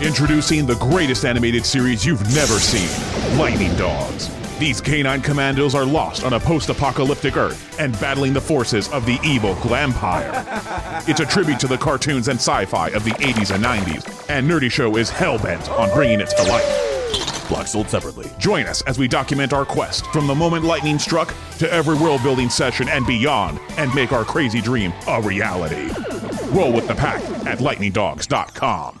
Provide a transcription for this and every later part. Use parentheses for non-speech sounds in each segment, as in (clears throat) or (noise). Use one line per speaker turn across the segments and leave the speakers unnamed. Introducing the greatest animated series you've never seen Lightning Dogs. These canine commandos are lost on a post apocalyptic Earth and battling the forces of the evil Glampire. It's a tribute to the cartoons and sci fi of the 80s and 90s, and Nerdy Show is hellbent on bringing it to life.
Block sold separately.
Join us as we document our quest from the moment lightning struck to every world building session and beyond and make our crazy dream a reality. Roll with the pack at lightningdogs.com.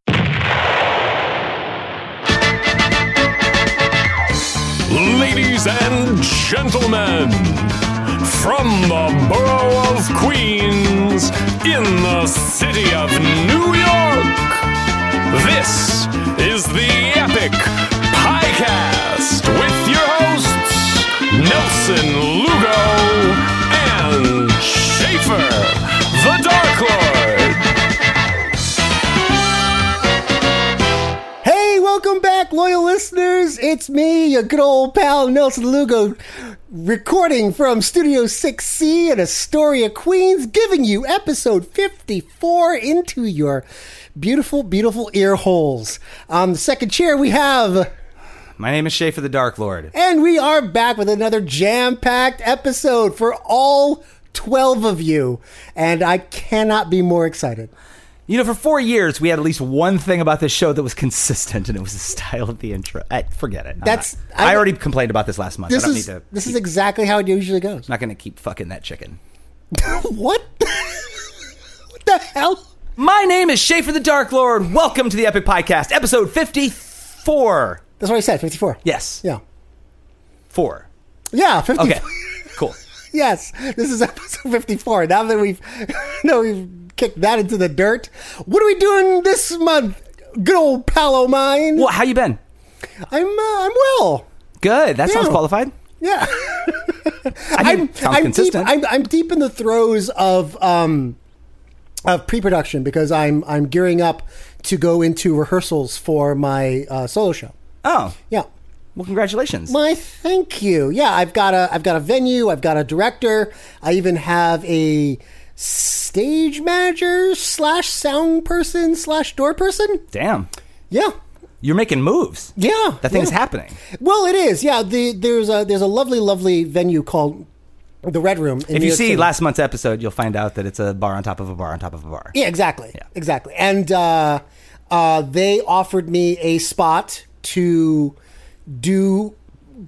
Ladies and gentlemen, from the borough of Queens, in the city of New York, this is the Epic Podcast with your hosts, Nelson Lugo and Schaefer, the Dark Lord.
Hey, welcome back, loyal listeners. It's me, your good old pal Nelson Lugo, recording from Studio 6C in Astoria, Queens, giving you episode 54 into your beautiful, beautiful ear holes. On the second chair, we have.
My name is Schaefer the Dark Lord.
And we are back with another jam packed episode for all 12 of you. And I cannot be more excited.
You know, for four years, we had at least one thing about this show that was (laughs) consistent, and it was the style of the intro. I, forget it. I'm
That's-
not-
I-
I, already complained about this last month.
This
I don't
is
need to.
this
keep-
is exactly how it usually goes.
(laughs) I'm not going to keep fucking that chicken.
What? (laughs) what the hell?
My name is Schaefer the Dark Lord. Welcome to the Epic Podcast, episode 54.
That's what I said. Fifty-four.
Yes.
Yeah.
Four.
Yeah. Fifty-four.
Okay. cool.
(laughs) Yes, this is (laughs) episode 54. Now that we've (laughs) now we've kicked that into the dirt, what are we doing this month? Good old pal o' mine.
Well, how you been?
I'm uh, I'm well.
Good. That sounds
Yeah.
qualified.
Yeah. (laughs)
I mean,
I'm
sounds
deep,
consistent.
I'm, I'm deep in the throes of um, of pre-production because I'm I'm gearing up to go into rehearsals for my uh, solo show.
oh,
Yeah.
well, congratulations.
My thank you. Yeah, I've got a I've got a venue. I've got a director. I even have a stage manager slash sound person slash door person.
Damn.
Yeah,
You're making moves.
yeah.
That thing's
yeah.
happening.
Well, it is. Yeah. The there's a there's a lovely lovely venue called the Red Room. In New
If you
York
see
City.
last month's episode, you'll find out that it's a bar on top of a bar on top of a bar.
Yeah, exactly. Exactly. And uh, uh, they offered me a spot to do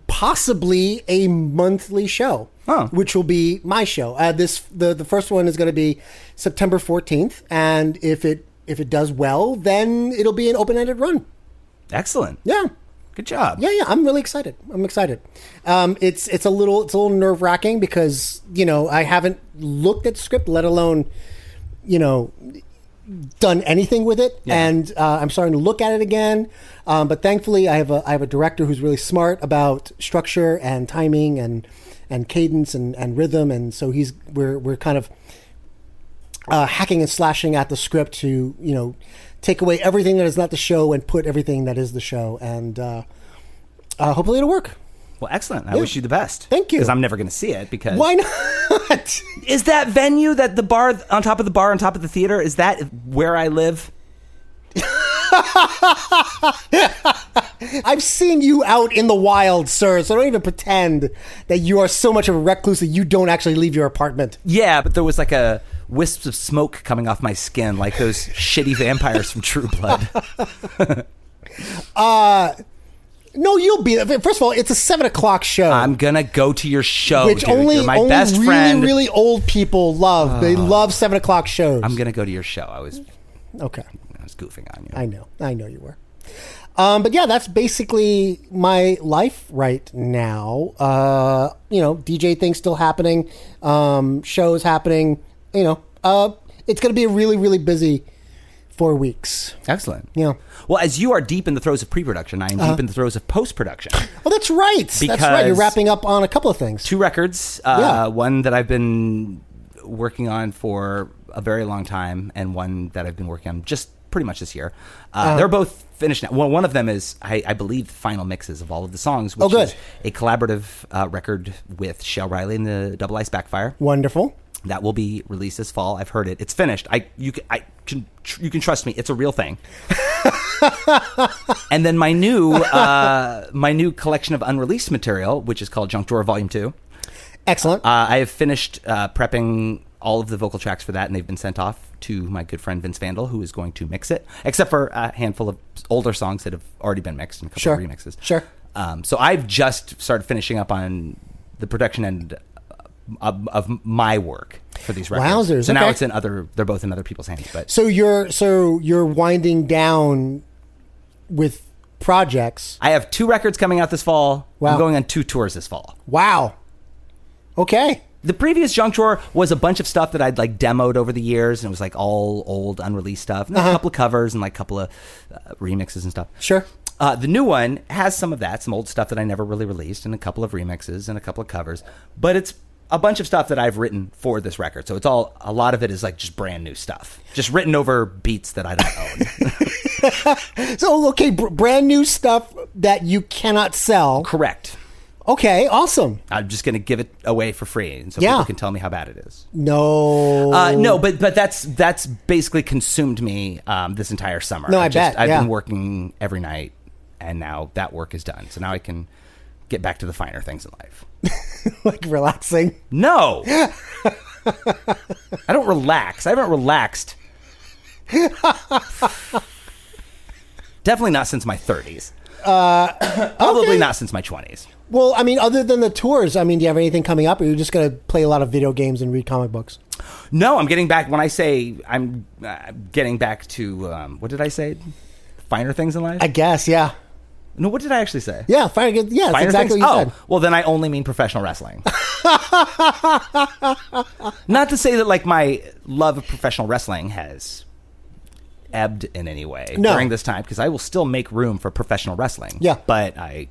possibly a monthly show.
Oh.
Which will be my show. Uh, this the the first one is going to be September 14th and if it if it does well, then it'll be an open-ended run.
Excellent.
Yeah.
Good job.
Yeah, yeah, I'm really excited. I'm excited. Um, it's it's a little it's a little nerve wracking because you know I haven't looked at script, let alone you know done anything with it,
Yeah.
and uh, I'm starting to look at it again. Um, but thankfully, I have a I have a director who's really smart about structure and timing and and cadence and, and rhythm, and so he's we're we're kind of uh, hacking and slashing at the script to you know take away everything that is not the show and put everything that is the show and uh, uh, hopefully it'll work
Well, excellent. I wish you the best.
Thank you.
Because I'm never going to see it. Because
why not (laughs)
is that venue that the bar on top of the bar on top of the theater is that where I live?
i've seen you out in the wild sir so don't even pretend that you are so much of a recluse that you don't actually leave your apartment
Yeah, but there was like a wisps of smoke coming off my skin like those (laughs) shitty vampires from True
(laughs)
Blood.
No, you'll be. First of all, it's a seven o'clock show,
I'm gonna go to your show,
which
dude.
only,
You're my
only
best
really,
friend. Oh.
really old people love. they love seven o'clock shows.
I'm gonna go to your show. I was
okay,
I was goofing on you.
I know, I know you were. Um, but yeah, that's basically my life right now. Uh, you know, DJ thing still happening, um, shows happening. You know, uh, it's going to be a really, really busy four weeks.
Excellent.
Yeah. Uh-huh.
Well, as you are deep in the throes of pre-production, I am deep in the throes of post-production.
Oh, that's right. that's right. You're
Because-
wrapping up on a couple of things.
Two records. Uh,
Yeah.
One that I've been working on for a very long time, and one that I've been working on just pretty much this year. Uh, they're both finished now. Well, one of them is, I, I believe, the final mixes of all of the songs, which
Oh, good.
is a collaborative uh, record with Shell Riley and the Double Ice Backfire.
Wonderful.
That will be released this fall. I've heard it. It's finished. I you can, I can tr- you can trust me. It's a
(laughs)
real thing. and then my new uh, my new collection of unreleased material, which is called Junk Drawer Volume Two.
Excellent.
Uh, I have finished uh, prepping all of the vocal tracks for that, and they've been sent off to my good friend Vince Vandal, who is going to mix it, except for a handful of older songs that have already been mixed and a couple
Sure.
of remixes.
Sure.
Um, so I've just started finishing up on the production end uh, of, of my work for these records.
Wowzers,
So now
okay.
it's in other. They're both in other people's hands, but
so you're so you're winding down with projects.
I have two records coming out this fall.
Wow.
I'm going on two tours this fall.
Wow. Okay.
the previous junk drawer was a bunch of stuff that I'd like demoed over the years, and it was like all old unreleased stuff, and a couple of covers and like a couple of uh, remixes and stuff.
Uh-huh. Sure.
Uh, the new one has some of that, some old stuff that I never really released, and a couple of remixes and a couple of covers, but it's a bunch of stuff that I've written for this record. So it's all a lot of it is like just brand new stuff, just written over beats that I don't own.
(laughs) So okay, br- brand new stuff that you cannot sell.
Correct.
Okay, awesome.
I'm just going to give it away for free, and so
Yeah.
people can tell me how bad it is.
No. (laughs)
Uh, no, but but that's that's basically consumed me um, this entire summer.
No, I
just,
bet,
I've
yeah.
been working every night, and now that work is done. So now I can get back to the finer things in life.
like relaxing. (laughs)
No, I don't relax. I haven't relaxed. Definitely not since my thirties. Uh, (coughs) Probably not since my twenties.
Well, I mean, other than the tours, I mean, do you have anything coming up, or you're just gonna play a lot of video games and read comic books?
No, I'm getting back. When I say I'm uh, getting back to um, what did I say? Finer things in life.
I guess, yeah,
no, what did I actually say?
yeah. Fire, yeah, that's
Finer
exactly
things?
what you
oh,
said.
well, then I only mean professional wrestling. (laughs) Not to say that like my love of professional wrestling has ebbed in any way
No.
during this time because I will still make room for professional wrestling.
Yeah.
but I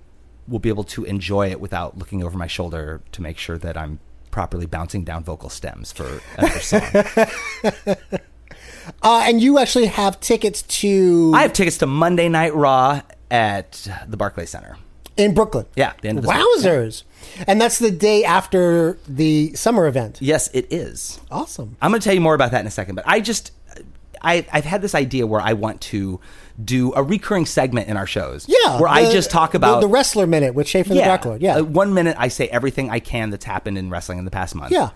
will be able to enjoy it without looking over my shoulder to make sure that I'm properly bouncing down vocal stems for another song.
(laughs) Uh, and you actually have tickets to
Oh. I have tickets to Monday Night Raw at the Barclay Center.
in Brooklyn.
Yeah, the end of this week.
Wowzers! And that's the day after the summer event.
Yes, it is.
Awesome.
I'm going to tell you more about that in a second, but I just I I've had this idea where I want to do a recurring segment in our shows.
Yeah,
where I
the-
just talk
the-
about
the, wrestler minute with Schaefer the Dark Lord. Yeah,
Uh, one minute I say everything I can that's happened in wrestling in the past month.
yeah.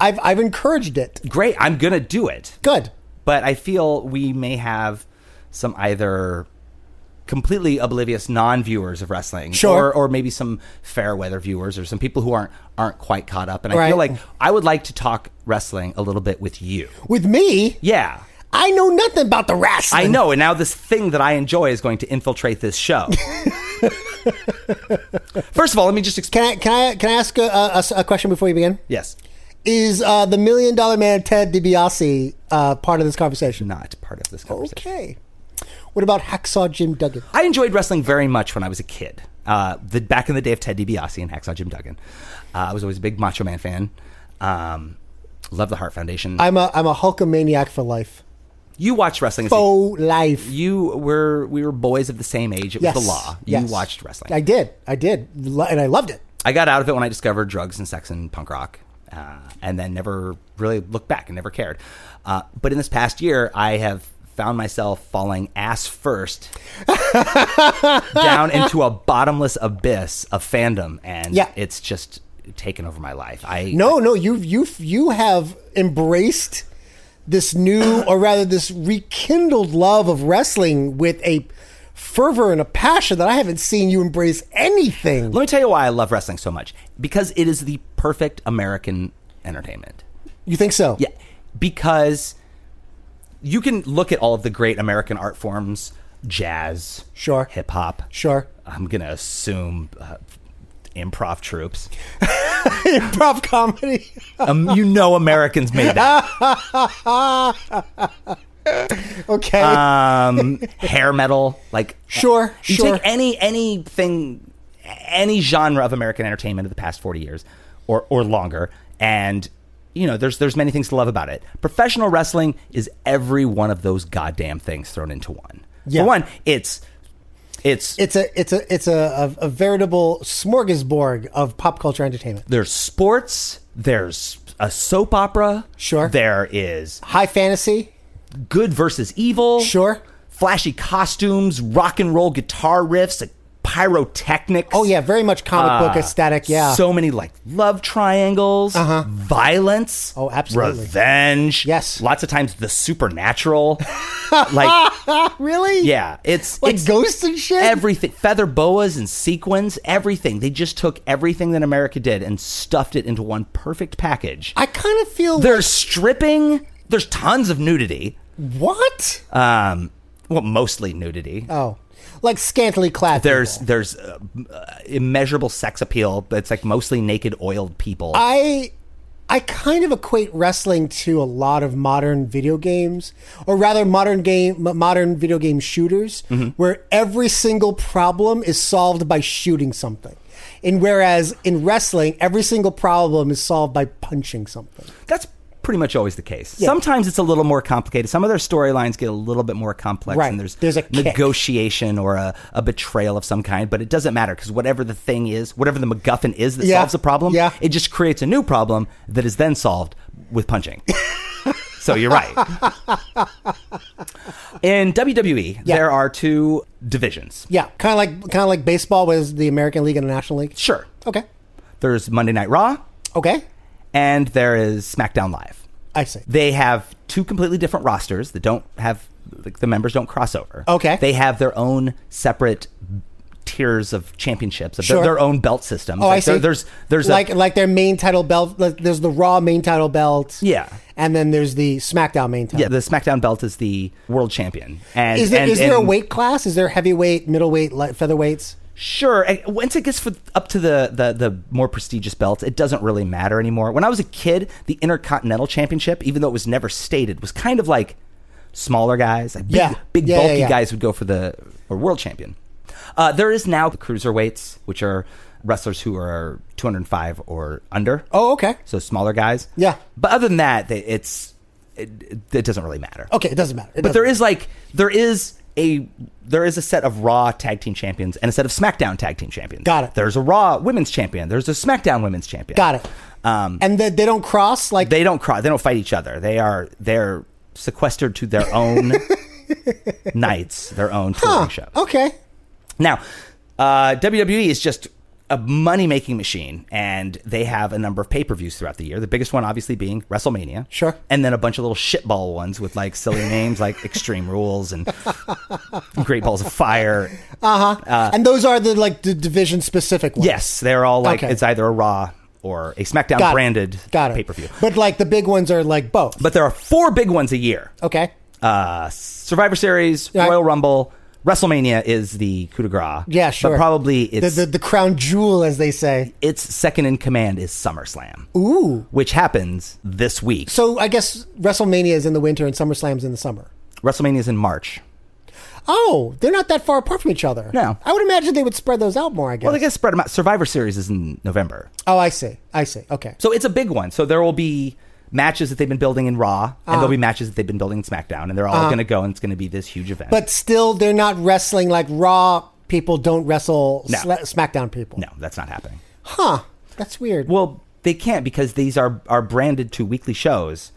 I've I've encouraged it.
great. I'm gonna do it,
Good.
but I feel we may have some either completely oblivious non-viewers of wrestling
Sure.
or, or maybe some fair weather viewers or some people who aren't aren't quite caught up and i
Right.
feel like i would like to talk wrestling a little bit with you
With me,
yeah
I know nothing about the wrestling.
I know, and now this thing that I enjoy is going to infiltrate
(laughs)
this show. First of all, let me just explain.
Can I can I can I ask a, a- a question before you begin?
Yes,
Is uh, the Million Dollar Man Ted DiBiase uh, part of this conversation?
not part of this conversation.
Okay. What about Hacksaw Jim Duggan?
I enjoyed wrestling very much when I was a kid. Uh, the back in the day of Ted DiBiase and Hacksaw Jim Duggan, uh, I was always a big Macho Man fan. Um, love the Heart Foundation.
I'm a I'm a Hulkamaniac for life.
you watched wrestling. as a-
Faux life.
you were we were boys of the same age. It
Yes.
was the law. You
Yes.
watched wrestling.
I did. I did, Lo- and I loved it.
I got out of it when I discovered drugs and sex and punk rock, uh, and then never really looked back and never cared. Uh, but in this past year, I have found myself falling ass
(laughs)
first down into a bottomless abyss of fandom, and
Yeah.
it's just taken over my life. I
No, no, you've you have you have embraced this
(coughs)
new, or rather, this rekindled love of wrestling with a fervor and a passion that I haven't seen you embrace anything.
Let me tell you why I love wrestling so much. Because it is the perfect American entertainment.
You think so?
Yeah, because you can look at all of the great American art forms, jazz,
Sure.
hip hop,
Sure. (laughs)
I'm gonna assume uh, improv troops.
Improv comedy. (laughs)
Um, you know, Americans made that.
Okay.
Um, hair metal, like
Sure,
You
sure.
take any anything, any genre of American entertainment of the past forty years, or or longer, and you know, there's there's many things to love about it. Professional wrestling is every one of those goddamn things thrown into one.
Yeah.
For one, it's it's
it's a it's a it's a, a, a veritable smorgasbord of pop culture entertainment.
there's sports, there's a soap opera,
Sure.
There is
High fantasy.
good versus evil.
Sure.
Flashy costumes, rock and roll guitar riffs, pyrotechnics.
Oh yeah, very much comic book aesthetic. Yeah.
Ah, So many like love triangles, uh-huh. violence.
Oh, absolutely.
Revenge.
Yes.
Lots of times the supernatural. (laughs)
(laughs)
like,
really?
yeah, it's
Like
it's
ghosts and shit?
Everything, feather boas and sequins, everything. They just took everything that America did and stuffed it into one perfect package.
I kind of feel like,
There's stripping. There's tons of nudity.
what?
Um, well, mostly nudity.
oh, like scantily clad.
There's
people.
there's uh, uh, immeasurable sex appeal. but It's like mostly naked, oiled people.
I I kind of equate wrestling to a lot of modern video games, or rather, modern game m- modern video game shooters,
Mm-hmm.
where every single problem is solved by shooting something. And whereas in wrestling, every single problem is solved by punching something.
That's pretty much always the case. Sometimes it's a little more complicated. Some of their storylines get a little bit more complex,
Right.
and there's
There's a kick.
negotiation or a, a betrayal of some kind. But it doesn't matter because whatever the thing is, whatever the MacGuffin is that
Yeah.
solves the problem,
Yeah.
it just creates a new problem that is then solved
(laughs)
with punching. so you're right. In WWE, there are two divisions.
Yeah, kind of like kind of like baseball was the American League and the National League.
Sure.
Okay.
There's Monday Night Raw,
Okay.
and there is SmackDown Live.
I see.
they have two completely different rosters that don't have like the members don't cross over.
Okay.
They have their own separate tiers of championships, of their-
Sure.
their, own belt systems.
Oh,
Like,
I see.
there- there's there's
like
a,
like their main title belt. Like there's the Raw main title belt.
Yeah.
and then there's the SmackDown main title.
yeah, the SmackDown belt is the world champion. And
is there
and-
is there a
and-
weight class? Is there heavyweight, middleweight, light, featherweights?
Sure. And Once it gets for, up to the, the, the more prestigious belts, it doesn't really matter anymore. When I was a kid, the Intercontinental Championship, even though it was never stated, was kind of like smaller guys, like big,
Yeah.
big
Yeah, yeah,
bulky
yeah.
guys would go for the or world champion. Uh, there is now the cruiserweights, which are wrestlers who are 205 or under.
Oh, okay.
So smaller guys.
Yeah.
But other than that, they, it's it, it, it doesn't really matter
Okay, it doesn't matter. It
but
doesn't
there
matter.
is like there is a there is a set of Raw tag team champions and a set of SmackDown tag team champions.
Got it.
There's a Raw women's champion. There's a SmackDown women's champion.
got it.
Um,
and the, they don't cross like
they don't cry. They don't fight each other. They are they're sequestered to their
(laughs)
own nights, their own touring
huh,
shows.
Okay,
Now, uh, WWE is just a money making machine, and they have a number of pay per views throughout the year. The biggest one, obviously, being WrestleMania.
Sure.
And then a bunch of little shitball ones with like silly names
(laughs)
like Extreme Rules and Great Balls of Fire.
and those are the like the division specific ones.
Uh, Yes, they're all like
Okay.
it's either a Raw or a SmackDown
got it.
branded
got it.
pay per view.
But like the big ones are like both.
But there are four big ones a year
okay,
uh, Survivor Series,
Yeah.
Royal Rumble. WrestleMania is the coup de grace.
yeah, sure.
But probably
the,
it's
the the crown jewel, as they say.
its second in command is SummerSlam. Ooh. Which happens this week.
So I guess WrestleMania is in the winter and SummerSlam's in the summer.
WrestleMania is in March.
Oh, they're not that far apart from each other.
No.
I would imagine they would spread those out more. I guess.
Well, they guess spread them out. Survivor Series is in November.
oh, I see. I see. Okay.
So it's a big one. So there will be matches that they've been building in Raw, and
Uh.
there'll be matches that they've been building in SmackDown, and they're all going to go, and it's going to be this huge event.
But still, they're not wrestling like Raw people don't wrestle
No.
Sla- SmackDown people.
no, that's not happening.
Huh. That's weird.
Well, they can't because these are, are branded to weekly shows,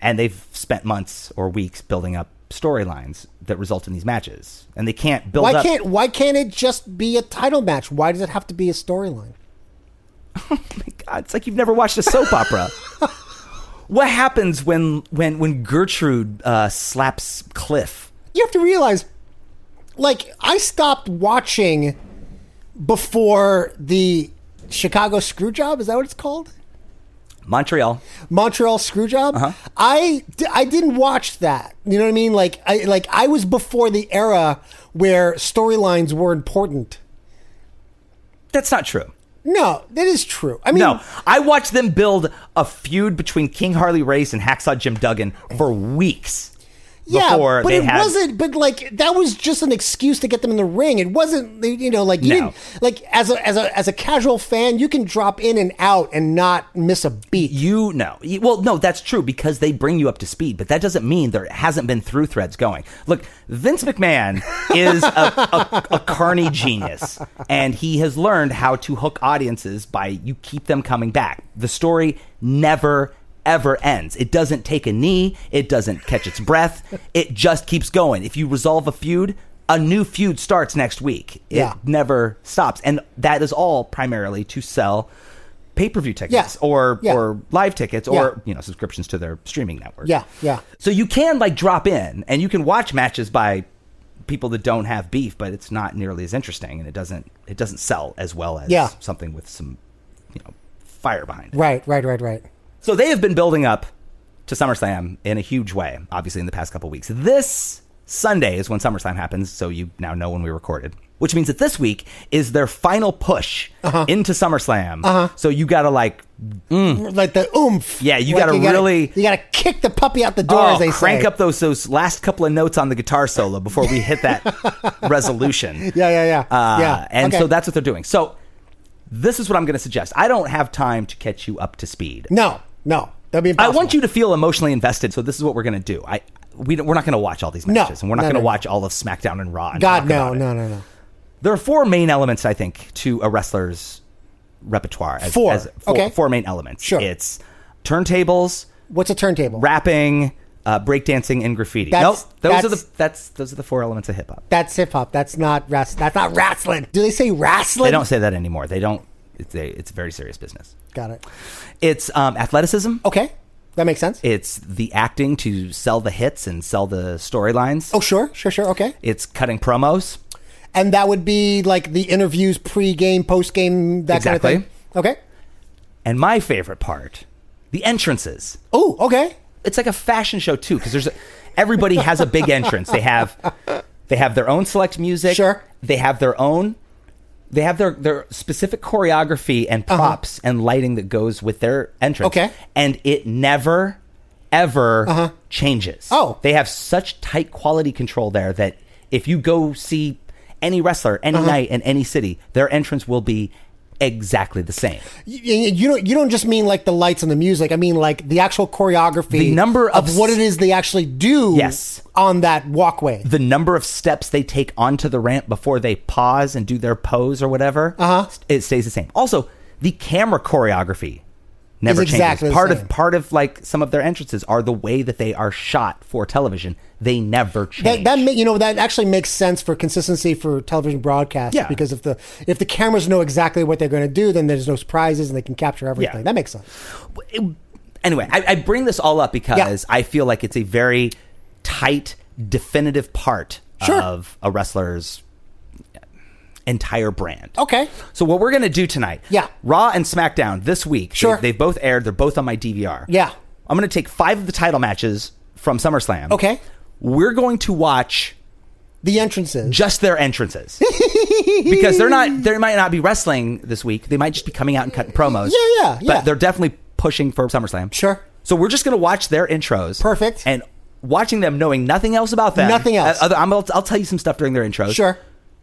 and they've spent months or weeks building up storylines that result in these matches. And they can't build
why
up.
can't Why can't it just be a title match? Why does it have to be a storyline?
uh, God, it's like you've never watched a soap opera. what happens when when when Gertrude uh, slaps Cliff?
you have to realize like i stopped watching before the chicago screw job is that what it's called
Montreal.
montreal screw job
Uh-huh.
I, di- I didn't watch that you know what i mean like i like i was before the era where storylines were important
That's not true.
no that is true i mean
No, I watched them build a feud between King Harley Race and Hacksaw Jim Duggan for weeks.
yeah
before
but
they
it
had-
wasn't but like that was just an excuse to get them in the ring it wasn't you know like you
No.
didn't, like as a as a as a casual fan you can drop in and out and not miss a beat
You know, You- well, no, that's true because they bring you up to speed, but that doesn't mean there hasn't been through threads going. Look, Vince McMahon is a, a, a carny genius, and he has learned how to hook audiences by you keep them coming back. The story never ever ends. It doesn't take a knee. It doesn't catch its breath. It just keeps going. If you resolve a feud, a new feud starts next week. It
Yeah.
never stops, and that is all primarily to sell pay-per-view tickets
Yeah.
or
Yeah.
or live tickets or
Yeah.
you know subscriptions to their streaming network.
Yeah, yeah.
So you can like drop in and you can watch matches by people that don't have beef, but it's not nearly as interesting and it doesn't it doesn't sell as well as
Yeah.
something with some you know fire behind it.
Right, right, right, right.
So they have been building up to SummerSlam in a huge way, obviously in the past couple weeks. This Sunday is when SummerSlam happens, so you now know when we recorded. Which means that this week is their final push
Uh-huh.
into SummerSlam. So you gotta like
Like the oomph.
Yeah, you
Like,
gotta really-
you gotta kick the puppy out the door,
Oh,
as they
crank
say.
up those those last couple of notes on the guitar solo before we hit that
(laughs)
resolution.
Yeah, yeah, yeah.
Uh,
yeah.
And
okay.
so that's what they're doing. So this is what I'm going to suggest. I don't have time to catch you up to speed.
no, no, that'd be.
I
Impossible.
want you to feel emotionally invested. So this is what we're going to do. I we don't, we're not going to watch all these
No,
matches, and we're not
no,
going to
no, no.
watch all of SmackDown and Raw. and
God,
talk
no,
about it.
no, no, no.
There are four main elements, I think, to a wrestler's repertoire. as-
Four.
as- four,
Okay.
four main elements.
Sure.
It's turntables,
What's a turntable?
rapping, uh, breakdancing, and graffiti.
That's-
nope, those are
that's-
the that's those are the four elements of hip hop.
That's hip hop. That's not ras- That's not wrestling. Do they say wrestling?
They don't say that anymore. They don't. It's a, it's very serious business.
Got it.
It's um, athleticism.
Okay, that makes sense.
It's the acting to sell the hits and sell the storylines.
oh, sure, sure, sure. Okay,
It's cutting promos.
and that would be like the interviews pre-game, post-game, that kind of
Exactly.
thing. Okay.
And my favorite part, the entrances.
Oh, okay.
it's like a fashion show too because there's a, everybody has a big entrance. They have they have their own select music.
Sure.
They have their own they have their their specific choreography and props and lighting that goes with their entrance.
Uh-huh. Okay. Uh-huh.
And it never ever changes.
Oh.
They have such tight quality control there that if you go see any wrestler any
Uh-huh.
night in any city, their entrance will be exactly the same.
You, you don't you don't just mean like the lights and the music. I mean like the actual choreography,
The number of
what it is they actually do.
Yes.
on that walkway.
the number of steps they take onto the ramp before they pause and do their pose or whatever, uh-huh. it stays the same. Also, the camera choreography never
Is
changes.
exactly the
part
same.
of part of like some of their entrances are the way that they are shot for television. They never
That,
change.
that ma- you know that actually makes sense for consistency for television broadcast.
Yeah.
because if the if the cameras know exactly what they're going to do, then there's no surprises and they can capture everything.
Yeah.
That makes sense.
anyway, I, I bring this all up because
Yeah.
I feel like it's a very tight, definitive part
Sure.
of a wrestler's entire brand.
Okay,
So what we're gonna do tonight?
Yeah.
Raw and SmackDown this week.
Sure.
They, have both aired. They're both on my DVR.
Yeah.
I'm gonna take five of the title matches from SummerSlam.
Okay.
We're going to watch
the entrances.
just their entrances (laughs) because they're not. They might not be wrestling this week. They might just be coming out and cutting promos.
Yeah, yeah, yeah.
But they're definitely pushing for SummerSlam.
Sure.
So we're just gonna watch their intros.
Perfect.
And watching them, knowing nothing else about them.
Nothing else.
Uh, I'm- I'll, I'll tell you some stuff during their intros
Sure.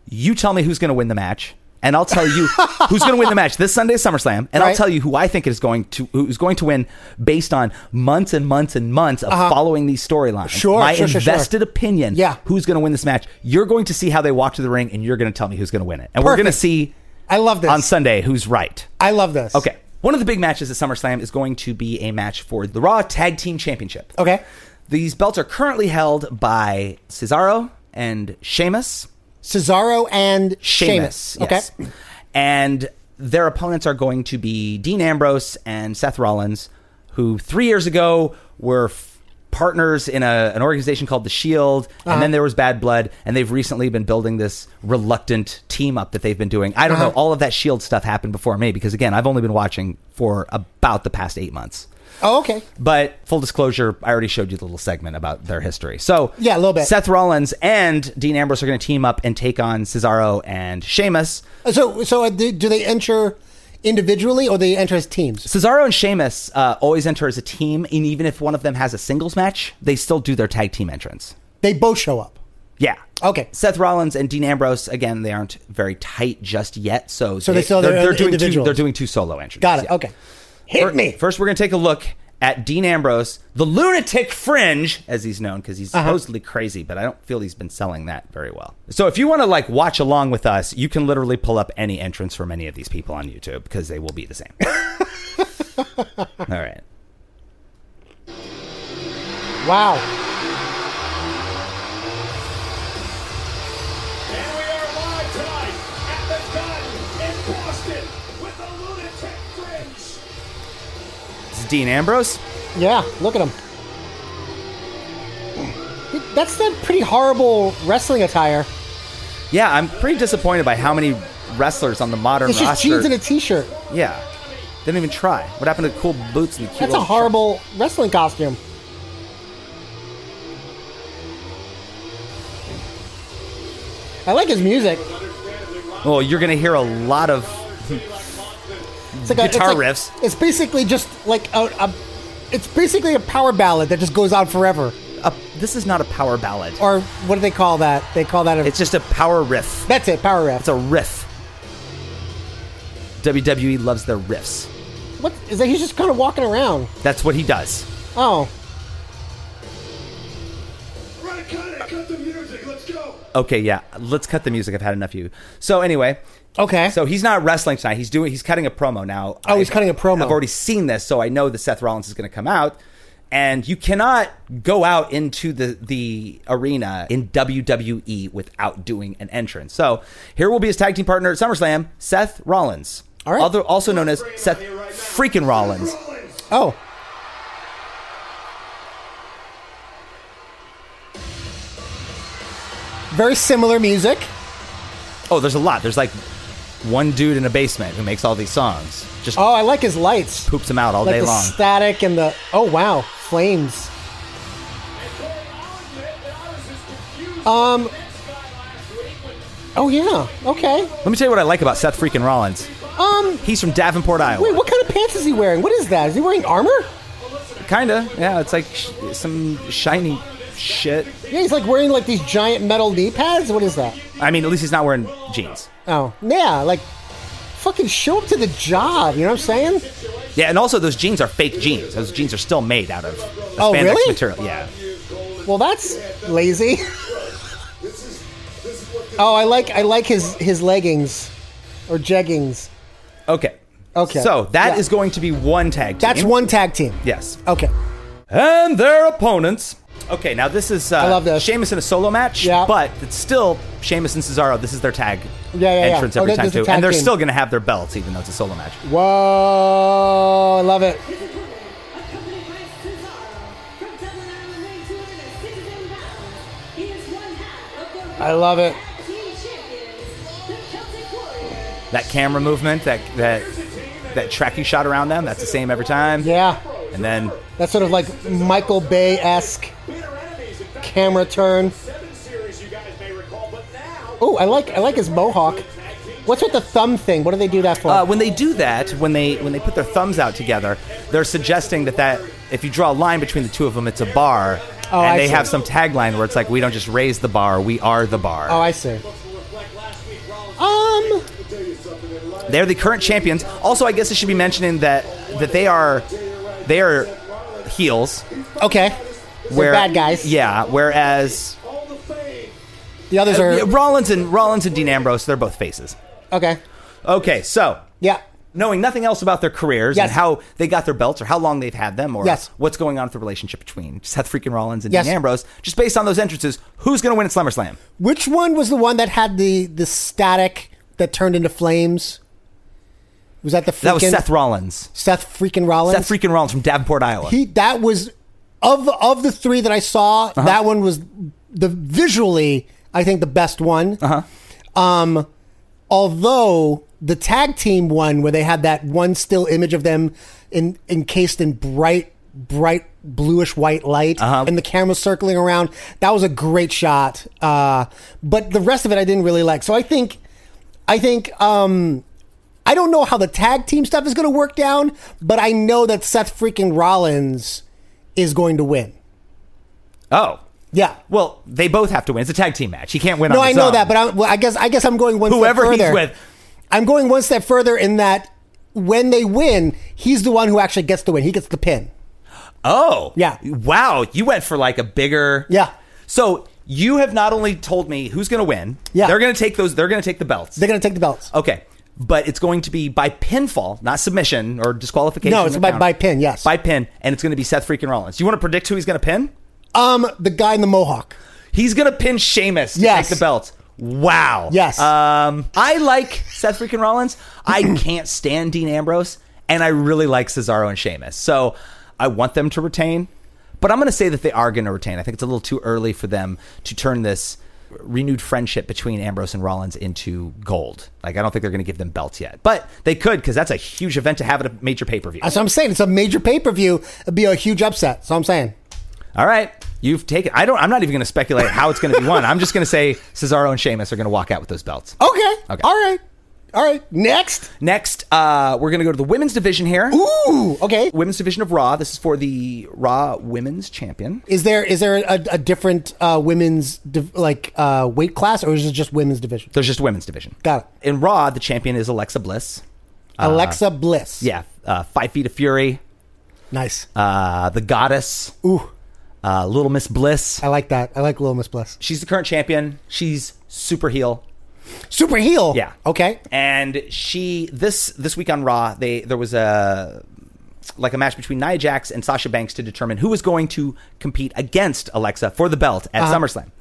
you tell me who's going to win the match, and I'll
(laughs)
tell you who's going to win the match this Sunday is SummerSlam, and
Right.
I'll tell you who I think is going to who's going to win based on months and months and months of following these storylines.
Uh-huh. Sure,
my
sure, sure, sure.
invested opinion.
Yeah.
who's going to win this match? You're going to see how they walk to the ring, and you're going to tell me who's going to win it, and we're going to
Perfect.
see
I love this.
on Sunday who's right.
I love this.
Okay, one of the big matches at SummerSlam is going to be a match for the Raw Tag Team Championship.
Okay.
These belts are currently held by Cesaro and Sheamus.
Cesaro and Sheamus.
Sheamus. yes.
Okay,
And their opponents are going to be Dean Ambrose and Seth Rollins. who three years ago were f- partners in a, an organization called the Shield, and then there was Bad Blood, and they've recently been building this reluctant team up that they've been doing. I don't know. All of that Shield stuff happened before me because again, I've only been watching for about the past eight months.
Oh, okay.
But full disclosure, I already showed you the little segment about their history. So
Yeah, a little bit.
Seth Rollins and Dean Ambrose are going to team up and take on Cesaro and Sheamus.
So, so uh, do do they enter individually or they enter as teams?
Cesaro and Sheamus uh, always enter as a team, and even if one of them has a singles match, they still do their tag team entrance.
They both show up.
Yeah.
Okay.
Seth Rollins and Dean Ambrose again, they aren't very tight just yet, so
So they still-
they're,
they're
they're doing two,
individuals.
they're doing two solo entries.
Got it.
Yeah.
Okay. Hit
Fir-
me.
First, we're going to take a look at Dean Ambrose, the lunatic fringe, as he's known, because
Uh-huh.
he's supposedly crazy, but I don't feel he's been selling that very well. So, if you want to like watch along with us, you can literally pull up any entrance from any of these people on YouTube because they will be
(laughs)
the same. All right.
Wow.
And we are live tonight at the Gun in Boston with the Lunatic Fringe.
This is Dean Ambrose.
Yeah. Look at him. That's that pretty horrible wrestling attire.
Yeah, I'm pretty disappointed by how many wrestlers on the modern
It's just
roster.
jeans and a t-shirt.
yeah. Didn't even try. What happened to cool boots and the cute
That's a
little
horrible wrestling costume. I like his music.
shorts? Well, you're going to hear a lot of
It's like a, it's
Guitar
like-
riffs.
It's basically just like a, a. It's basically a power ballad that just goes on forever.
a, this is not a power ballad.
Or what do they call that? They call that a.
It's just a power riff.
that's it, power riff.
It's a riff. WWE loves their riffs.
what is that? He's just kind of walking around.
That's what he does.
Oh,
Right, cut it, cut the music, let's go.
Okay, yeah. Let's cut the music. I've had enough of you. So anyway,
okay.
so he's not wrestling tonight. He's doing. He's cutting a promo now.
Oh, he's cutting a promo.
I've already seen this, so I know that Seth Rollins is going to come out. And you cannot go out into the the arena in WWE without doing an entrance. So here will be his tag team partner at SummerSlam, Seth Rollins.
All right.
Other, also known as Seth freaking Rollins.
Rollins.
oh, very similar music.
Oh, there's a lot. There's like one dude in a basement who makes all these songs. Just
Oh, I like his lights.
poops them out all
like
day
the
long.
static and the oh wow flames.
And Corey, I'll admit that I was as confused
Um,
as this guy last week when
Oh yeah, okay.
Let me tell you what I like about Seth freaking Rollins.
Um,
He's from Davenport, Iowa.
wait, what kind of pants is he wearing? What is that? Is he wearing armor?
Kinda. Yeah, it's like sh- some shiny shit.
Yeah, he's like wearing like these giant metal knee pads. What is that?
I mean, at least he's not wearing jeans.
Oh, yeah, like fucking show up to the job. You know what I'm saying?
Yeah, and also those jeans are fake jeans. Those jeans are still made out of
Oh,
spandex
really?
material. Yeah.
Well, that's lazy. (laughs) oh, I like I like his his leggings or jeggings.
Okay.
Okay.
So that is
Yeah.
going to be one tag team.
That's one tag team.
Yes.
Okay.
and their opponents. Okay, now this is uh,
I love this.
Sheamus in a solo match,
Yeah.
but it's still Sheamus and Cesaro. This is their tag
Yeah, yeah, yeah.
entrance
Oh,
every
that-
time
that's the
too,
tag
and they're
team.
still going to have their belts even though it's a solo match.
Whoa, I love it.
accompanied by Cesaro from Dublin, Ireland, weighing 216 pounds. He is one half of the
I love it.
Tag Team Champions, the Celtic Warriors.
That camera movement, that that that tracking shot around them, that's the same every time.
Yeah,
And then
that's sort of like Michael Bay esque
bitter enemies. In fact,
camera turn.
seven series you guys may recall, but now
Oh, I like I like his mohawk. What's with the thumb thing? What do they do that for?
Uh, when they do that, when they when they put their thumbs out together, they're suggesting that that if you draw a line between the two of them, it's a bar.
Oh,
and
I
they
see.
have some tagline where it's like, "We don't just raise the bar, we are the bar."
oh, I see. Um,
They're the current champions. Also, I guess I should be mentioning that that they are they are heels.
okay. Where, bad guys.
Yeah. Whereas
The others are
Yeah, Rollins and Rollins and Dean Ambrose, they're both faces.
okay.
Okay, so
Yeah.
knowing nothing else about their careers
Yes.
and how they got their belts or how long they've had them or
Yes.
what's going on with the relationship between Seth freaking Rollins and
Yes.
Dean Ambrose, just based on those entrances, who's going to win at SummerSlam?
Which one was the one that had the the static that turned into flames? Was that the freaking
That was Seth Rollins.
Seth freaking Rollins?
Seth freaking Rollins from Davenport, Iowa.
he that was of of the three that I saw, that one was the visually I think the best one. Uh-huh. Um, although the tag team one where they had that one still image of them in, encased in bright bright bluish white light and the camera circling around that was a great shot uh, but the rest of it i didn't really like so i think i think um, I don't know how the tag team stuff is going to work down, but I know that Seth freaking Rollins is going to win.
oh.
Yeah.
Well, they both have to win. It's a tag team match. He can't win
No,
on
I
his
know
own.
that, but I, well, I guess I guess I'm going one
Whoever
step
he's
further.
with.
I'm going one step further in that when they win, he's the one who actually gets the win. He gets the pin.
Oh.
Yeah.
Wow. You went for like a bigger.
Yeah.
So you have not only told me who's going to win.
Yeah.
They're going to take those. They're going to take the belts.
They're going to take the belts.
okay. But it's going to be by pinfall, not submission or disqualification.
No, it's
or
by-
count.
by pin, yes.
By pin, and it's going to be Seth freaking Rollins. You want to predict who he's going to pin?
Um, the guy in the mohawk.
He's going to pin Sheamus to
Yes.
take the belt. Wow.
Yes.
Um, I like Seth freaking Rollins.
(clears throat)
I can't stand Dean Ambrose, and I really like Cesaro and Sheamus. So I want them to retain, but I'm going to say that they are going to retain. I think it's a little too early for them to turn this renewed friendship between Ambrose and Rollins into gold. Like I don't think they're going to give them belts yet, but they could because that's a huge event to have at a major pay per view.
That's what I'm saying. It's a major pay per view. It'd be a huge upset. So I'm saying.
All right, you've taken. I don't. I'm not even going to speculate how it's going to be won. I'm just going to say Cesaro and Sheamus are going to walk out with those belts.
Okay.
Okay.
All right. All right. Next.
Next, uh, we're going to go to the women's division here.
Ooh. Okay.
Women's division of Raw. This is for the Raw Women's Champion.
Is there is there a, a different uh, women's div- like uh, weight class or is it just women's division?
There's just a women's division.
Got it.
In Raw, the champion is Alexa Bliss.
Alexa Bliss.
Uh, Yeah, uh, Five Feet of Fury,
Nice.
uh, the Goddess,
Ooh.
uh, Little Miss Bliss.
I like that. I like Little Miss Bliss.
She's the current champion. She's super heel.
Super heel.
Yeah.
Okay.
And she this this week on Raw, they there was a like a match between Nia Jax and Sasha Banks to determine who was going to compete against Alexa for the belt at SummerSlam.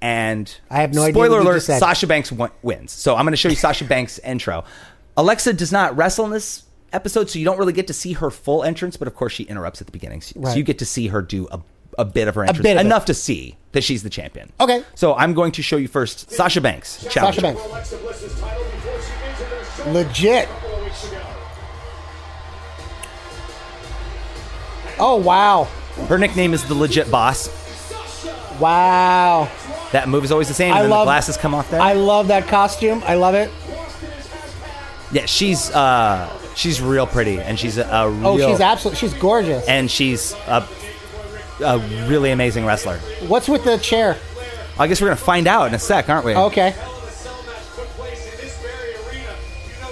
And
Uh-huh. I have no idea
spoiler
what you
alert:
just said.
Sasha Banks won- wins. So I'm going to show you Sasha Banks' intro. Alexa does not wrestle in this episode, so you don't really get to see her full entrance. But of course, she interrupts at the beginning, so, so
Right.
you get to see her do a, a bit of her entrance,
bit of it.
enough to see that she's the champion.
Okay.
So I'm going to show you first Sasha Banks.
Sasha
challenger.
Banks.
For Alexa Bliss's title before she injured her shoulder
Legit.
a couple of weeks ago.
Oh wow.
Her nickname is the legit boss.
Wow.
That move is always the same. And
I
then
love
the glasses come off there.
I love that costume. I love it.
yeah, she's uh, she's real pretty, and she's a, a real.
Oh, she's absolutely she's gorgeous.
and she's a, a really amazing wrestler.
What's with the chair?
I guess we're gonna find out in a sec, aren't we?
Okay.
Hell in a Cell match took place in this very arena.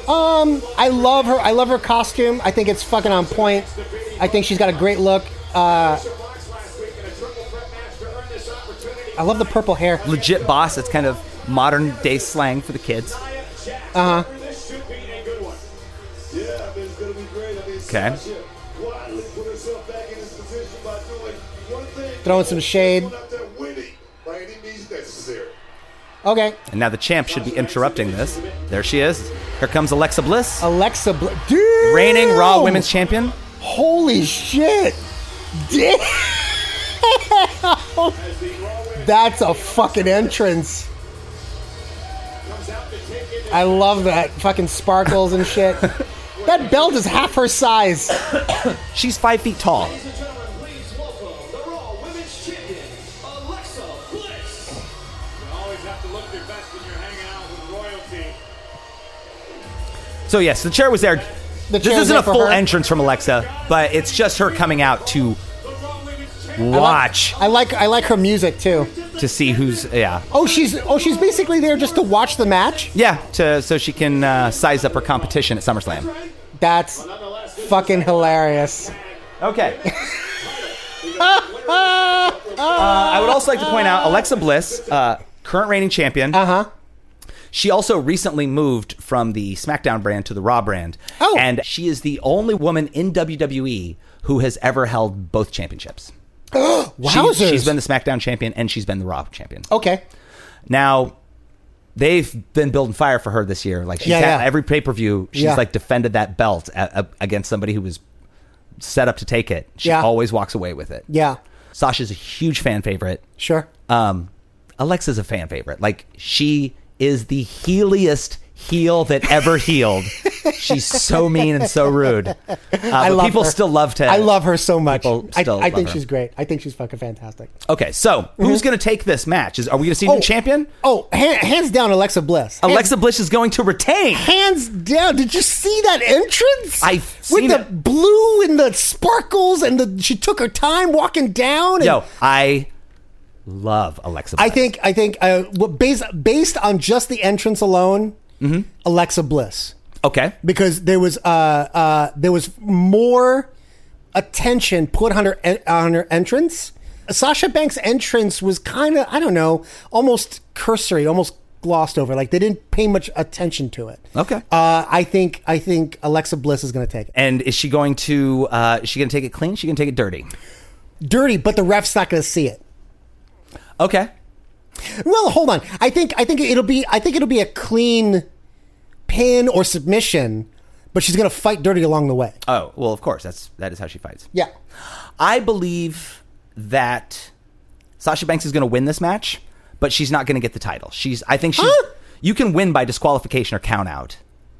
You know,
Um, I love her. I love her costume. I think it's fucking on point. I think she's got a great look. Uh,
Sasha Banks last week in a triple threat match to earn this opportunity.
I love the purple hair.
Legit boss. It's kind of modern day slang for the kids.
Uh huh. This should be a good one. Yeah, I mean, it's gonna be great. I mean,
Okay.
Sasha quietly put herself back in this position by doing one thing.
Throwing some shade.
Going out there winning by any means necessary.
Okay.
And now the champ should be interrupting this. There she is. Here comes Alexa
Oh.
Bliss,
Alexa, Bl- dude.
reigning Raw Women's Champion.
Holy shit! Damn. That's a fucking entrance. I love that fucking sparkles and
(laughs)
shit. that belt is half her size.
She's five feet tall.
Ladies and gentlemen, please welcome the Raw Women's Champion, Alexa Bliss. You always have to look your best when you're hanging out with royalty.
So yes, the chair was there.
The
this
chair was
isn't
there
a
for
full
her.
entrance from Alexa, but it's just her coming out to
The Raw Women's Champion.
watch
I like I like her music too.
to see who's yeah
Oh, she's oh she's basically there just to watch the match.
yeah to so she can uh, size up her competition at SummerSlam.
That's fucking hilarious.
Okay. I would also like to point out Alexa Bliss, uh, current reigning champion. Uh
Uh-huh.
huh. She also recently moved from the SmackDown brand to the Raw brand.
Oh.
And she is the only woman in WWE who has ever held both championships. She,
Wowzers.
she's been the SmackDown champion and she's been the Raw champion.
okay.
Now, they've been building fire for her this year. Like she's
Yeah,
had
yeah.
every pay per view, she's
Yeah.
like defended that belt a, a- against somebody who was set up to take it. She
Yeah.
always walks away with it.
Yeah.
Sasha's a huge fan favorite.
Sure.
Um, Alexa's a fan favorite. Like she is the heeliest heel that
(laughs)
ever healed. She's so mean and so rude. Uh,
I
but
love
people
her.
still love to.
I love her so much.
People
I,
still
I
love
think
her.
she's great. I think she's fucking fantastic.
Okay, so who's going to take this match? Is are we going to see a new champion?
Mm-hmm. Oh, hand, hands down, Alexa Bliss. Hands-
Alexa Bliss is going to retain.
Hands down. Did you see that entrance?
I've
with
seen
the
it.
blue and the sparkles and the she took her time walking down. And
Yo, I love Alexa. Bliss.
I think I think uh, what based based on just the entrance alone,
Mm-hmm.
Alexa Bliss.
okay.
because there was uh, uh, there was more attention put on her en- on her entrance. Sasha Banks' entrance was kind of I don't know, almost cursory, almost glossed over. Like they didn't pay much attention to it.
Okay.
Uh, I think I think Alexa Bliss is going to take it
And is she going to? Uh, is she going to take it clean? Is she going to take it dirty?
dirty, but the ref's not going to see it.
Okay.
Well, hold on. I think I think it'll be I think it'll be a clean pin or submission, but she's going to fight dirty along the way.
Oh well, of course. That's that is how she fights.
Yeah.
I believe that Sasha Banks is going to win this match, but she's not going to get the title. She's. I think she's.
Huh?
You can win by disqualification or count out,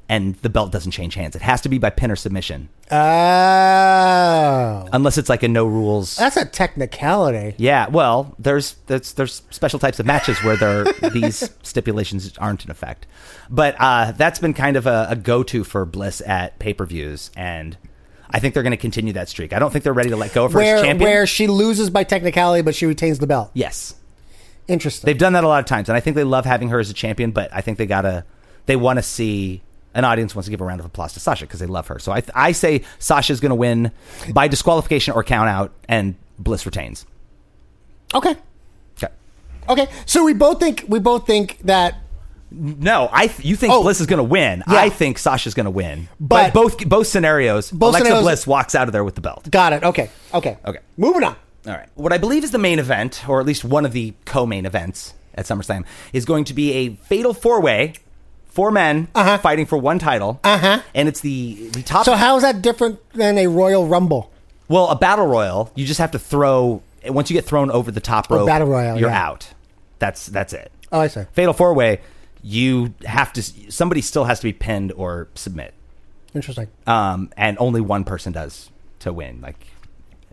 and the belt doesn't change hands. It has to be by pin or submission,
Oh.
unless it's like a no rules.
That's a technicality.
Yeah, well, there's there's there's special types of matches where there
(laughs)
these stipulations aren't in effect, but uh, that's been kind of a, a go-to for Bliss at pay-per-views, and I think they're going to continue that streak. I don't think they're ready to let go of her as
Where
champion.
where she loses by technicality, but she retains the belt.
yes,
Interesting.
they've done that a lot of times, and I think they love having her as a champion. But I think they gotta they want to see an audience wants to give a round of applause to Sasha because they love her. So I I say Sasha's going to win by disqualification or count out, and Bliss retains.
okay.
Okay.
Okay. So we both think we both think that
No, I th- you think
Oh.
Bliss is going to win.
Yeah.
I think Sasha's going to win.
But-
But, both both scenarios,
Both
Alexa
scenarios-
Bliss walks out of there with the belt.
got it. Okay. Okay.
Okay.
Moving on.
All right. What I believe is the main event, or at least one of the co-main events at SummerSlam, is going to be a fatal four-way, four men fighting for one title. Uh huh. And it's the the top.
Uh-huh. So how is that different than a Royal Rumble?
well, a battle royal. You just have to throw. Once you get thrown over the top rope,
Oh, battle royal,
you're
yeah.
out. That's that's it.
Oh, I see.
Fatal four-way. You have to. Somebody still has to be pinned or submit.
Interesting.
um, and only one person does to win. Like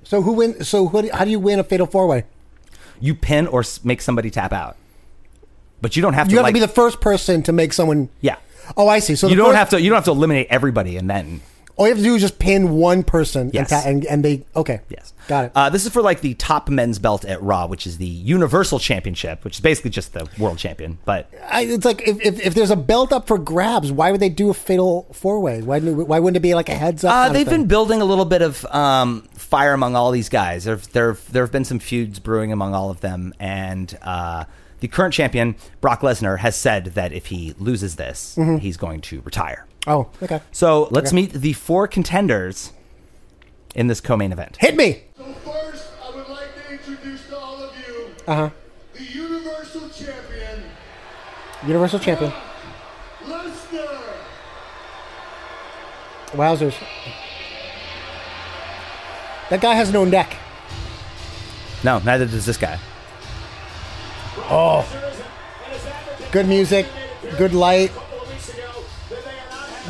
So who win? So who, how do you win a fatal four way?
you pin or s- make somebody tap out, but you don't have to.
You have
like,
to be the first person to make someone.
yeah.
Oh, I see. So
you
the
don't
first-
have to. You don't have to eliminate everybody, and then
All you have to do is just pin one person.
Yes.
And, ta- and and they okay.
yes,
Got it.
Uh, this is for like the top men's belt at Raw, which is the Universal Championship, which is basically just the world champion. But
I, it's like if, if, if there's a belt up for grabs, why would they do a fatal four way? Why didn't- why wouldn't it be like a heads up?
Uh,
kind of
they've
thing?
been building a little bit of um, fire among all these guys. There, there, there have been some feuds brewing among all of them, and uh, the current champion Brock Lesnar has said that if he loses this,
Mm-hmm.
he's going to retire.
Oh, okay.
So let's meet the four contenders in this co-main event.
Hit me.
So first, I would like to introduce to all of you uh-huh. the Universal Champion,
Universal champion.
Lesnar.
Wowzers. That guy has no neck.
No, neither does this guy.
Good music, good light.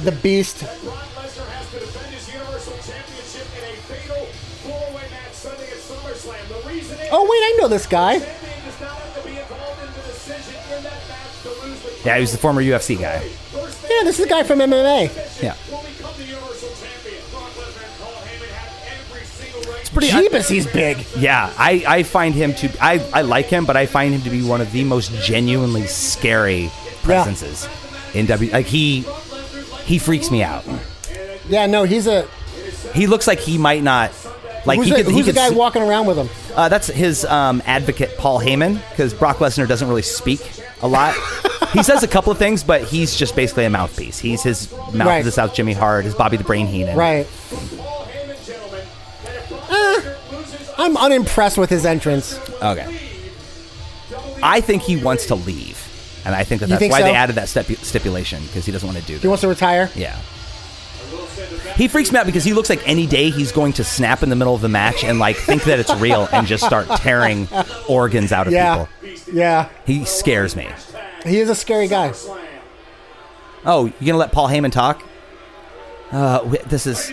The beast.
Brock Lesnar has to defend his Universal Championship in a fatal four-way match Sunday at SummerSlam. The reason is
Oh, wait, I know this guy.
champion does not have to be involved in the decision in that match to lose the
Yeah, he was the former UFC guy.
first
Yeah, this is the guy from MMA.
Yeah,
will become the Universal Champion. Brock Lesnar and Paul Heyman have every single right
it's pretty.
Jeebus, he's big.
yeah, I, I find him to. I, I like him, but I find him to be one of the most genuinely scary presences in W. Like he he freaks me out.
Yeah, no, he's a.
He looks like he might not. Like
Who's,
he
the,
could. he
who's the
could
guy
s-
walking around with him?
uh, that's his um, advocate, Paul Heyman, because Brock Lesnar doesn't really speak a lot. he says a couple of things, but he's just basically a mouthpiece. He's his mouth
Right.
is his South Jimmy Hart, his Bobby the Brain Heenan.
Right.
Paul Heyman, gentlemen. And if Brock
Eh,
Lesnar loses,
I'm unimpressed with his entrance.
Okay. I think he wants to leave. And I think that
You
that's
think
why
so?
they added that stipu- stipulation because he doesn't want to do that.
He wants to retire.
yeah. He freaks me out because he looks like any day he's going to snap in the middle of the match and like think that it's real and just start tearing organs out of
Yeah.
people.
Yeah.
He scares me.
He is a scary guy.
Oh, you gonna let Paul Heyman talk? Uh, wh- this is,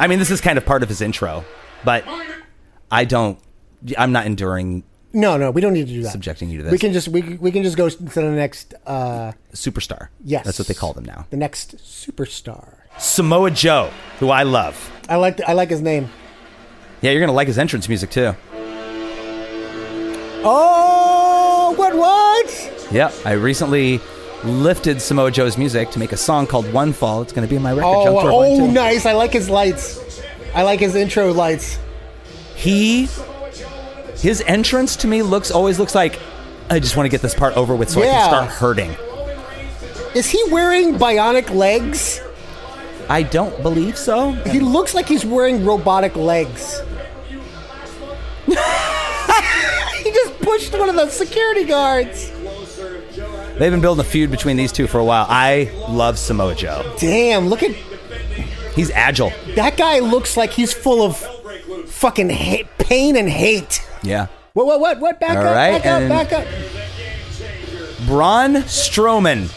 I mean, this is kind of part of his intro, but I don't. I'm not enduring
No, no, we don't need to do that.
subjecting you to this.
We can just we, we can just go to the next uh
superstar.
yes.
that's what they call them now.
The next superstar.
Samoa Joe, who I love.
I like I like his name.
Yeah, you're gonna like his entrance music too.
Oh, what what?
Yep, I recently lifted Samoa Joe's music to make a song called One Fall. It's gonna be in my record.
Oh,
Jump Tour one,
oh,
too.
nice. I like his lights. I like his intro lights.
He, his entrance to me looks always looks like. I just want to get this part over with so I
Yeah.
can start hurting.
Is he wearing bionic legs?
I don't believe so.
He looks like he's wearing robotic legs. (laughs) he just pushed one of the security guards.
They've been building a feud between these two for a while. I love Samoa Joe.
Damn, look at
He's agile.
that guy looks like he's full of fucking hate, pain and hate.
Yeah.
What what what what back
All
up,
right,
back up,
and-
back up.
Braun Strowman,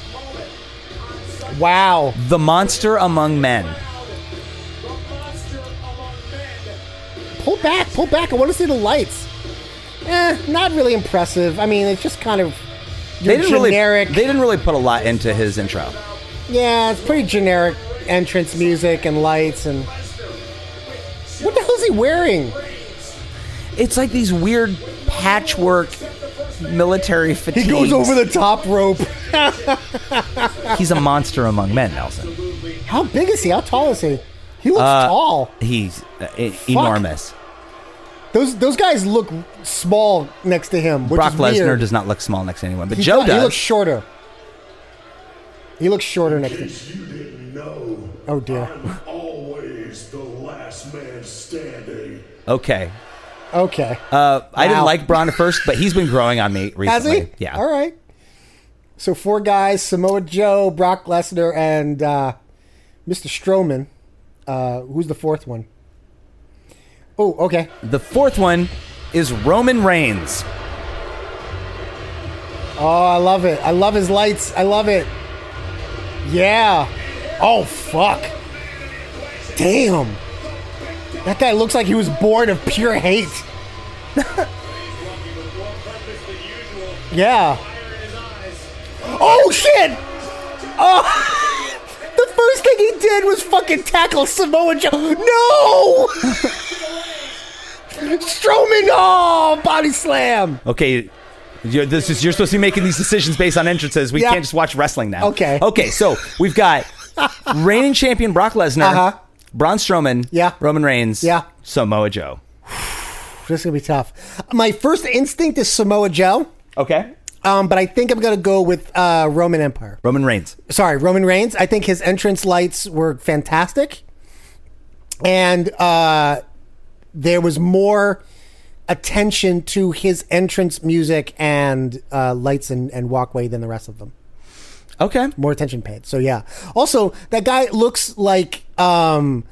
Wow.
the monster among men.
Pull back, pull back. I want to see the lights. Eh, not really impressive. I mean, it's just kind of your
They didn't
generic.
really they didn't really put a lot into his intro.
yeah, it's pretty generic entrance music and lights and What the hell's he wearing?
It's like these weird patchwork military fatigues.
He goes over the top rope.
He's a monster among men, Nelson.
(laughs) How big is he? How tall is he? He looks
Uh,
tall.
He's uh, e- enormous.
Those those guys look small next to him. Which
Brock
is
Lesnar
weird.
does not look small next to anyone, but
He
Joe
does-
does.
He looks shorter. He looks shorter next to him. Oh dear.
Always the last man standing.
okay.
Okay.
Uh, I didn't
Wow.
like Braun at first, but he's been growing on me recently.
Has he?
Yeah.
All right. So four guys: Samoa Joe, Brock Lesnar, and uh, Mr. Strowman. Uh, who's the fourth one? Oh, okay.
The fourth one is Roman Reigns.
Oh, I love it. I love his lights. I love it. Yeah. Oh fuck. Damn. That guy looks like he was born of pure hate. (laughs) Yeah. Oh shit! Oh, (laughs) the first thing he did was fucking tackle Samoa Joe. No! (laughs) Strowman, oh, body slam.
Okay, you're, this is you're supposed to be making these decisions based on entrances. We
Yeah.
can't just watch wrestling now.
Okay.
Okay, so
(laughs)
we've got reigning champion Brock Lesnar,
Uh-huh.
Braun Strowman,
Yeah.
Roman Reigns,
Yeah.
Samoa Joe.
This is gonna be tough. My first instinct is Samoa Joe,
Okay.
um, but I think I'm gonna go with uh, Roman Empire.
Roman Reigns.
Sorry, Roman Reigns. I think his entrance lights were fantastic, and uh, there was more attention to his entrance music and uh, lights and, and walkway than the rest of them.
Okay.
More attention paid. So yeah. Also, that guy looks like um,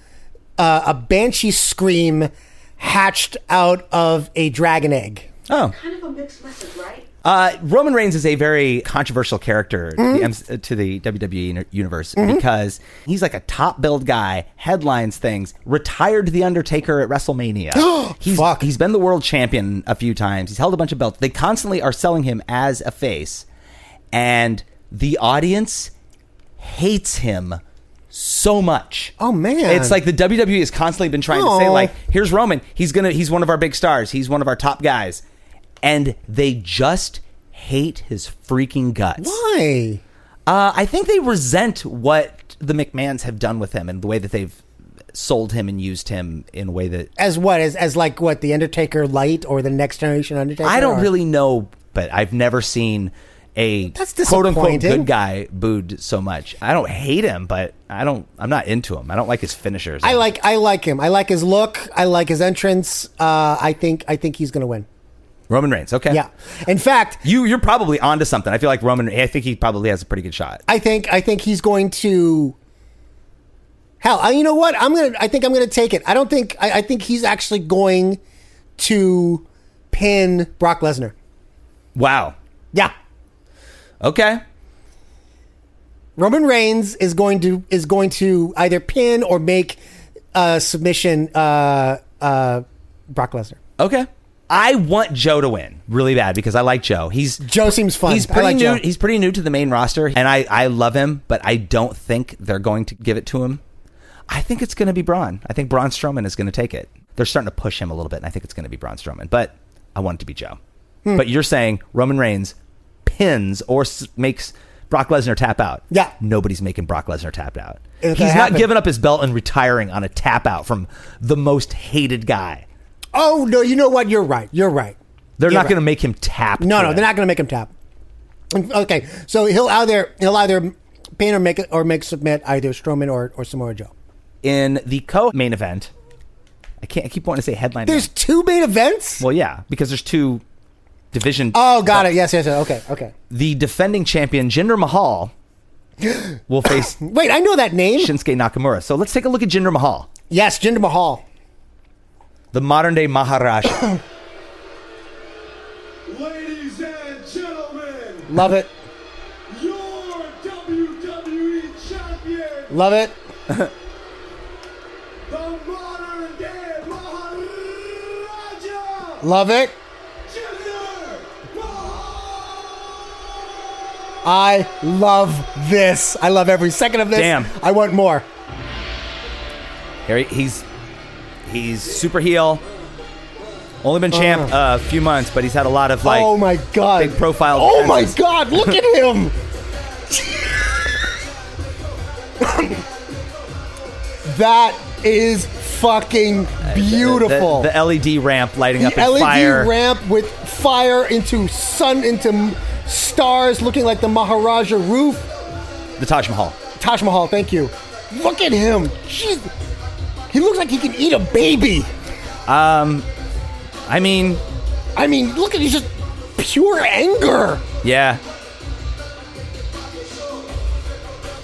uh, a banshee scream hatched out of a dragon egg.
Oh,
Kind of a mixed message, right?
uh, Roman Reigns is a very controversial character to
Mm-hmm.
the MC to the WWE uni- universe because he's like a top billed guy, headlines things, retired The Undertaker
(gasps)
at WrestleMania. he's,
Fuck.
he's been the world champion a few times, he's held a bunch of belts. They constantly are selling him as a face, and the audience hates him so much.
Oh, man.
It's like the WWE has constantly been trying to say
Aw.
like, here's Roman. He's gonna he's one of our big stars. He's one of our top guys. And they just hate his freaking guts.
Why?
Uh, I think they resent what the McMahons have done with him and the way that they've sold him and used him in a way that
As what? As as like what? The Undertaker light or the Next Generation Undertaker?
I don't
or-
really know, but I've never seen a
That's
quote unquote
disappointing.
good guy booed so much. I don't hate him, but I don't I'm not into him. I don't like his finishers.
I like I like him. I like his look. I like his entrance. Uh, I think I think he's gonna win.
Roman Reigns. Okay.
Yeah. In fact,
You you're probably onto something. I feel like Roman. I think he probably has a pretty good shot.
I think I think he's going to. Hell, I, you know what? I'm gonna. I think I'm gonna take it. I don't think. I, I think he's actually going to pin Brock Lesnar.
Wow.
Yeah,
Okay.
Roman Reigns is going to is going to either pin or make a submission. Uh, uh, Brock Lesnar.
Okay. I want Joe to win really bad because I like Joe. He's
Joe seems fun.
He's
I
pretty
like
new.
Joe.
He's pretty new to the main roster, and I I love him, but I don't think they're going to give it to him. I think it's going to be Braun. I think Braun Strowman is going to take it. They're starting to push him a little bit, and I think it's going to be Braun Strowman. But I want it to be Joe.
Hmm.
But you're saying Roman Reigns pins or s- makes Brock Lesnar tap out.
Yeah.
nobody's making Brock Lesnar tap out.
If that
he's not
happened-
giving up his belt and retiring on a tap out from the most hated guy.
Oh no! You know what? You're right. You're right.
They're
You're
not
right.
going to make him tap.
No,
to
no,
it.
they're not going to make him tap. Okay, so he'll either he'll either pin or make or make submit either Strowman or or Samoa Joe.
in the co-main event. I can't. I keep wanting to say headline.
There's
event.
two main events.
well, yeah, because there's two division.
Oh, got it. Yes, yes, yes. Okay, okay.
The defending champion Jinder
(gasps)
Mahal will face
Wait, I know that name.
Shinsuke Nakamura. So let's take a look at Jinder Mahal,
Yes, Jinder Mahal.
the modern day
(coughs)
Maharaja.
Ladies and gentlemen,
Love it.
your
E
WWE champion,
Love it.
the modern day Maharaja,
Love it.
Jinder Mahal!
I love this. I love every second of this.
Damn.
I want more.
Here he- he's he's super heel. Only been champ a few months, but he's had a lot of like.
Uh. oh my god.
big profile
Oh my
defenses.
god, look at him. that is fucking
the-
beautiful.
The, LED ramp lighting up
the
in
LED
fire.
ramp with fire into sun into m- stars, looking like the Maharaja roof.
The Taj Mahal.
Taj Mahal, thank you. Look at him. Jeez. He looks like he can eat a baby.
I mean,
I mean, look at he's just pure anger.
yeah,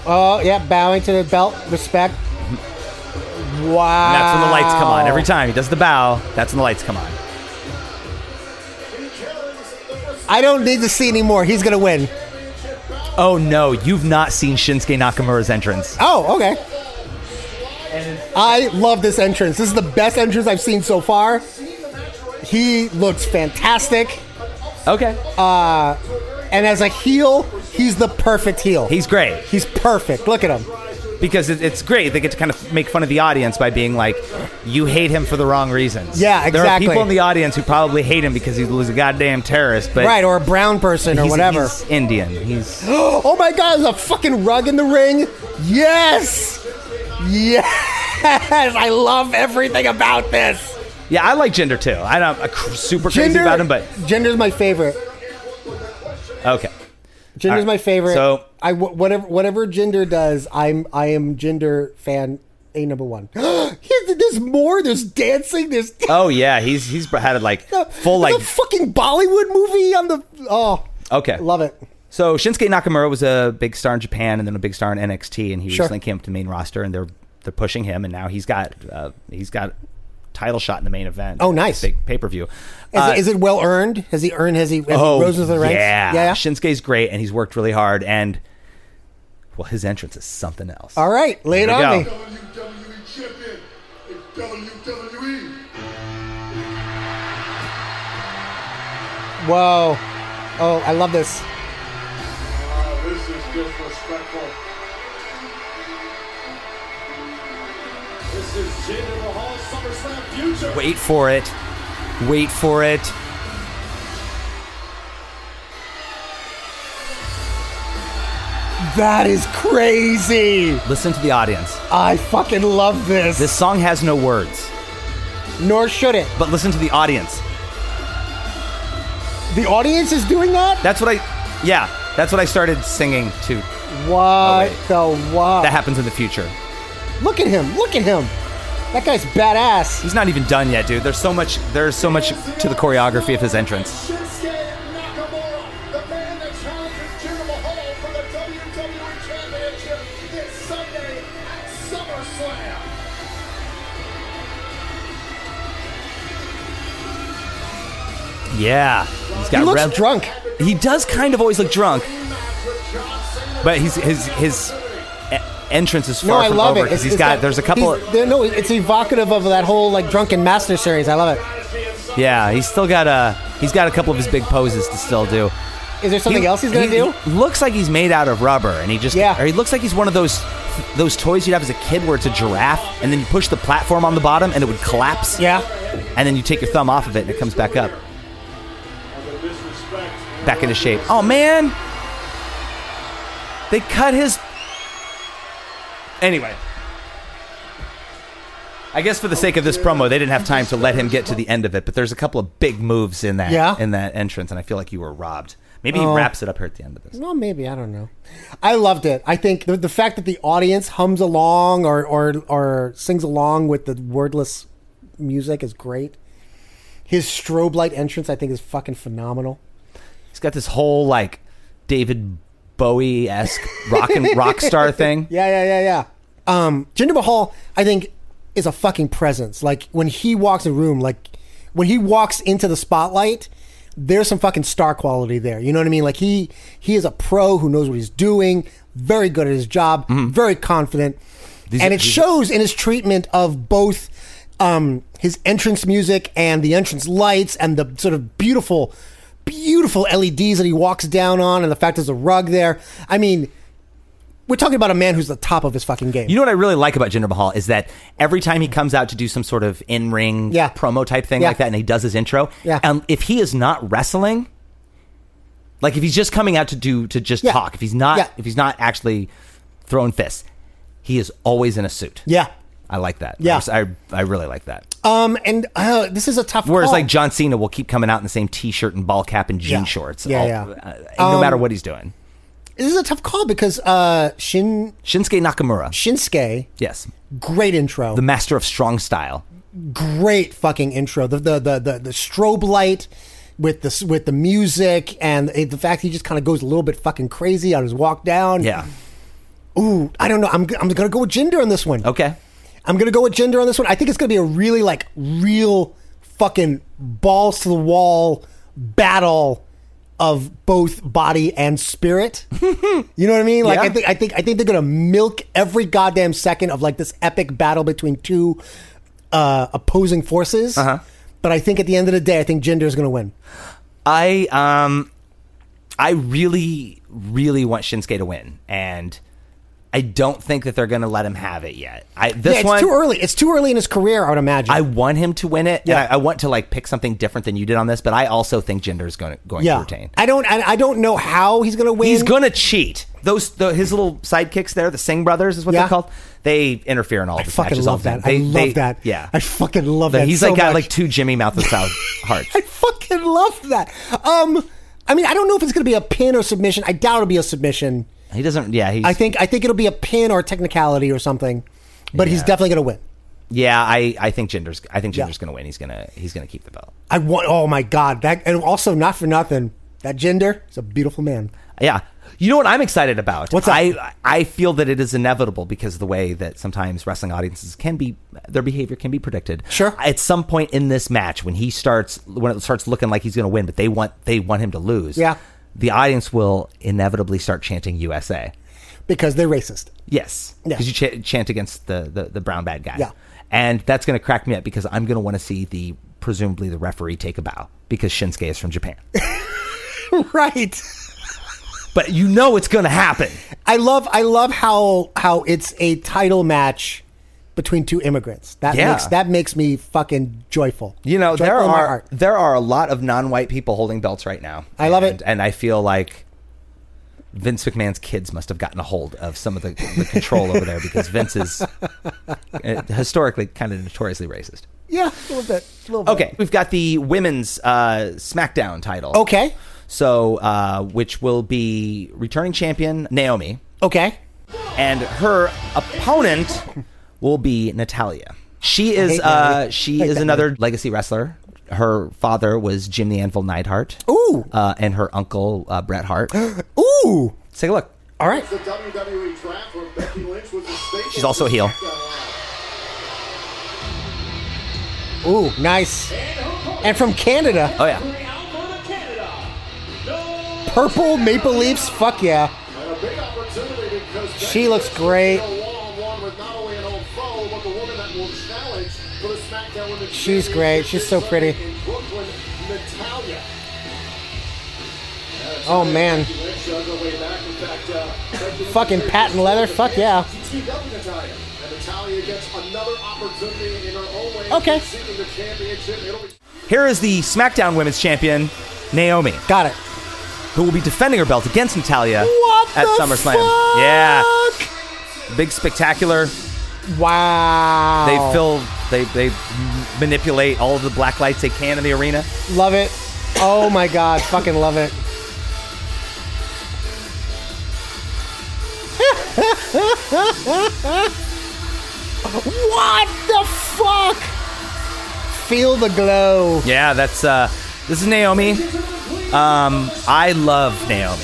Oh yeah, bowing to the belt, respect. Wow.
that's when the lights come on. Every time he does the bow, that's when the lights come on.
I don't need to see anymore. He's gonna win.
Oh no, you've not seen Shinsuke Nakamura's entrance.
Oh, okay. I love this entrance. This is the best entrance I've seen so far. He looks fantastic.
Okay.
And as a heel, he's the perfect heel.
He's great
he's perfect. Look at him.
because it, it's great. They get to kind of make fun of the audience by being like, you hate him for the wrong reasons.
Yeah,
There are
exactly.
people in the audience who probably hate him because he was a goddamn terrorist, but.
right, or a brown person or
he's-
whatever.
He's Indian. He's (gasps)
oh my god, there's a fucking rug in the ring. Yes! (laughs) Yes! I love everything about this.
yeah. I like Jinder too. I don't I'm cr- super crazy
Gender,
about him, but
gender's my favorite.
okay.
Gender's
Alright,
my favorite.
so-
I wh- whatever whatever gender does, I'm I am gender fan a number one. (gasps) Here- there's more. There's dancing. There's (laughs)
Oh yeah, he's he's had like full
There's
like
a fucking Bollywood movie on the oh
okay.
love it.
So Shinsuke Nakamura was a big star in Japan and then a big star in NXT, and he
Sure.
recently came up to main roster, and they're they're pushing him, and now he's got uh, he's got title shot in the main event.
Oh, nice.
big pay per view.
Is, it, is it well earned? Has he earned? Has he, has
Uh, oh,
he rose to the ranks?
Yeah.
yeah.
Shinsuke's great, and he's worked really hard, and well, his entrance is something else.
All right, lay it
Here we
on
go.
me.
E
WWE champion in WWE.
Whoa. Oh, I love this.
Ah, this is disrespectful.
This is Jinder Mahal's SummerSlam future.
Wait for it. Wait for it.
That is crazy.
Listen to the audience.
I fucking love this.
This song has no words,
Nor should it.
but listen to the audience.
The audience is doing that?
That's what I. Yeah, that's what I started singing to.
What the what?
That happens in the future.
Look at him. Look at him. That guy's badass.
He's not even done yet, dude. There's so much. There's so much to the choreography of his entrance.
Shinsuke Nakamura, the man that challenges Jinder Mahal for the WWE Championship this Sunday at SummerSlam.
Yeah, he's got
He looks
rev-
drunk.
He does kind of always look drunk, but he's his his e- entrance is
No,
far
I
from
love
over
it. It's-
because he's
it's
got.
that-
there's a couple.
he's- there- no, it's evocative of that whole like drunken master series. I love it.
yeah, he's still got a. He's got a couple of his big poses to still do.
Is there something
He-
else he's gonna
he-
do?
he looks like he's made out of rubber, and he just
Yeah.
Or he looks like he's one of those those toys you'd have as a kid where it's a giraffe, and then you push the platform on the bottom, and it would collapse.
Yeah.
And then you take your thumb off of it, and it comes back up, back into shape. Oh man, they cut his. Anyway. I guess for the sake of this promo, they didn't have time to let him get to the end of it. But there's a couple of big moves in that
Yeah. Oh.
in that entrance, and I feel like you were robbed. Maybe he wraps it up here at the end of this.
Well, maybe I don't know. I loved it. I think the, the fact that the audience hums along or, or or sings along with the wordless music is great. His strobe light entrance, I think, is fucking phenomenal.
He's got this whole like David Bowie esque rock
(laughs)
and rock star thing.
Yeah, yeah, yeah, yeah. Um, Jinder Mahal, I think, is a fucking presence. Like when he walks in a room, like when he walks into the spotlight, there's some fucking star quality there. You know what I mean? Like he he is a pro who knows what he's doing, very good at his job,
Mm-hmm.
very confident, and it shows in his treatment of both um, his entrance music and the entrance lights and the sort of beautiful. Beautiful LEDs that he walks down on, and the fact there's a rug there. I mean, we're talking about a man who's the top of his fucking game.
You know what I really like about Jinder Mahal is that every time he comes out to do some sort of in ring
Yeah.
promo type thing
Yeah.
like that, and he does his intro,
Yeah.
and if he is not wrestling, like if he's just coming out to do to just
Yeah.
talk, if he's not
Yeah.
if he's not actually throwing fists, he is always in a suit.
yeah.
I like that.
Yeah.
I, I really like that.
Um, and uh, this is a tough.
Whereas,
call.
like John Cena will keep coming out in the same T-shirt and ball cap and jean
Yeah.
shorts,
Yeah,
all-
yeah. Um,
uh, no matter what he's doing.
this is a tough call because uh, Shin
Shinsuke Nakamura,
Shinsuke,
yes,
great intro,
the master of strong style.
(laughs) great fucking intro. The the the the, the strobe light with the s- with the music and it- the fact he just kind of goes a little bit fucking crazy on his walk down.
Yeah.
Ooh, I don't know. I'm g- I'm gonna go with Jinder on this one.
Okay.
I'm gonna go with gender on this one. I think it's gonna be a really like real fucking balls to the wall battle of both body and
(laughs)
spirit. you know what I mean? Like I
Yeah.
think I think I think they're gonna milk every goddamn second of like this epic battle between two uh, opposing forces.
Uh-huh.
But I think at the end of the day, I think gender is gonna win.
I um, I really, really want Shinsuke to win, and I don't think that they're going to let him have it yet. I this
yeah, it's
one.
too early. It's too early in his career, I would imagine.
I want him to win it,
Yeah.
and I, I want to like pick something different than you did on this. But I also think Jinder is going to going to
yeah.
retain.
I don't I, I don't know how he's gonna win.
He's gonna cheat. Those the, his little sidekicks there, the Singh brothers is what
Yeah.
they're called. They interfere in all
I
of his
fucking
matches all
love
the time.
that. I
They-
love
they-
that.
Yeah,
I fucking love
But
that.
He's
so
like got
much.
like two Jimmy Mouth
(laughs)
of South hearts.
I fucking love that. Um, I mean, I don't know if it's gonna be a pin or submission. I doubt it'll be a submission.
He doesn't. Yeah, he's,
I think I think it'll be a pin or a technicality or something. But he's
Yeah.
definitely gonna win.
Yeah, I, I think Jinder's. I think
Yeah.
Jinder's gonna win. He's gonna he's gonna keep the belt.
I want. Oh my god! That and also not for nothing. That gender is a beautiful man.
Yeah. You know what I'm excited about?
What's that?
I I feel that it is inevitable because of the way that sometimes wrestling audiences can be their behavior can be predicted.
Sure.
At some point in this match when he starts when it starts looking like he's going to win but they want they want him to lose.
Yeah.
The audience will inevitably start chanting USA.
Because they're racist. (laughs)
Yes.
Yeah.
Because you ch- chant against the, the the brown bad guy.
Yeah.
And that's going to crack me up because I'm going to want to see the presumably the referee take a bow because Shinsuke is
(laughs)
from Japan.
right.
but you know it's going to happen.
I love I love how how it's a title match between two immigrants. That
Yeah.
makes that makes me fucking joyful.
You know,
Joyful
there
in my
are
heart.
there are a lot of non-white people holding belts right now.
I love it.
And- and I feel like Vince McMahon's kids must have gotten a hold of some of the, the control over there because Vince is uh, historically kind of notoriously racist.
Yeah, a little bit. A little bit.
Okay, we've got the women's uh, SmackDown title.
Okay.
so uh, which will be returning champion Naomi,
Okay.
and her opponent will be Natalia. She
hate
is
Natalie.
uh, she
Hate
is
that
another legacy wrestler. Her father was Jim the Anvil Neidhart.
Ooh.
Uh, and her uncle uh,
(gasps)
Bret Hart. Let's
Ooh.
take a look.
All right.
The WWE draft where Becky Lynch was a staple.
She's also a heel.
Ooh, nice. And from Canada,
Oh yeah.
purple Maple Leafs. Fuck yeah.
And a big opportunity because Becky
She looks
Lynch
great.
will be a one-on-one with not only an old foe, but the woman that will challenge for the SmackDown Women's
She's great. She's so pretty.
Championship in Brooklyn, Natalya.
Oh man,
Becky Lynch does her way back. In fact, uh, Becky Lynch-
fucking patent leather. Fuck yeah.
She teamed up with Natalya. And Natalya gets another opportunity in her own way.
Okay.
She's seeking the championship. It'll be-
Here is the SmackDown Women's Champion Naomi,
Got it.
who will be defending her belt against Natalia
What
at
the
SummerSlam.
fuck?
Yeah, big spectacular.
Wow.
They fill, they they manipulate all of the black lights they can in the arena.
Love it. Oh my god, fucking love it. (laughs) what the fuck? Feel the glow.
Yeah, that's uh, this is Naomi. Um, I love Naomi.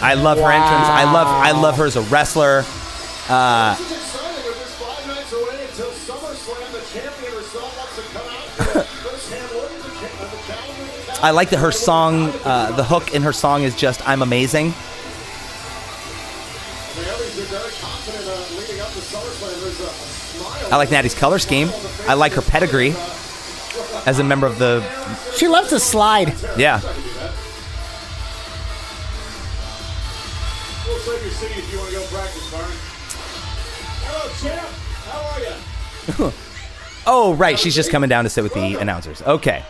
I love her entrance. I love I love her as a wrestler.
She's excited with this five minutes away until SummerSlam. The champion herself wants to come out. for
(laughs)
a First-hand look at the, ca- at the calendar.
I like that her song, uh, the hook in her song is just "I'm amazing."
Naomi's been very confident uh, leading up to SummerSlam. There's a, a smile.
I like Natty's color scheme. I like her pedigree as a member of the
She loves to slide.
yeah.
We'll save your seat if you want to go practice, Byron. Hello, champ. How are you?
Oh right, she's just coming down to sit with the announcers. Okay,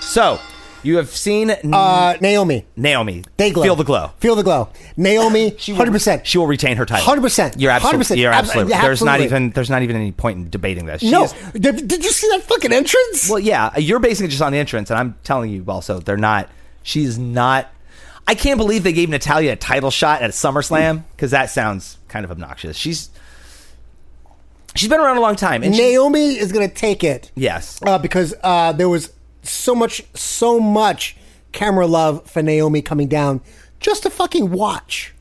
so you have seen N-
Uh, Naomi.
Naomi.
They glow.
feel the glow.
Feel the glow. Naomi, 100%.
(laughs) She will retain her title.
100%.
You're absolutely.
100%.
You're
Ab-
absolutely. There's not
absolutely.
even. There's not even any point in debating this. She
no.
is-
Did, did you see that fucking entrance?
well, yeah. You're basing it just on the entrance, and I'm telling you also, they're not. She's not. I can't believe they gave Natalia a title shot at SummerSlam because that sounds kind of obnoxious. She's. She's been around a long time, and she,
Naomi is going to take it.
yes,
uh, because uh, there was so much, so much camera love for Naomi coming down just to fucking watch.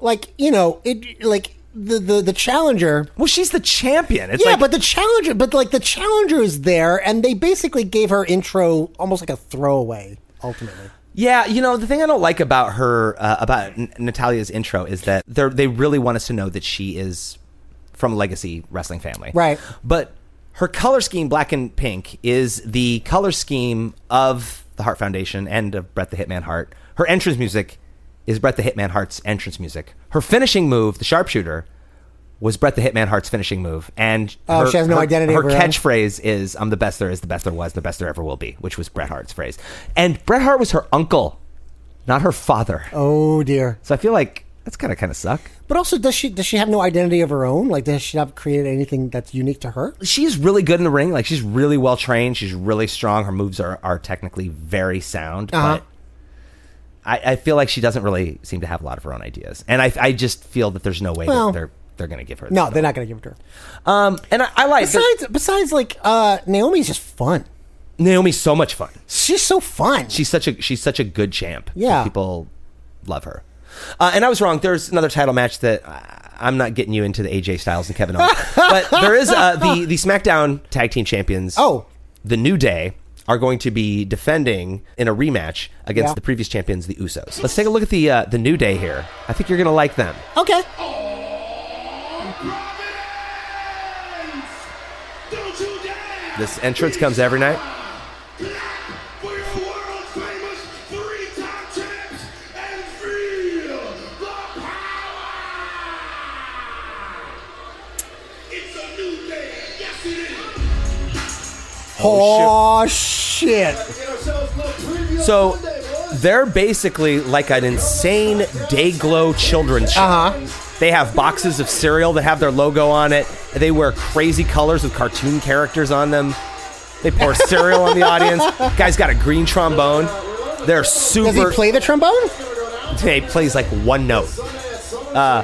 Like you know, it like the the, the challenger.
well, she's the champion. It's
yeah,
like,
but the challenger, but like the challenger is there, and they basically gave her intro almost like a throwaway. Ultimately,
Yeah, you know the thing I don't like about her uh, about N- Natalia's intro is that they they really want us to know that she is from a legacy wrestling family,
Right.
But her color scheme, black and pink, is the color scheme of the Hart Foundation and of Bret the Hitman Hart. Her entrance music is Bret the Hitman Hart's entrance music. Her finishing move, the sharpshooter, was Bret the Hitman Hart's finishing move, and
Oh, she has no identity
Her
of her own.
catchphrase is "I'm the best there is, the best there was, the best there ever will be," which was Bret Hart's phrase. And Bret Hart was her uncle, not her father.
oh dear.
So I feel like that's gonna kind of suck.
But also, does she does she have no identity of her own? Like, does she not create anything that's unique to her?
She's really good in the ring. Like she's really well trained. She's really strong. Her moves are are technically very sound,
Uh-huh.
but. I, I feel like she doesn't really seem to have a lot of her own ideas, and I, I just feel that there's no way
Well-
that they're they're going to give her.
No,
this
they're not going to give it to her.
Um, and I, I like
Besides, besides, like uh, Naomi's just fun.
Naomi's so much fun.
She's so fun.
she's such a she's such a good champ.
Yeah.
people love her. Uh, and I was wrong. There's another title match that uh, I'm not getting you into the AJ Styles and Kevin
(laughs)
Owens, but there is uh, the the SmackDown Tag Team Champions.
Oh.
the New Day are going to be defending in a rematch against
Yeah.
the previous champions, the Usos. Let's take a look at the uh, the New Day here. I think you're going to like them.
okay.
Don't you dare!
This entrance comes every night.
For your world famous three time champs and feel the power! It's a new day, yes it is!
Oh, shit.
Get ourselves a little preview of
So
Monday, boys.
they're basically like an insane day glow children's show. They have boxes of cereal that have their logo on it. They wear crazy colors with cartoon characters on them. They pour cereal on the audience. Guy's got a green trombone. They're super.
Does he play the trombone?
He plays like one note. Uh,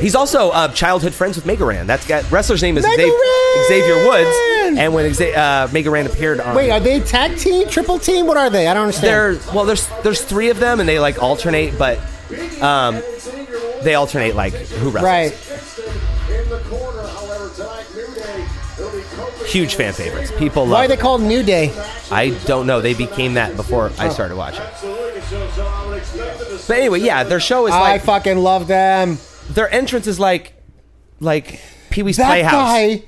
He's also uh, childhood friends with Megaran. That's got wrestler's name is Xav-
Megaran!
Xavier Woods. And when Xa- uh, Megaran appeared on,
Wait, are they tag team, triple team? What are they? I don't understand.
there, well, there's there's three of them, and they like alternate, but um, they alternate like who wrestles.
right.
In the corner, however, tonight, New Day will be coping
Huge fan favorites. People love.
Why are they called New Day?
I don't know. They became that before
Oh.
I started watching.
Absolutely, so, so I would expect them to
But anyway, yeah, their show is
I
like
fucking love them.
their entrance is like like Pee Wee's
That
Playhouse.
guy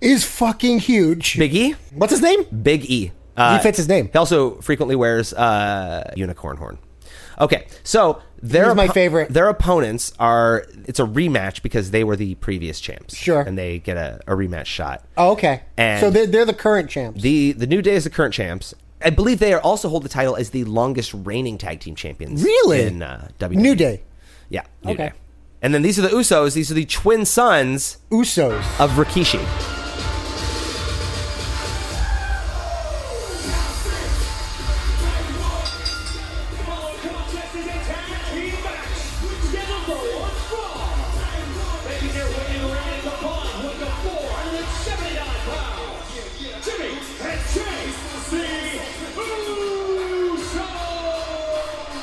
is fucking huge.
Big E,
What's his name?
Big E. Uh,
he fits his name.
He also frequently wears uh, unicorn horn. Okay, so their
He's my
oppo-
favorite.
Their opponents are it's a rematch because they were the previous champs.
Sure.
and they get a, a rematch shot.
Oh, okay.
And-
so they're, they're the current champs.
The the New Day is the current champs. I believe they are also hold the title as the longest reigning tag team champions.
Really?
In uh, WWE.
New Day.
Yeah. New
Okay.
Day. And then these are the Usos. These are the twin sons
Usos.
of Rikishi.
follow contest is a tag team match scheduled for one fall. Making their way in the ring the bond with the 479 pounds. Jimmy and Chase the Usos.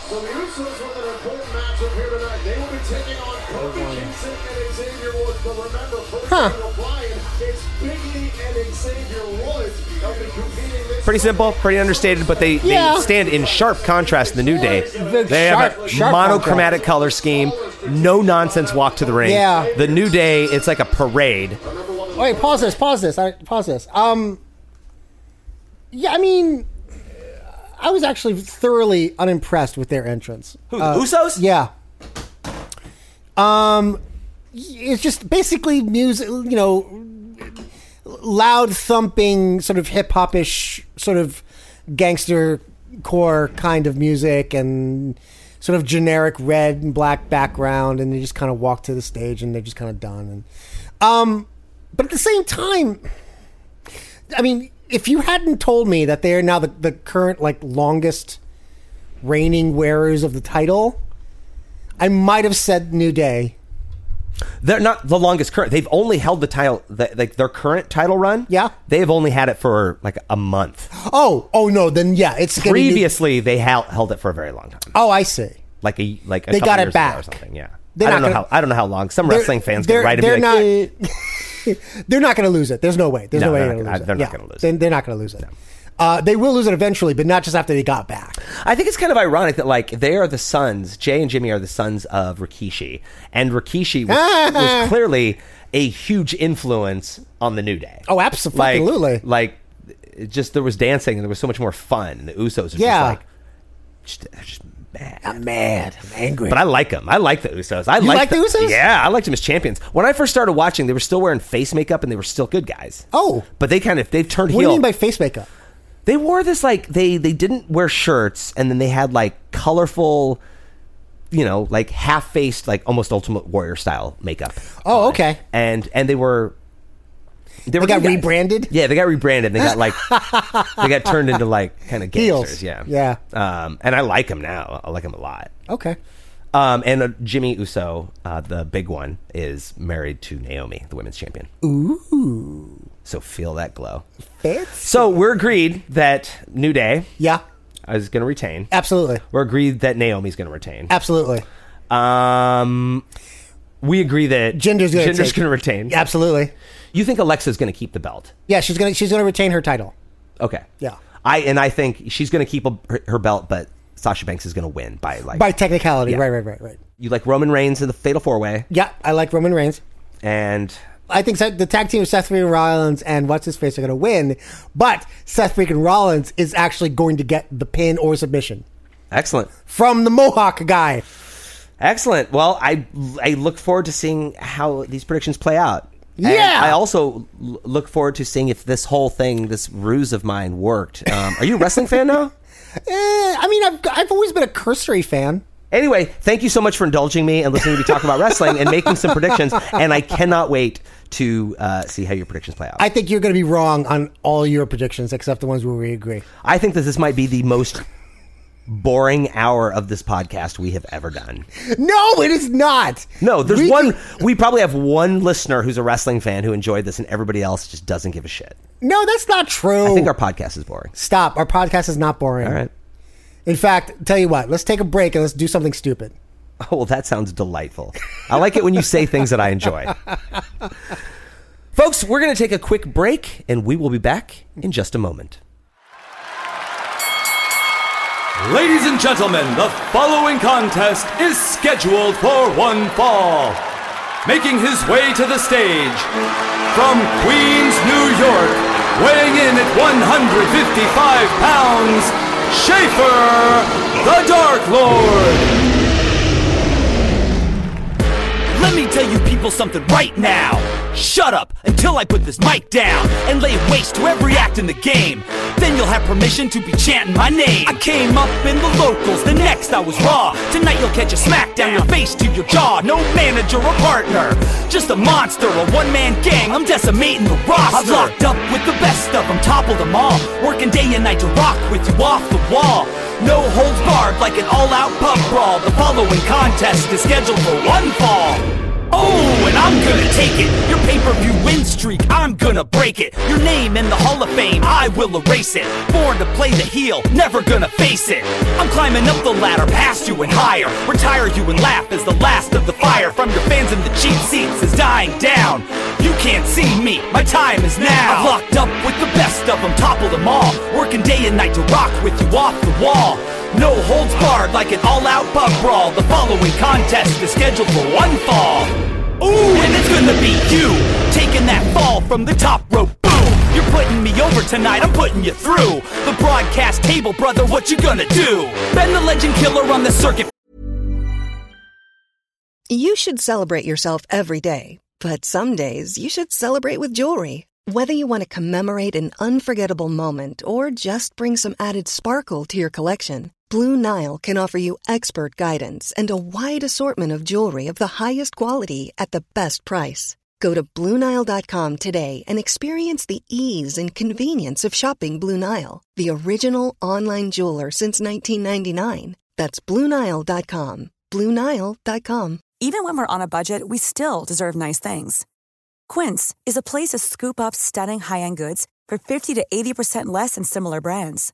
So the Usos with an important matchup here tonight. They will be taking on Kofi Kingston and Xavier Woods. But remember, first
Huh.
thing we're playing, it's Biggie and Xavier Woods. They'll be competing this
Pretty simple, pretty understated, but they,
Yeah.
they stand in sharp contrast to the New Day.
The
they have a
sharp- sharp
monochromatic color scheme, no nonsense walk to the ring.
Yeah.
The New Day, it's like a parade.
Wait, pause this. Pause this. I, pause this. Um, yeah, I mean, I was actually thoroughly unimpressed with their entrance.
Who, the Usos?
Yeah. Um, it's just basically music, you know, loud thumping, sort of hip hop ish, sort of gangster core kind of music, and sort of generic red and black background, and they just kind of walk to the stage, and they're just kind of done. And um, but at the same time, I mean, if you hadn't told me that they are now the, the current like longest reigning wearers of the title, I might have said New Day.
They're not the longest current. They've only held the title, the, like their current title run.
Yeah.
They've only had it for like
(gasps)
a month.
Oh, oh no, then yeah, it's gonna be-
Previously, they hel- held it for a very long time.
oh, I see.
Like a like a
They
couple
got it
years ago or
back.
something. Yeah.
They're
I don't
not
know
gonna-
how I don't know how long. Some wrestling fans
they're,
get right and
they're
be like, "Eh."
not, (laughs) they're not going to lose it. There's no way. There's no,
No,
way
they're
they're
not
going to
gonna-
lose it.
they're not
Yeah.
gonna lose
They-
it.
They're not going to lose it. Uh, they will lose it eventually, but not just after they got back.
I think it's kind of ironic that like they are the sons. Jay and Jimmy are the sons of Rikishi, and
(laughs)
Rikishi was, was clearly a huge influence on the New Day.
Oh, abso-fucking-lutely.
Like, like it just there was dancing, and there was so much more fun. And the Usos are
Yeah.
just like just, they're just mad.
I'm mad. I'm angry.
But I like them. I like the Usos. I
like the Usos?
Yeah, I liked them as champions. When I first started watching, they were still wearing face makeup and they were still good guys.
Oh.
but they kind of they've turned
what do
heel
you mean by face makeup?
they wore this like they they didn't wear shirts and then they had like colorful you know like half-faced like almost ultimate warrior style makeup
Oh, okay.
and and they were they, were
got
good guys.
rebranded?
yeah they got rebranded they
(laughs)
got like they got turned into like kind of
Heels.
gangsters yeah
Yeah.
um and i like them now i like them a lot
Okay.
um and uh, jimmy uso uh the big one is married to naomi the women's champion ooh so feel that glow
Fits?
so we're agreed that new day
Yeah.
is going to retain.
Absolutely.
We're agreed that Naomi's going to retain.
Absolutely.
Um, we agree that
Jinder's gonna take-
going to retain.
Absolutely.
You think Alexa's going to keep the belt?
Yeah, she's gonna she's gonna retain her title.
Okay.
Yeah.
I and I think she's going to keep a, her, her belt, but Sasha Banks is going to win by like
By technicality.
Yeah.
Right, right, right, right.
you like Roman Reigns in the Fatal Four Way,
Yeah, I like Roman Reigns.
and
I think Seth- the tag team of Seth freaking Rollins and what's his face are going to win, but Seth freaking Rollins is actually going to get the pin or submission
excellent,
from the Mohawk guy.
excellent. Well, I I look forward to seeing how these predictions play out. And
Yeah!
I also l- look forward to seeing if this whole thing, this ruse of mine, worked. Um, are you a wrestling
(laughs)
fan now?
Eh, I mean, I've I've always been a cursory fan.
Anyway, thank you so much for indulging me and listening to me talk about wrestling and making some predictions. And I cannot wait to uh, see how your predictions play out.
I
I,
think you're going to be wrong on all your predictions except the ones where we agree.
think that this might be the most
boring hour of this podcast we have ever done.
No, it is not.
No, there's
We-
one. We probably have one listener who's a wrestling fan who enjoyed this, and everybody else just doesn't give a shit.
No, that's not true.
I think our podcast is boring.
Stop. Our podcast is not boring.
All right. (laughs)
In fact, tell you what, let's take a break and let's do something stupid.
Oh, well, that sounds delightful. I like it when you say things that I
(laughs)
enjoy. Folks, we're going to take a quick break, and we will be back in just a moment.
Ladies and gentlemen, the following contest is scheduled for one fall. Making his way to the stage from Queens, New York, weighing in at 155 pounds, Schaefer the Dark Lord.
Let me tell you people something right now. Shut up until I put this mic down and lay waste to every act in the game. Then you'll have permission to be chanting my name. I came up in the locals, the next I was raw. Tonight you'll catch a smack down your face to your jaw. No manager or partner, just a monster, a one man gang. I'm decimating the roster. I've locked up with the best of them, topple them all. Working day and night to rock with you off the wall. No holds barred like an all out pub brawl. The following contest is scheduled for one fall. Oh, and I'm gonna take it. Your pay-per-view win streak, I'm gonna break it. Your name in the Hall of Fame, I will erase it. Born to play the heel, never gonna face it. I'm climbing up the ladder, past you and higher. Retire you and laugh as the last of the fire from your fans in the cheap seats is dying down. You can't see me, my time is now. I've locked up with the best of them, topple them all. Working day and night to rock with you off the wall. No holds barred like an all-out pub brawl. The following contest is scheduled for one fall. Ooh, and it's gonna be you taking that fall from the top rope. Boom! You're putting me over tonight. I'm putting you through the broadcast table, brother. What you gonna do? Bend the legend killer on the circuit.
You should celebrate yourself every day, but some days you should celebrate with jewelry. Whether you want to commemorate an unforgettable moment or just bring some added sparkle to your collection, Blue Nile can offer you expert guidance and a wide assortment of jewelry of the highest quality at the best price. Go to BlueNile.com today and experience the ease and convenience of shopping Blue Nile, the original online jeweler since 1999. That's BlueNile.com. BlueNile.com.
Even when we're on a budget, we still deserve nice things. Quince is a place to scoop up stunning high-end goods for 50 to 80% less than similar brands.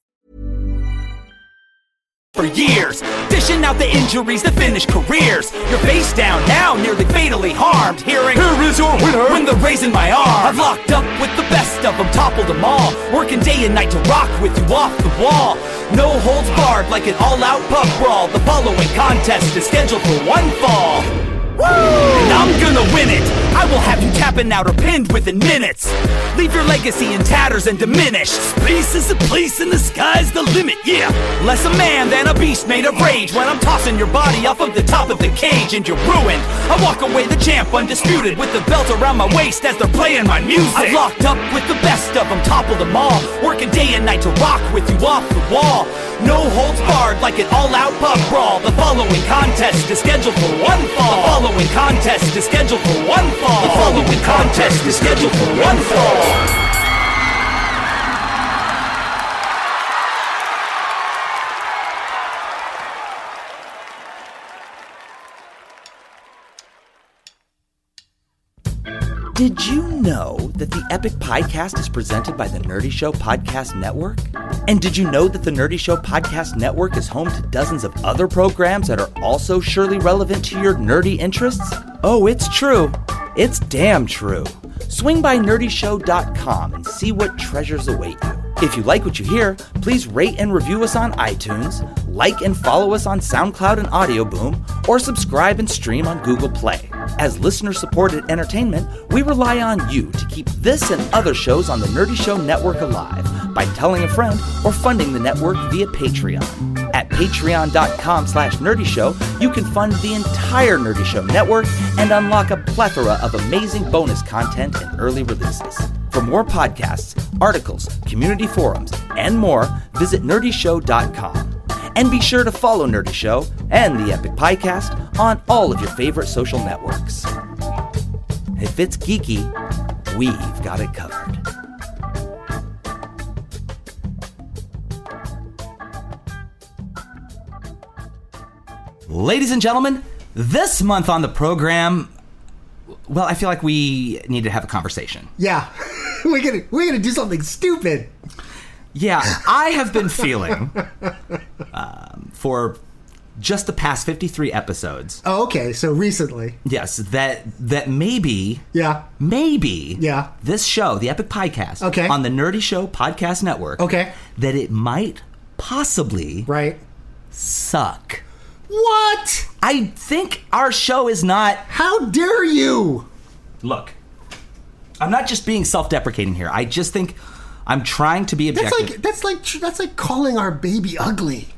for years. Dishing out the injuries that finish careers. You're face down now, nearly fatally harmed. Hearing, Here is your winner. When the raise in my arm. I've locked up with the best of them, toppled them all. Working day and night to rock with you off the wall. No holds barred like an all out pub brawl. The following contest is scheduled for one fall. Woo! And I'm gonna win it. I will have you tapping out or pinned within minutes. Leave your legacy in tatters and diminished. Space is a place and the sky's the limit, yeah. Less a man than a beast made of rage when I'm tossing your body off of the top of the cage and you're ruined. I walk away the champ undisputed with the belt around my waist as they're playing my music. I've locked up with the best of them, topple them all. Working day and night to rock with you off the wall. No holds barred like an all-out pub brawl. The following contest is scheduled for one fall. The following contest is scheduled for one fall. The following contest is scheduled for one fall.
Did you know that the Epic Podcast is presented by the Nerdy Show Podcast Network? And did you know that the Nerdy Show Podcast Network is home to dozens of other programs that are also surely relevant to your nerdy interests? Oh, it's true. It's damn true. Swing by nerdyshow.com and see what treasures await you. If you like what you hear, please rate and review us on iTunes, like and follow us on SoundCloud and Audio Boom, or subscribe and stream on Google Play. As listener supported entertainment, we rely on you to keep this and other shows on the Nerdy Show Network alive by telling a friend or funding the network via Patreon. At patreon.com slash nerdyshow, you can fund the entire Nerdy Show network and unlock a plethora of amazing bonus content and early releases.
For more podcasts, articles, community forums, and more, visit nerdyshow.com. And be sure to follow Nerdy Show and the Epic Podcast on all of your favorite social networks. If it's geeky, we've got it covered.
Ladies and gentlemen, this month on the program, well, I feel like we need to have a conversation.
Yeah, (laughs) we're gonna we're gonna do something stupid.
Yeah, I have been feeling um, for just the past 53 episodes.
Oh, okay. So recently,
Yes, that that maybe
yeah,
maybe
yeah.
this show, the Epic Podcast,
Okay.
on the Nerdy Show Podcast Network,
Okay.
that it might possibly
right
suck.
What?
I think our show is not.
How dare you?
Look, I'm not just being self-deprecating here. I just think I'm trying to be
That's
objective.
like that's like tr- that's like calling our baby ugly.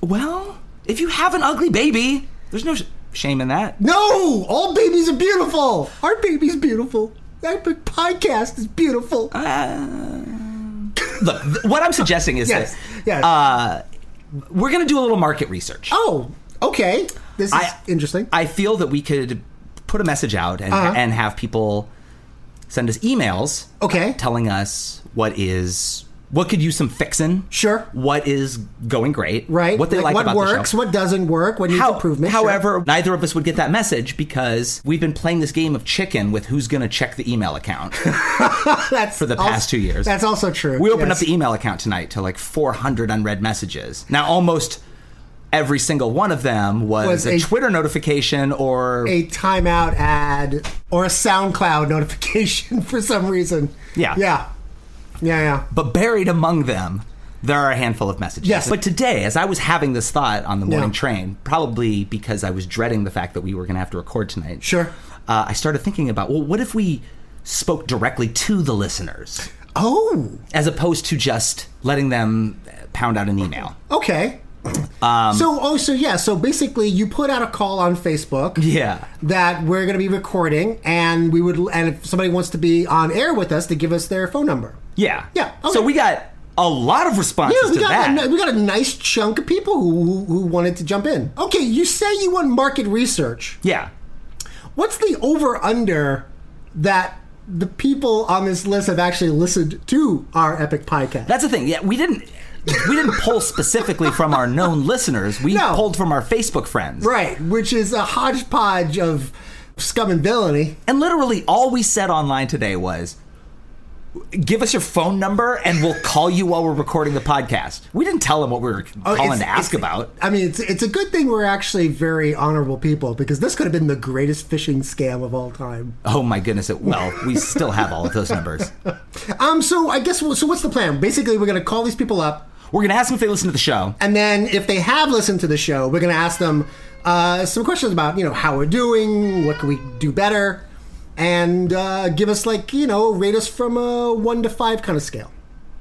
Well, if you have an ugly baby, there's no sh- shame in that.
No, all babies are beautiful. Our baby's beautiful. That big podcast is beautiful.
Uh, Look, th- what I'm suggesting
(laughs)
is
Yes,
that
yes.
uh, we're going to do a little market research.
oh, okay. This is
I-
interesting.
I feel that we could put a message out and,
Uh-huh.
and have people send us emails
Okay.
telling us what is what could use some fixing.
Sure.
What is going great.
Right.
What they like,
what
about
works,
the show.
what doesn't work, what needs
How-
improvement. sure.
however, neither of us would get that message because we've been playing this game of chicken with who's going to check the email
(laughs)
account.
that's
for the
also-
past two years.
That's also true.
We opened
yes.
up the email account tonight to like 400 unread messages. Now, almost every single one of them was,
Was
a,
a-
Twitter notification or
a timeout ad or a SoundCloud (laughs) notification for some reason.
Yeah.
Yeah. Yeah, yeah.
but buried among them, there are a handful of messages.
Yes.
But today, as I was having this thought on the morning
Yeah.
train, probably because I was dreading the fact that we were going to have to record tonight.
Sure.
Uh, I started thinking about well, what if we spoke directly to the listeners
Oh,
as opposed to just letting them pound out an email?
okay.
Um,
so, oh, so yeah. So basically, you put out a call on Facebook.
Yeah.
That we're going to be recording, and we would, and if somebody wants to be on air with us, to give us their phone number.
Yeah.
Yeah, okay.
So we got a lot of responses
Yeah, we
to
got,
that.
a, we got a nice chunk of people who, who, who wanted to jump in. Okay, you say you want market research.
yeah.
What's the over under that the people on this list have actually listened to our epic podcast?
That's the thing. Yeah, we didn't we didn't pull specifically from our known listeners. We
No.
pulled from our Facebook friends.
right, which is a hodgepodge of scum and villainy.
And literally all we said online today was give us your phone number and we'll call you while we're recording the podcast. We didn't tell them what we were
Oh,
calling
it's-
to ask
it's-
about.
I mean, it's it's a good thing we're actually very honorable people because this could have been the greatest phishing scam of all time.
Oh my goodness. It, well, we still have all of those numbers.
Um, so I guess so. What's the plan? Basically, we're going to call these people up.
We're going to ask them if they listen to the show.
And then if they have listened to the show, we're going to ask them uh, some questions about, you know, how we're doing, what can we do better, and uh, give us like, you know, rate us from a one to five kind of scale.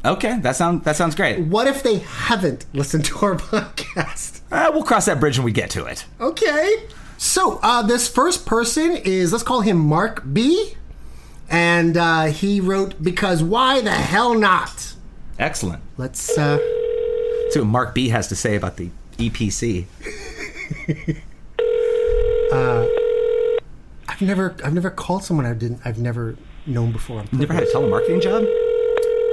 Okay, that sounds that sounds great.
What if they haven't listened to our (laughs) podcast?
Uh, we'll cross that bridge when we get to it.
Okay. So uh, this first person is, let's call him Mark B. And uh, he wrote, because why the hell not?
Excellent.
Let's, uh,
See what Mark B has to say about the E EPC.
I've never, I've never called someone I didn't, I've never known before. on
Never had a
purpose.
telemarketing job?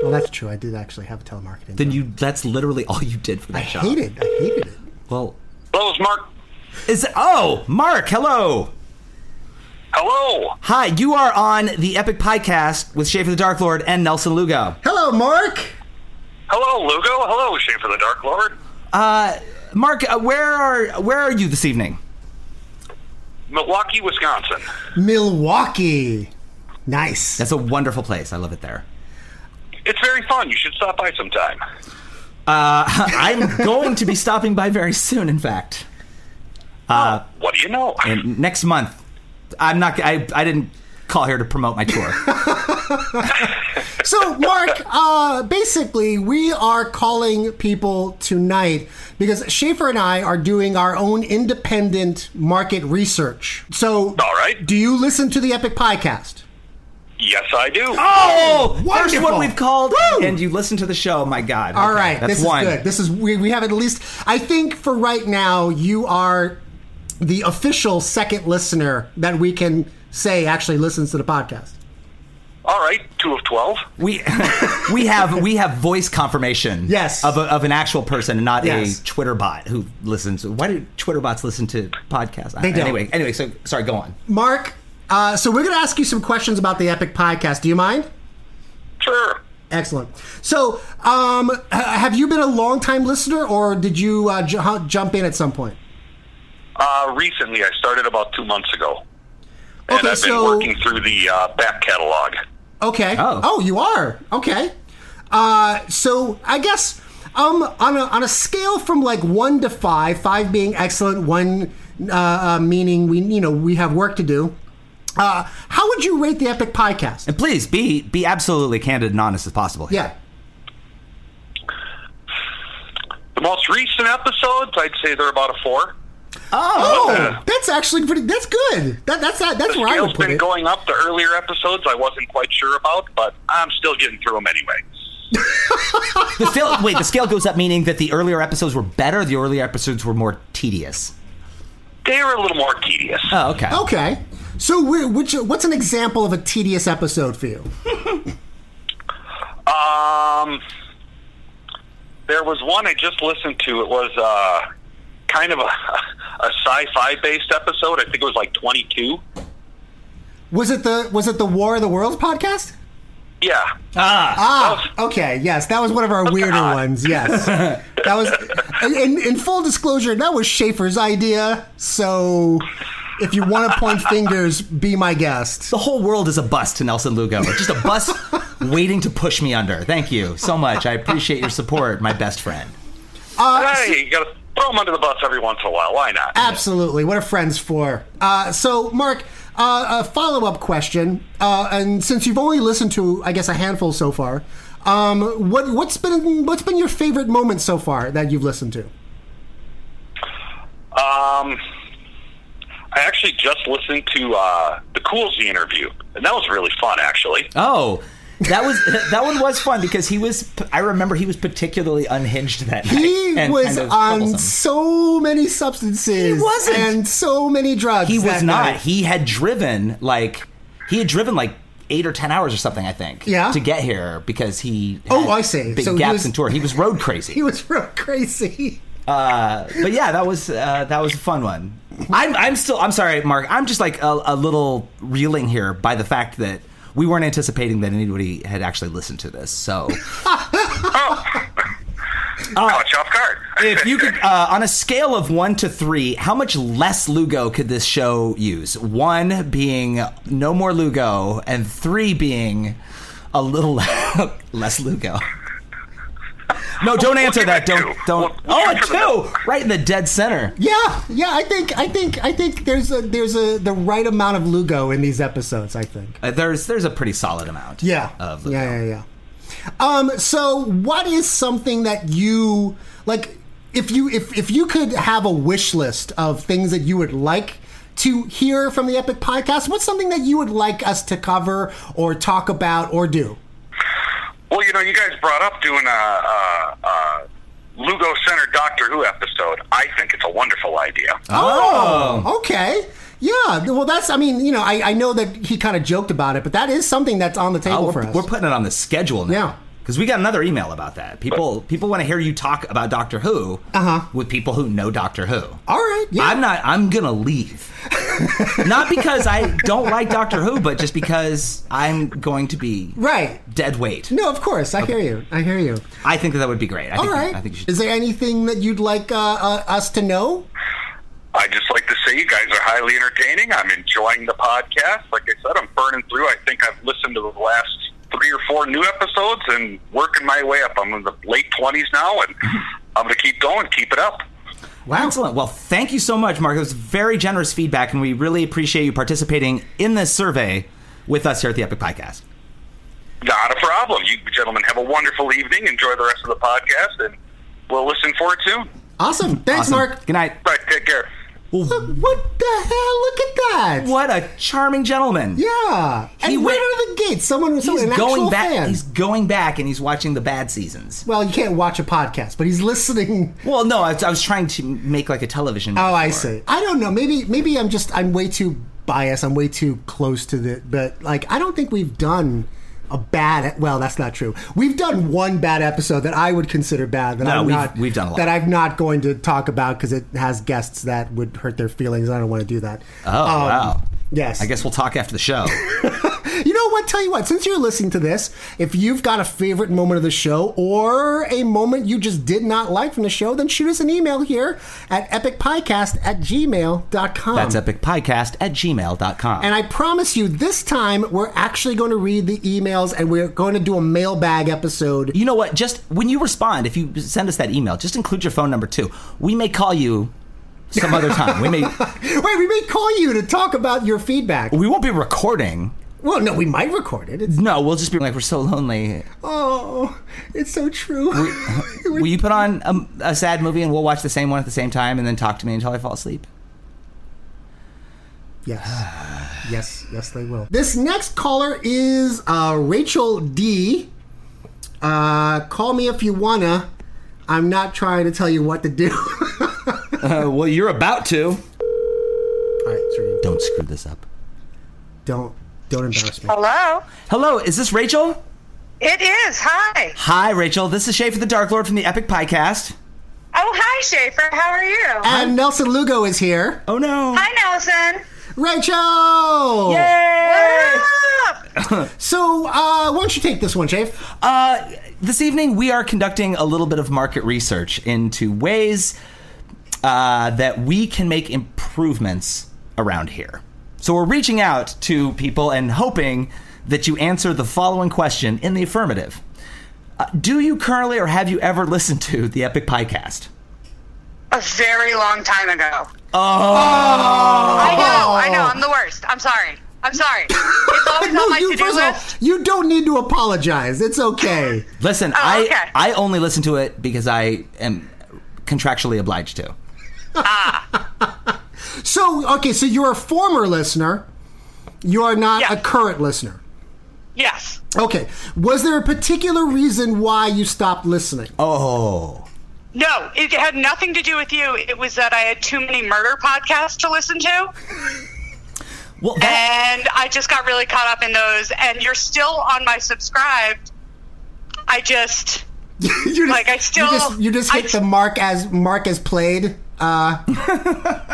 Well, that's true. I did actually have a telemarketing.
Then you that's literally all you did for that
I
job.
hated. I hated it.
Well,
Hello, it's Mark.
is oh, Mark, hello.
Hello.
Hi, you are on the Epic Podcast with Schaefer the Dark Lord and Nelson Lugo.
Hello, Mark.
Hello, Lugo. Hello, Shane for the Dark Lord.
Uh Mark, uh, where are where are you this evening?
Milwaukee, Wisconsin.
Milwaukee. Nice.
That's a wonderful place. I love it there.
It's very fun. You should stop by sometime.
I'm going to be stopping by very soon, in fact.
Oh,
Uh,
What do you know?
And next month. I'm not I I didn't call here to promote
(laughs)
my tour.
so,
(laughs)
Mark, uh, basically, we are calling people tonight because Schaefer and I are doing our own independent market research. So,
All right.
do you listen to the Epic Podcast?
Yes, I do.
Oh, first
Wonderful.
one we've called, and you listen to the show. My God.
All
Okay,
right,
that's
this
one.
is good. This is we, we have at least. I think for right now, you are the official second listener that we can say actually listens to the podcast.
All right, two of twelve.
We (laughs) we have we have voice confirmation. Yes, of, a, of an actual person, and not
Yes.
a Twitter bot who listens. Why do Twitter bots listen to podcasts? I-
They don't.
Anyway, anyway. So sorry. Go on.
Mark, uh, so we're going to ask you some questions about the Epic Podcast. Do you mind?
Sure.
Excellent. So, um, h- have you been a longtime listener, or did you uh, j- hu- jump in at some point?
Uh, recently, I started about two months ago, and
Okay,
I've been
so-
working through the uh, back catalog.
Okay. Oh, you are. Okay. Uh, so I guess um, on a, on a scale from like one to five, five being excellent, one uh, uh, meaning we you know we have work to do. Uh, how would you rate the Epic Podcast?
And please be be absolutely candid and honest as possible.
Yeah.
here.
The most recent episodes, I'd say they're about a four.
Oh,
Uh,
that's actually pretty. That's good. That, that's that, that's
the
where I
scale's
would put
been
it.
going up. The earlier episodes, I wasn't quite sure about, but I'm still getting through them anyway.
The scale, wait, the scale goes up, meaning that the earlier episodes were better. The earlier episodes were more tedious.
They were a little more tedious.
Oh, okay.
Okay. So we're, which what's an example of a tedious episode for you?
Um, there was one I just listened to. It was uh, kind of a, a sci-fi based episode. I think it was like 22.
Was it the was it the War of the Worlds podcast?
Yeah.
Ah,
Oh.
okay, yes, that was one of our weirder ones.
(laughs)
Yes, that was. and- And in full disclosure, that was Schaefer's idea. So, if you want to point fingers, be my guest.
The whole world is a bus to Nelson Lugo. Just a
(laughs)
bus waiting to push me under. Thank you so much. I appreciate your support, my best friend.
hey, you got to throw them under the bus every once in a while. Why not?
Uh,
Absolutely, what are friends for? Uh, so, Mark, uh, a follow-up question, uh, and since you've only listened to, I guess, a handful so far, um, what what's been what's been your favorite moment so far that you've listened to?
Um, I actually just listened to uh, the Coolsy interview, and that was really fun, actually.
Oh, that was that one was fun because he was. I remember he was particularly unhinged that
He
night. and
was
kind of
on
troublesome.
so many substances. He wasn't. And so many drugs.
He was
that
not.
night.
He had driven like he had driven like eight or ten hours or something. I think.
Yeah.
To get here because he.
Oh, I see.
Big
So he
gaps
was-
in tour. He was road
(laughs)
crazy.
He was real crazy.
Uh, but yeah, that was uh, that was a fun one. I'm I'm still I'm sorry, Mark. I'm just like a, a little reeling here by the fact that we weren't anticipating that anybody had actually listened to this. (laughs) So
Caught you off guard.
if you could, uh, on a scale of one to three, how much less Lugo could this show use? One being no more Lugo, and three being a little (laughs) less Lugo. No, don't answer that. Don't don't. Oh, a two, right in the dead center.
Yeah, yeah. I think, I think, I think there's a there's a the right amount of Lugo in these episodes. I think.
Uh, there's there's a pretty solid amount.
Yeah.
Of Lugo.
yeah, yeah, yeah. Um. So, what is something that you like? If you if if you could have a wish list of things that you would like to hear from the Epic Podcast, what's something that you would like us to cover or talk about or do?
Well, you know, you guys brought up doing a, a, a Lugo Center Doctor Who episode. I think it's a wonderful idea.
Oh, okay. Yeah. Well, that's. I mean, you know, I, I know that he kind of joked about it, but that is something that's on the
Oh,
table
we're,
for us.
we're putting it on the schedule now.
Yeah.
Because we got another email about that. People people want to hear you talk about Doctor Who with people who know Doctor Who. All
right. Uh-huh. Uh, Yeah.
I'm not. I'm
(laughs)
gonna leave. not because I don't like Doctor Who, but just because I'm going to be
right.
dead weight.
No, of course. I hear you. I hear you.
I think that, that would be great. I
All
think,
right.
I think you should.
Is there anything that you'd like uh, uh, us to know?
I just like to say you guys are highly entertaining. I'm enjoying the podcast. Like I said, I'm burning through. I think I've listened to the last three or four new episodes and working my way up. I'm in the late 20s now, and I'm going to keep going. Keep it up.
Wow. Excellent. Well, thank you so much, Mark. It was very generous feedback, and we really appreciate you participating in this survey with us here at the Epic Podcast.
Not a problem. You gentlemen have a wonderful evening. Enjoy the rest of the podcast, and we'll listen for it soon.
Awesome. Thanks, Mark.
Good night.
Right, take care.
what the hell? Look at that! What a charming gentleman.
Yeah.
He
And
went
right
out
of the gate, someone was
he's
an
going
actual
back.
fan.
He's going back and he's watching the bad seasons.
Well, you can't watch a podcast,
(laughs)
but he's listening.
Well, no, I, I was trying to make like a television.
Oh, I
metaphor.
see. I
don't know. Maybe maybe I'm just I'm way too biased. I'm way too close to the. But like I don't think we've done a bad. e-, Well, that's not true. We've done one bad episode that I would consider bad. That
No,
I'm
we've-
not,
we've done a lot.
that I'm not going to talk about because it has guests that would hurt their feelings. I don't want to do that.
Oh
Um,
wow.
Yes.
I guess we'll talk after
(laughs)
the show.
You know what? Tell you what, since you're listening to this, if you've got a favorite moment of the show or a moment you just did not like from the show, then shoot us an email here at epicpodcast at gmail.com.
That's epicpodcast at gmail.com.
And I promise you, this time we're actually going to read the emails and we're going to do a mailbag episode.
You know what? Just when you respond, if you send us that email, just include your phone number too. We may call you some other time. We may
Wait, we may call you to talk about your feedback.
we won't be recording.
Well, no, we might record it. It's,
No, we'll just be like we're so lonely.
oh, it's so true. (laughs)
Will you put on a, a sad movie and we'll watch the same one at the same time and then talk to me until I fall asleep?
Yes. yes, yes, they will. This next caller is uh, Rachel D. Uh, call me if you wanna. I'm not trying to tell you what to do. (laughs)
Uh, well, you're about to.
All right, sorry.
Don't screw this up.
Don't don't embarrass me.
Hello?
Hello, is this Rachel?
It is. Hi.
Hi, Rachel. This is Shay for the Dark Lord from the Epic Podcast.
Oh, hi, Schaefer. How are you?
And Nelson Lugo is here.
Oh no.
Hi, Nelson.
Rachel.
Yay!
So, uh, why don't you take this one, Chafe?
Uh, this evening, we are conducting a little bit of market research into ways uh, that we can make improvements around here. So we're reaching out to people and hoping that you answer the following question in the affirmative. Uh, do you currently or have you ever listened to the Epic Podcast?
A very long time ago.
Oh,
I know. I know. I'm the worst. I'm sorry. I'm sorry. It's
(laughs)
always on my
you,
to-do
first of all,
list.
you don't need to apologize.
(laughs)
It's okay.
listen, I
okay.
I only listen to it because I am contractually obliged to.
So, okay, so you're a former listener. You are not a current listener.
Yes.
Okay. Was there a particular reason why you stopped listening?
Oh,
No, it had nothing to do with you. It was that I had too many murder podcasts to listen to.
well, that-
And I just got really caught up in those. And you're still on my subscribed. I just.
(laughs) you just,
Like, I still-
you just, you just
I
hit the mark as mark as played. Uh,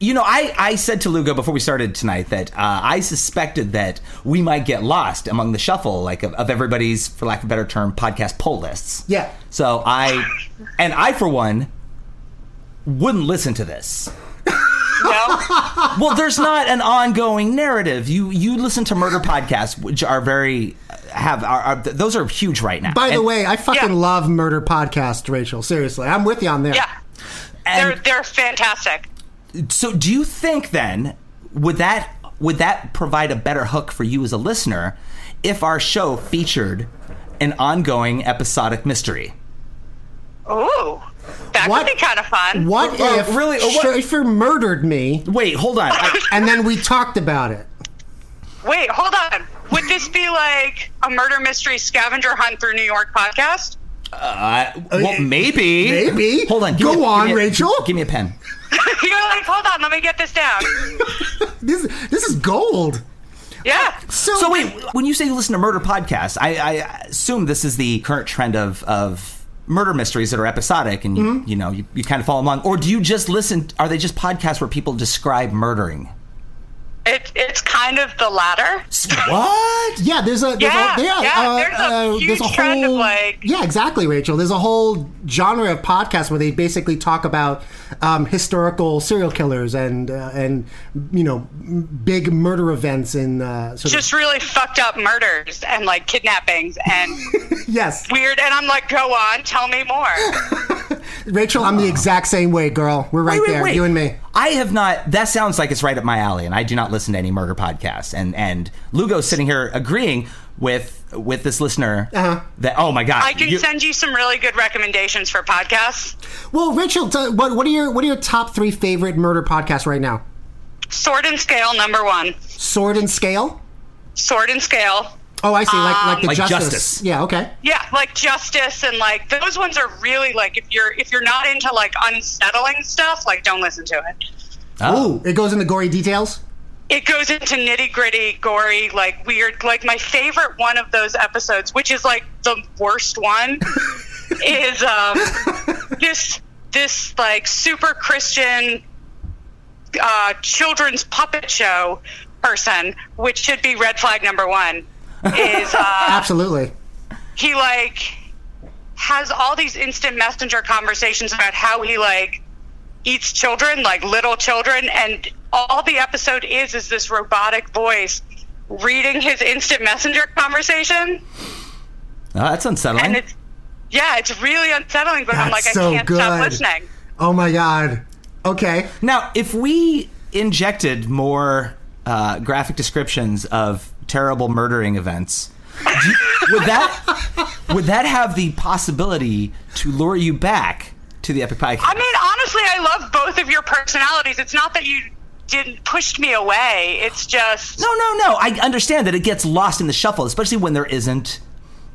You know, I, I said to Lugo before we started tonight that uh, I suspected that we might get lost among the shuffle, like of, of everybody's, for lack of a better term, podcast poll lists.
Yeah.
So I, and I for one, wouldn't listen to this.
No.
Well, there's not an ongoing narrative. You you listen to murder podcasts, which are very have are, are those are huge right now.
by the
And-
way, I fucking
Yeah.
love murder podcast, Rachel. Seriously, I'm with you on there.
Yeah. They're,
and
they're fantastic.
So, do you think then would that would that provide a better hook for you as a listener if our show featured an ongoing episodic mystery?
Ooh. That
What-
could be kind of fun.
What
Well,
if
really, uh, what-
Schaefer murdered me
Wait, hold on.
(laughs)
I,
and then we talked about it?
Wait, hold on. Would this be like a murder mystery scavenger hunt through New York podcast?
uh, well, maybe.
maybe.
Hold on. give
Go
me a- give
on,
me a-
Rachel.
Give me a pen.
You're like, hold on, let me get this down.
This this is gold.
Yeah.
So,
So wait, when you say you listen to murder podcasts, I, I assume this is the current trend of of murder mysteries that are episodic, and you,
Mm-hmm.
you know you, you kind of follow along. Or do you just listen? Are they just podcasts where people describe murdering?
It, it's kind of the latter.
What?
Yeah, there's a there's
Yeah,
a, yeah,
yeah,
uh,
there's a
uh,
huge trend of, like-
yeah, exactly, Rachel. There's a whole genre of podcasts where they basically talk about um, historical serial killers and uh, and you know m- big murder events in uh, sort
Just really fucked up murders and like kidnappings and
of yes.
weird. And I'm like, go on, tell me more.
Rachel, I'm the exact same way, girl. We're right
Wait, wait,
there,
wait.
you and me.
I have not. That sounds like it's right up my alley, and I do not listen to any murder podcasts. And and Lugo's sitting here agreeing with with this listener that oh my god,
I can
you-
send you some really good recommendations for podcasts.
Well, Rachel, t- what what are your what are your top three favorite murder podcasts right now?
Sword and Scale, number one.
Sword and Scale.
Sword and Scale.
Oh, I see. Like like the
Um, Like
justice.
Justice.
Yeah. Okay.
Yeah, like Justice and like those ones are really like if you're if you're not into like unsettling stuff, like don't listen to it.
Oh. it goes into gory details.
It goes into nitty gritty, gory, like weird. Like my favorite one of those episodes, which is like the worst one, is um, this this like super Christian uh, children's puppet show person, which should be red flag number one. Is uh,
Absolutely.
he like has all these instant messenger conversations about how he like eats children like little children and all the episode is is this robotic voice reading his instant messenger conversation
Oh, that's unsettling.
and it's yeah it's really unsettling but i'm like
That's
i
so
can't stop
good.
listening
Oh my god. Okay.
Now, if we injected more uh, graphic descriptions of terrible murdering events, do you- would that would that have the possibility to lure you back to the epic podcast?
i mean honestly i love both of your personalities it's not that you didn't pushed me away it's just
No, no, no. I understand that it gets lost in the shuffle, especially when there isn't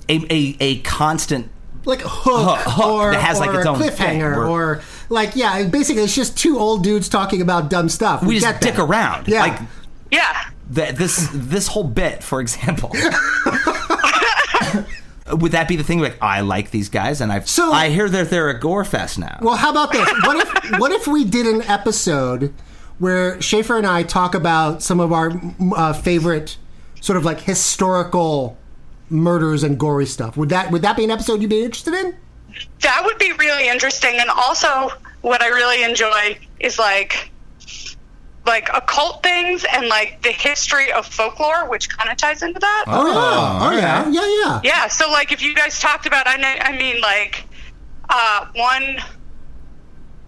a a, a constant
like hook, or,
Uh, that has like
or
its
a
own thing
cliffhanger
where
or like yeah basically it's just two old dudes talking about dumb stuff
we, just
get that.
dick around.
yeah
Like
yeah.
Th- this this whole bit,
(laughs)
for example. Would that be the thing? Like, I like these guys, and I've so, I hear that they're a gore fest now.
well how about this what if what if we did an episode where Schaefer and I talk about some of our mm, uh, favorite sort of like historical murders and gory stuff would that would that be an episode you'd be interested in
That would be really interesting. And also, what I really enjoy is like like occult things and like the history of folklore, which kind of ties into that.
Oh, yeah. Oh, yeah. Yeah, yeah.
Yeah. So, like, if you guys talked about, I know, I mean, like, uh, one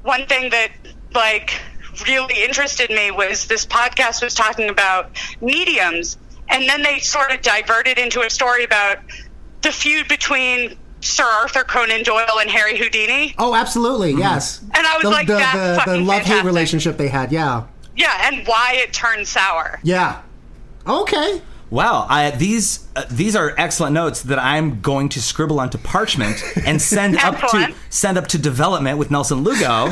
one thing that like really interested me was this podcast was talking about mediums, and then they sort of diverted into a story about the feud between Sir Arthur Conan Doyle and Harry Houdini.
oh absolutely yes
And I was
the,
like,
the,
that's
the, the
fucking
love hate
fantastic.
relationship they had yeah
Yeah, and why it turned sour.
yeah okay
Wow, I, these uh, these are excellent notes that I'm going to scribble onto parchment and
(laughs)
send up to
Excellent.
send up to development with Nelson Lugo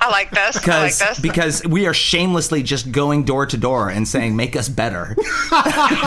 I like this. I like (laughs)
because
this.
because we are shamelessly just going door to door and saying make
(laughs)
us better.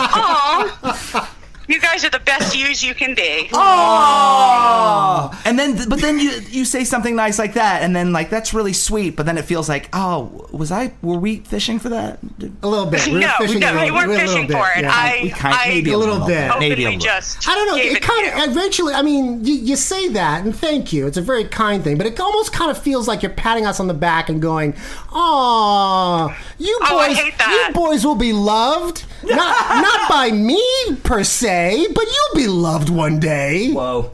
Aw. You guys are the best yous you can be.
Oh, and then but then you you say something nice like that, and then like that's really sweet, but then it feels like oh, was I were we fishing for that?
A little
(laughs)
bit. We were
no,
fishing a
no,
little-
you weren't
we were a little
fishing
bit,
for it.
yeah.
I,
We kind-
I
maybe a little
Oh, openly
bit, maybe a little bit.
just
I don't know.
gave
It kind of eventually. I mean, you, you say that, and thank you. It's a very kind thing, but it almost kind of feels like you're patting us on the back and going, "Aw, you boys,
Oh, I hate that."
you boys will be loved,
(laughs)
not not by me per se, but you'll be loved one day."
Whoa.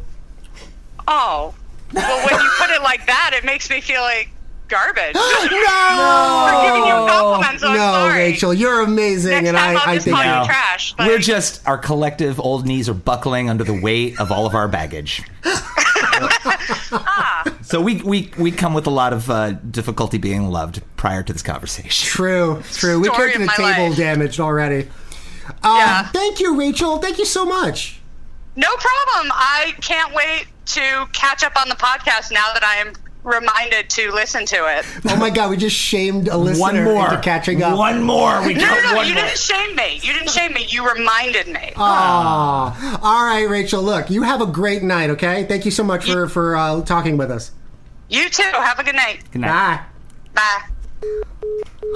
Oh. Well, when you put it like that, it makes me feel like
(gasps)
garbage. (laughs) no!
No!
We're giving you compliments. I'm
Oh, no,
sorry.
Rachel, you're amazing,
Next
and
time
I,
I'll
I
just
think
call you No. trash, like-
We're just our collective old knees are buckling under the weight of all of
(laughs)
our baggage. so we, we we come with a lot of uh, difficulty being loved prior to this conversation.
True, true. We
Story
took
of
the
my
table
life.
damaged already. Uh, Thank you, Rachel. Thank you so much.
No problem. I can't wait to catch up on the podcast now that I am reminded to listen to it.
Oh my God, we just shamed a listener
One more.
into catching up.
One more. We
No,
got
no, no.
one
You
more.
didn't shame me. You didn't shame me. You reminded me.
Uh. Aw. All right, Rachel. Look, you have a great night. Okay, thank you so much for for uh, talking with us.
You too. Have a good night.
Good
Bye.
Bye.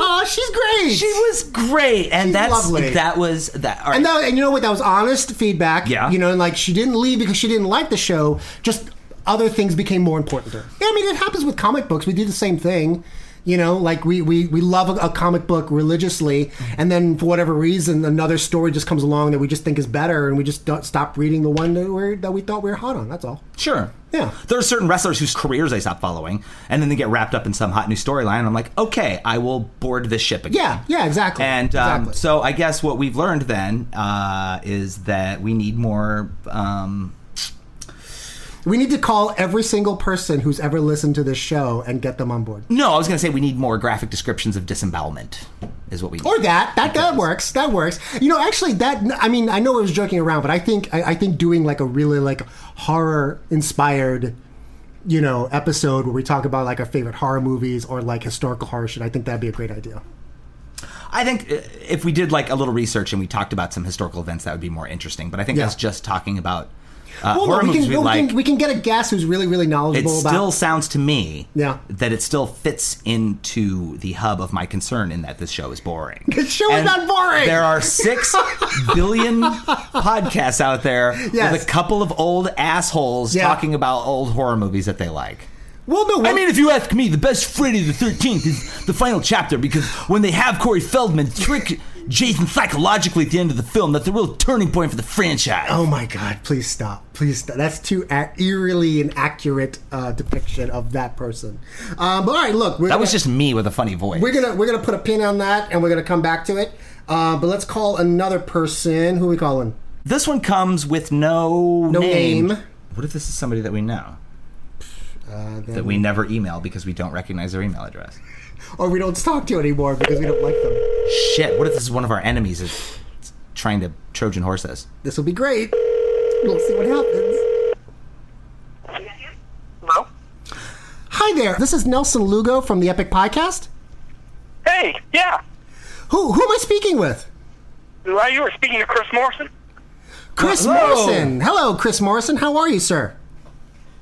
Oh, she's great.
She was great, and
She's
that's
lovely.
that was that. all
And
right.
that, and you know what? That was honest feedback.
Yeah.
You know, and like she didn't leave because she didn't like the show. Just other things became more important to her. Yeah, I mean, it happens with comic books. We do the same thing. You know, like we we, we love a, a comic book religiously, and then for whatever reason, another story just comes along that we just think is better, and we just don't stop reading the one that we that we thought we were hot on. That's all.
Sure.
Yeah.
There are certain wrestlers whose careers I stop following, and then they get wrapped up in some hot new storyline. and I'm like, okay, I will board this ship again.
Yeah, yeah, exactly.
And um,
Exactly.
so I guess what we've learned then uh, is that we need more. Um,
We need to call every single person who's ever listened to this show and get them on board.
no, I was going to say we need more graphic descriptions of disembowelment, is what we need.
Or that that that works. That works. You know, actually, that I mean, I know I was joking around, but I think I, I think doing like a really like horror inspired, you know, episode where we talk about like our favorite horror movies or like historical horror shit. I think that'd be a great idea.
I think uh, if we did like a little research and we talked about some historical events, that would be more interesting. But I think
Yeah.
us just talking about uh,
Well, no,
horror
we
movies
can,
we
well, we
like,
can we can get a guest who's really really
it
knowledgeable about.
still sounds to me
Yeah.
that it still fits into the hub of my concern in that this show is boring.
(laughs) This show is
And
not boring.
There are
(laughs)
six billion podcasts out there
Yes.
with a couple of old assholes
Yeah.
talking about old horror movies that they like.
Well, no.
I mean, if you ask me, the best Friday the 13th is the final chapter because when they have Corey Feldman trick Jason psychologically at the end of the film, that's a real turning point for the franchise.
Oh my God! Please stop! Please stop! That's too a- eerily an accurate uh, depiction of that person. Um, but all right, look, we're
That
gonna-
was just me with a funny voice.
We're gonna we're gonna put a pin on that, and we're gonna come back to it. Uh, but let's call another person. Who we calling?
This one comes with no
No name. Uh,
What if this is somebody that we know? that we never email because we don't recognize their email address.
or Oh, we don't talk to anymore because we don't like them.
Shit, what if this is one of our enemies is trying to Trojan horse us?
This will be great. We'll see what happens.
Hello.
Hi there. This is Nelson Lugo from the Epic Podcast.
Hey, yeah.
Who who am I speaking with?
Well, you were speaking to Chris Morrison.
Chris
Hello.
Morrison. Hello, Chris Morrison. How are you, sir?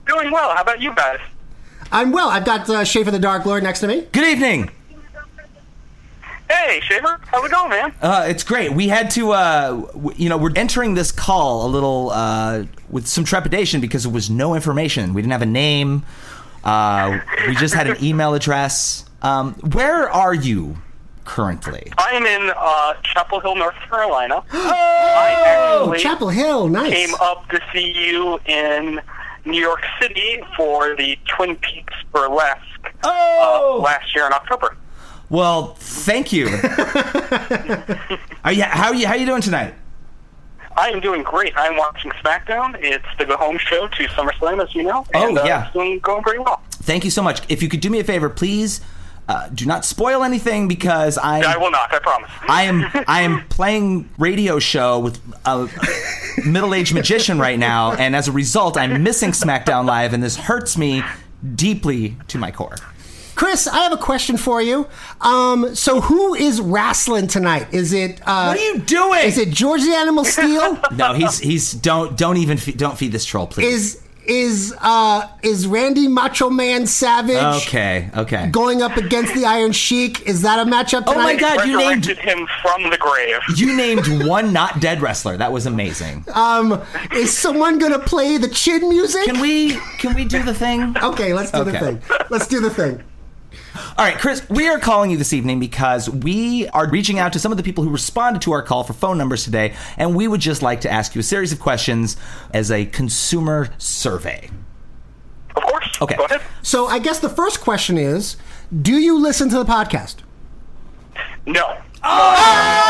Doing well. How about you guys?
I'm well. I've got uh, Schaefer the Dark Lord next to me.
Good evening.
Hey, Shaver. How's it going, man?
Uh, it's great. We had to, uh, w- you know, we're entering this call a little uh, with some trepidation because there was no information. We didn't have a name. Uh, we just had an email address. Um, where are you currently?
I'm in uh, Chapel Hill, North
(gasps)
Carolina.
Oh,
I actually
Chapel Hill, nice.
Came up to see you in New York City for the Twin Peaks Burlesque uh,
Oh!
last year in October.
Well, thank you. are you how you how you doing tonight?
I am doing great. I'm watching SmackDown. It's the go home show to SummerSlam, as you know.
Oh,
and, uh,
yeah.
It's doing, going pretty well.
Thank you so much. If you could do me a favor, please uh, do not spoil anything because I
I will not. I promise.
I am I am playing radio show with a middle-aged magician right now and as a result I'm missing SmackDown live and this hurts me deeply to my core.
Chris, I have a question for you. Um, so who is wrestling tonight? Is it uh,
What are you doing?
Is it George the Animal
(laughs)
Steel?
No, he's he's don't don't even fe- don't feed this troll please.
is is uh, is Randy Macho Man Savage
okay, okay.
going up against the Iron Sheik? Is that a matchup? Tonight?
Oh my God, you named-
Resurrected him from the grave.
You named one not dead wrestler. That was amazing.
Um, is someone gonna play the chin music?
Can we can we do the thing?
Okay, let's do the
Okay.
thing. Let's do the thing.
All right, Chris, we are calling you this evening because we are reaching out to some of the people who responded to our call for phone numbers today, and we would just like to ask you a series of questions as a consumer survey.
Of course.
Okay.
Go ahead.
So I guess the first question is: Do you listen to the podcast?
No. Oh!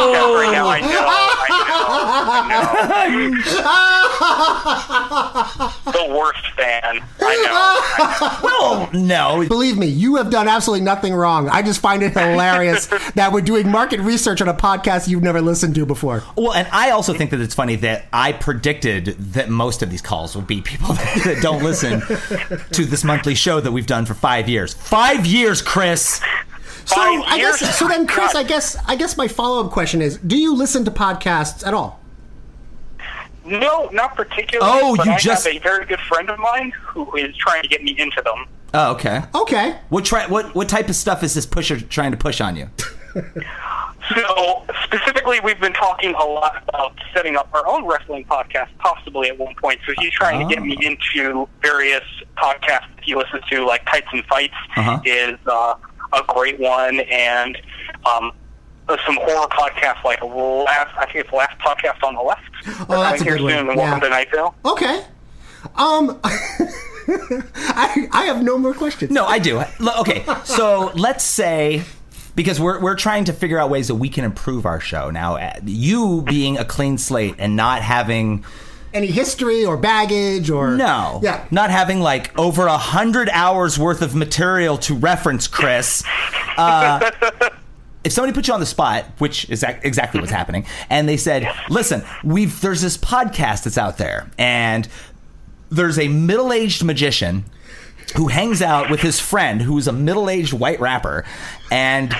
(laughs) Right now, I know. I know. I know. (laughs) the worst fan. I know.
Well, no.
Believe me, you have done absolutely nothing wrong. I just find it
(laughs)
hilarious that we're doing market research on a podcast you've never listened to before.
Well, and I also think that it's funny that I predicted that most of these calls would be people (laughs) that, that don't listen to this monthly show that we've done for five years. Five years, Chris.
So
Five
I
years?
guess so then Chris,
God.
I guess I guess my follow-up question is, do you listen to podcasts at all?
No, not particularly.
Oh,
but
you
I
just-
have a very good friend of mine who is trying to get me into them.
Oh, okay.
Okay.
What try what what type of stuff is this pusher trying to push on you?
So specifically, we've been talking a lot about setting up our own wrestling podcast, possibly at one point. So he's trying to get
Ah.
me into various podcasts that he listens to, like Tights and Fights
Uh-huh.
is uh, a great one, and um, some horror podcasts like last. I think it's last podcast on the left.
Oh, that's a
here
good one.
soon. and
Yeah. Oh.
Welcome to Night Vale.
Okay. Um, I, I have no more questions.
(laughs) No, I do. L- Okay, so let's say because we're we're trying to figure out ways that we can improve our show now. uh, You being a clean slate and not having
Any history or baggage or
no,
Yeah.
not having like over a hundred hours worth of material to reference, Chris. Uh, if somebody put you on the spot, which is ac- exactly what's happening, and they said, "Listen, we've there's this podcast that's out there, and there's a middle-aged magician who hangs out with his friend who's a middle-aged white rapper, and."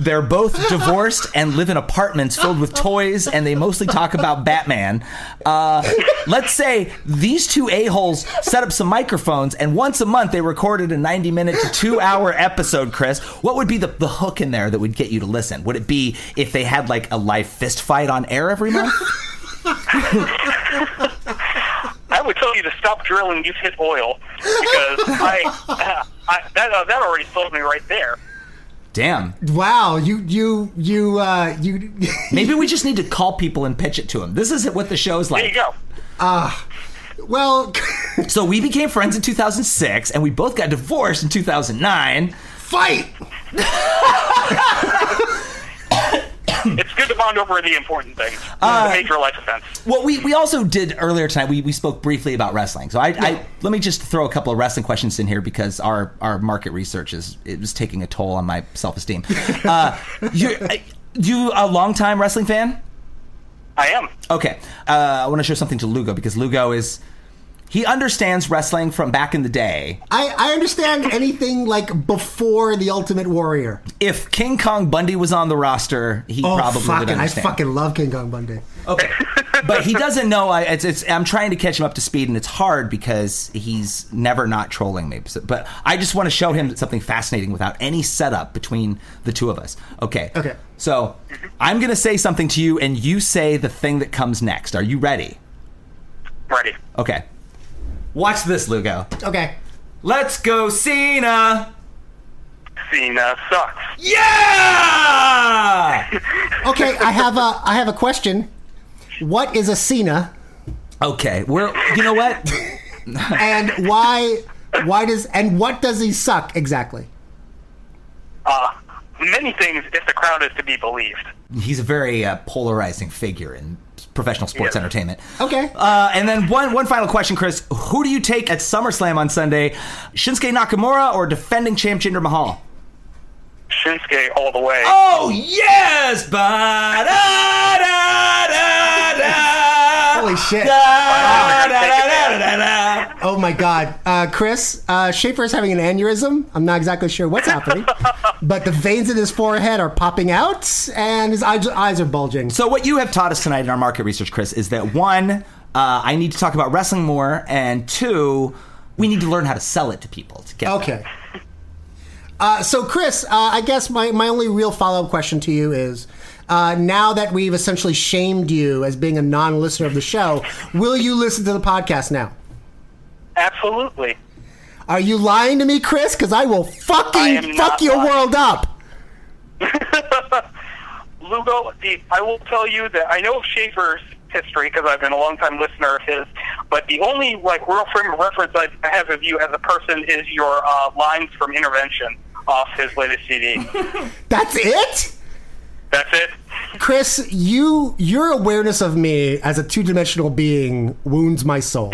They're both divorced and live in apartments filled with toys, and they mostly talk about Batman. Uh, let's say these two a-holes set up some microphones, and once a month they recorded a 90 minute to two hour episode, Chris. What would be the, the hook in there that would get you to listen? Would it be if they had like a live fist fight on air every month?
I would tell you to stop drilling. You've hit oil because
(laughs)
I, (laughs) I that uh, that already sold me right there.
Damn.
Wow, you you you uh you (laughs)
Maybe we just need to call people and pitch it to them. This isn't what the show's like. There you
go.
Ah.
well, (laughs)
so we became friends in 2006, and we both got divorced in 2009.
Fight!
it's good to bond over the important things.
Uh,
major life events.
Well, we, we also did earlier tonight. We, we spoke briefly about wrestling, so I, I let me just throw a couple of wrestling questions in here because our, our market research is it was taking a toll on my self
(laughs)
esteem. Uh, you I- you a long time wrestling fan?
I am.
Okay, uh, I want to show something to Lugo because Lugo is he understands wrestling from back in the day.
I, I understand anything like before the Ultimate Warrior.
If King Kong Bundy was on the roster, he
oh,
probably would
fucking, I
understand.
fucking love King Kong Bundy.
but he doesn't know. I, it's, it's, I'm trying to catch him up to speed, and it's hard because he's never not trolling me. So- But I just want to show him something fascinating without any setup between the two of us. Okay. Okay. So I'm going to say something to you, and you say the thing that comes next. Are you ready?
Ready.
Okay. Watch this, Lugo.
Okay.
Let's go, Cena.
Cena uh, sucks.
Yeah.
Okay, I have a I have a question. What is a Cena?
Okay, we're you know what?
and why why does and what does he suck exactly?
Uh, many things if the crowd is to be believed.
He's a very uh, polarizing figure in professional sports
Yes.
entertainment.
Okay.
Uh, and then one one final question, Chris. Who do you take at SummerSlam on Sunday? Shinsuke Nakamura or defending champ Jinder Mahal?
Shinsuke all the way.
Oh yes, ba da da da da.
Holy shit! Oh my god, uh, Chris uh, Schaefer is having an aneurysm. I'm not exactly sure what's happening, but the veins in his forehead are popping out, and his eyes, eyes are bulging.
So what you have taught us tonight in our market research, Chris, is that one, uh, I need to talk about wrestling more, and two, we need to learn how to sell it to people. To get
Okay. Uh, so, Chris, uh, I guess my, my only real follow up question to you is uh, now that we've essentially shamed you as being a non listener of the show, will you listen to the podcast now?
Absolutely. (laughs)
Are you lying to me, Chris? Because I will fucking fuck
not
your
lying.
world up.
Lugo, the, I will tell you that I know of Schaefer's history because I've been a longtime listener of his, but the only like real frame of reference I I have of you as a person is your uh, lines from Intervention off his latest CD.
That's it?
That's it. (laughs)
Chris, you your awareness of me as a two dimensional being wounds my soul.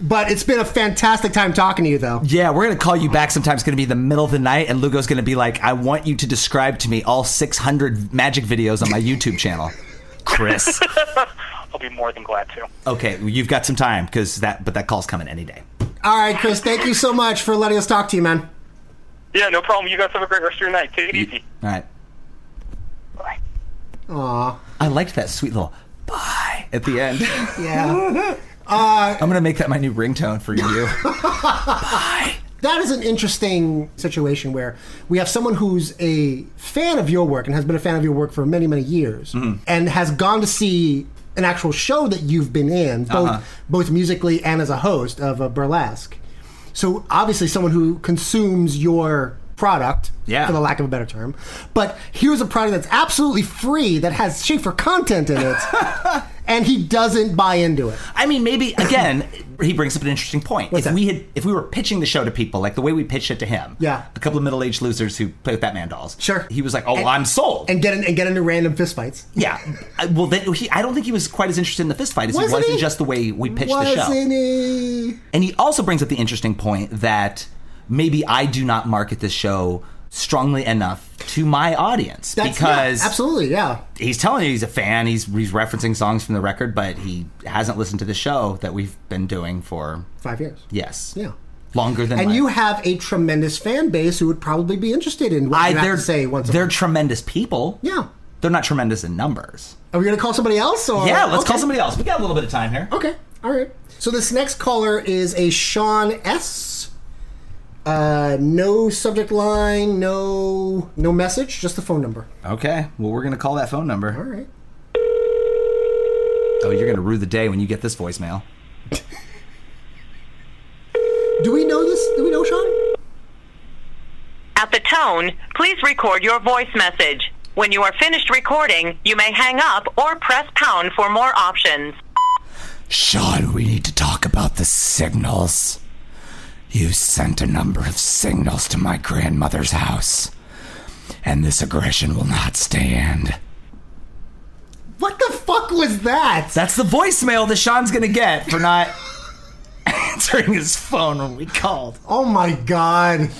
but it's been a fantastic time talking to you, though.
Yeah, we're gonna call you back sometime. It's gonna be the middle of the night, and Lugo's gonna be like, "I want you to describe to me all 600 magic videos on my YouTube channel." Chris,
I'll be more than glad to.
(laughs) okay, you've got some time because that, but that call's coming any day.
All right, Chris, thank you so much for letting us talk to you, man.
Yeah, no problem. You guys have a great rest of your night. Take it easy.
All right.
Aw.
I liked that sweet little bye at the end.
Yeah. Uh,
(laughs)
(laughs)
I'm gonna make that my new ringtone for you.
that is an interesting situation where we have someone who's a fan of your work and has been a fan of your work for many many years
Mm-hmm.
and has gone to see an actual show that you've been in both
Uh-huh.
both musically and as a host of a burlesque so obviously someone who consumes your product
Yeah.
for the lack of a better term but here's a product that's absolutely free that has Schaefer content in
(laughs)
it and he doesn't buy into it
I mean, maybe again, he brings up an interesting point.
What's
if
that?
we had, if we were pitching the show to people, like the way we pitched it to him,
Yeah.
a couple of middle-aged losers who play with Batman dolls. Sure, he was like, "Oh,
And-
I'm sold."
and get in, and get into random fistfights
Yeah. I- Well, then he, I don't think he was quite as interested in the fist fight as he
Wasn't
was in
he?
just the way we pitched the show.
Wasn't he?
And he also brings up the interesting point that maybe I do not market this show strongly enough to my audience
That's- yeah,
because
absolutely, yeah.
he's telling you he's a fan. He's he's referencing songs from the record, but he hasn't listened to the show that we've been doing for
Five years.
Yes,
Yeah.
longer than
and
my-
you have a tremendous fan base who would probably be interested in what
I
you have
they're
to say once.
they're tremendous people.
Yeah,
they're not tremendous in numbers.
Are we going to call somebody else? Or
yeah, let's call
Okay. Oh.
somebody else. We got a little bit of time here.
Okay, all right. So this next caller is a Sean S. Uh, no subject line, no no message, just the phone number.
Okay. Well, we're gonna call that phone number. All
right.
Oh, you're gonna rue the day when you get this voicemail.
Do we know this? Do we know Sean?
At the tone, please record your voice message. When you are finished recording, you may hang up or press pound for more options.
Sean, we need to talk about the signals. You sent a number of signals to my grandmother's house, and this aggression will not stand.
What the fuck was that?
That's the voicemail that Sean's gonna get for not (laughs) answering his phone when we called.
Oh my god.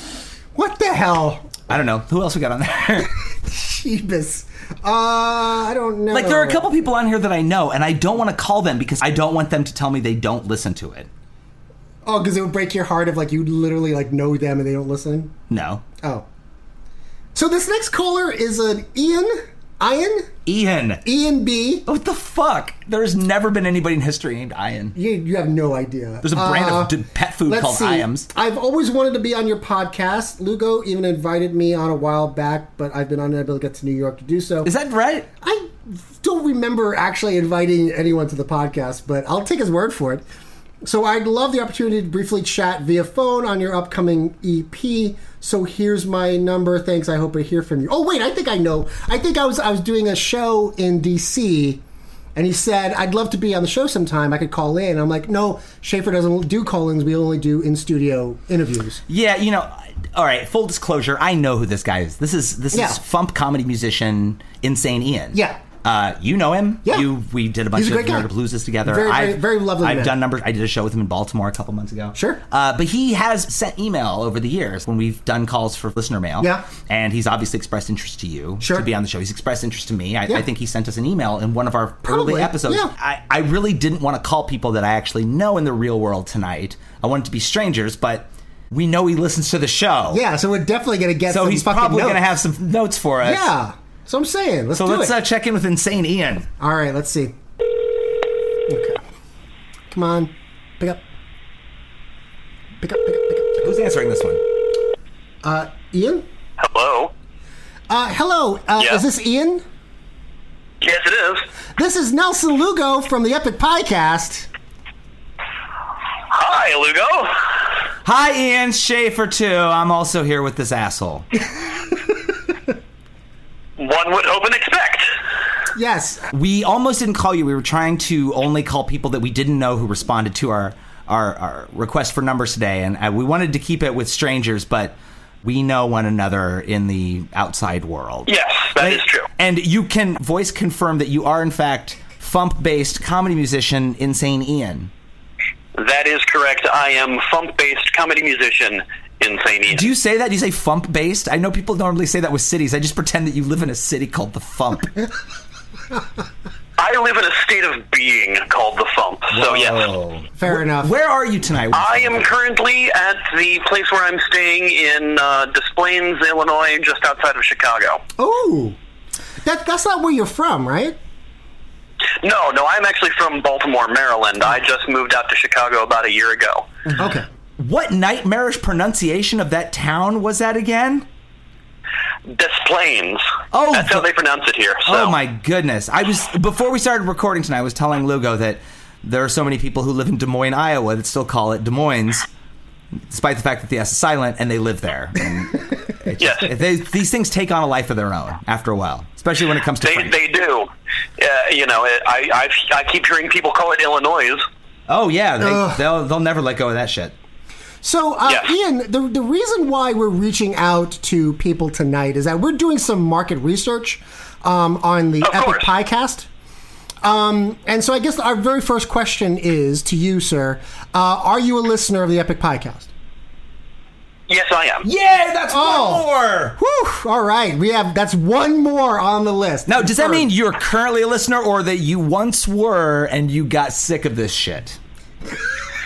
What the hell? (laughs)
I don't know. Who else we got on there? (laughs)
Jeebus. Uh, I don't know.
Like, there are a couple people on here that I know, and I don't want to call them because I don't want them to tell me they don't listen to it.
Oh, because it would break your heart if like you literally like know them and they don't listen.
No.
Oh. So this next caller is an Ian. Ian?
Ian.
Ian B.
What the fuck? There's never been anybody in history named Ian.
You, you have no idea. Uh,
There's a brand of d- pet food
let's
called
see.
Iams.
I've always wanted to be on your podcast. Lugo even invited me on a while back, but I've been unable to get to New York to do so. Is
that right?
I don't remember actually inviting anyone to the podcast, but I'll take his word for it. So I'd love the opportunity to briefly chat via phone on your upcoming EP. So here's my number. Thanks. I hope I hear from you. Oh wait, I think I know. I think I was I was doing a show in DC and he said, I'd love to be on the show sometime. I could call in. I'm like, no, Schaefer doesn't do call ins. We only do in studio interviews.
Yeah, you know. I- All right. Full disclosure. I know who this guy is. This is this
Yeah.
is Fump comedy musician Insane Ian.
Yeah.
Uh, you know him. Yeah. You, we did a bunch
He's a
of
great guy.
Nerd Blueses together.
Very, very-
I've-
very lovely
I've
man.
done numbers. I did a show with him in Baltimore a couple months ago.
Sure.
Uh, but he has sent email over the years when we've done calls for listener mail.
Yeah.
And he's obviously expressed interest to you sure. to be on the show. He's expressed interest to me. I,
Yeah.
I think he sent us an email in one of our early
Probably,
episodes.
yeah.
I, I really didn't want to call people that I actually know in the real world tonight. I wanted to be strangers, but we know he listens to the show.
Yeah, so we're definitely going to get
So
some
he's
fucking
probably
notes.
going to have some notes for us.
Yeah. So I'm saying, let's
So
do
let's
it.
uh, check in with Insane Ian.
All right, let's see. Okay. Come on. Pick up. Pick up, pick up, pick up.
Who's answering this one?
Uh, Ian?
Hello.
Uh, hello. Uh,
Yeah.
Is this Ian?
Yes, it is.
This is Nelson Lugo from the Epic Podcast.
Hi, Lugo.
Hi, Ian Schaefer, too. I'm also here with this asshole.
One would hope and expect.
Yes.
We almost didn't call you. We were trying to only call people that we didn't know who responded to our our, our request for numbers today, and uh, we wanted to keep it with strangers, but we know one another in the outside world.
Yes, that is true.
And you can voice confirm that you are, in fact, fump based comedy musician Insane Ian.
That is correct. I am funk based comedy musician, Insane Ian.
Do you say that? Do you say fump based? I know people normally say that with cities. I just pretend that you live in a city called the Fump.
I live in a state of being called the funk. So, yes.
Fair enough.
Where are you tonight?
I am currently at the place where I'm staying in uh, Des Plaines, Illinois, just outside of Chicago.
Oh, that, that's not where you're from, right?
No, no, I'm actually from Baltimore, Maryland. I just moved out to Chicago about a year ago.
Okay.
What nightmarish pronunciation of that town was that again?
Des Plaines. Oh, that's how they pronounce it here. So
Oh my goodness! I was before we started recording tonight. I was telling Lugo that there are so many people who live in Des Moines, Iowa, that still call it Des Moines, despite the fact that the S is silent and they live there.
(laughs)
And it's- they- these things take on a life of their own after a while, especially when it comes to.
they they do. Uh, you know, it, I I've, I keep hearing people call it Illinois.
oh yeah,
Ugh.
they, they'll they'll never let go of that shit.
So, uh, Ian, the, the reason why we're reaching out to people tonight is that we're doing some market research um, on the Epic Piecast. Um, and so, I guess our very first question is to you, sir. Uh, are you a listener of the Epic Piecast?
Yes, I am.
Yeah, that's
oh. Whew, all right, we have that's one more on the list.
Now, does that mean you're currently a listener, or that you once were and you got sick of this shit?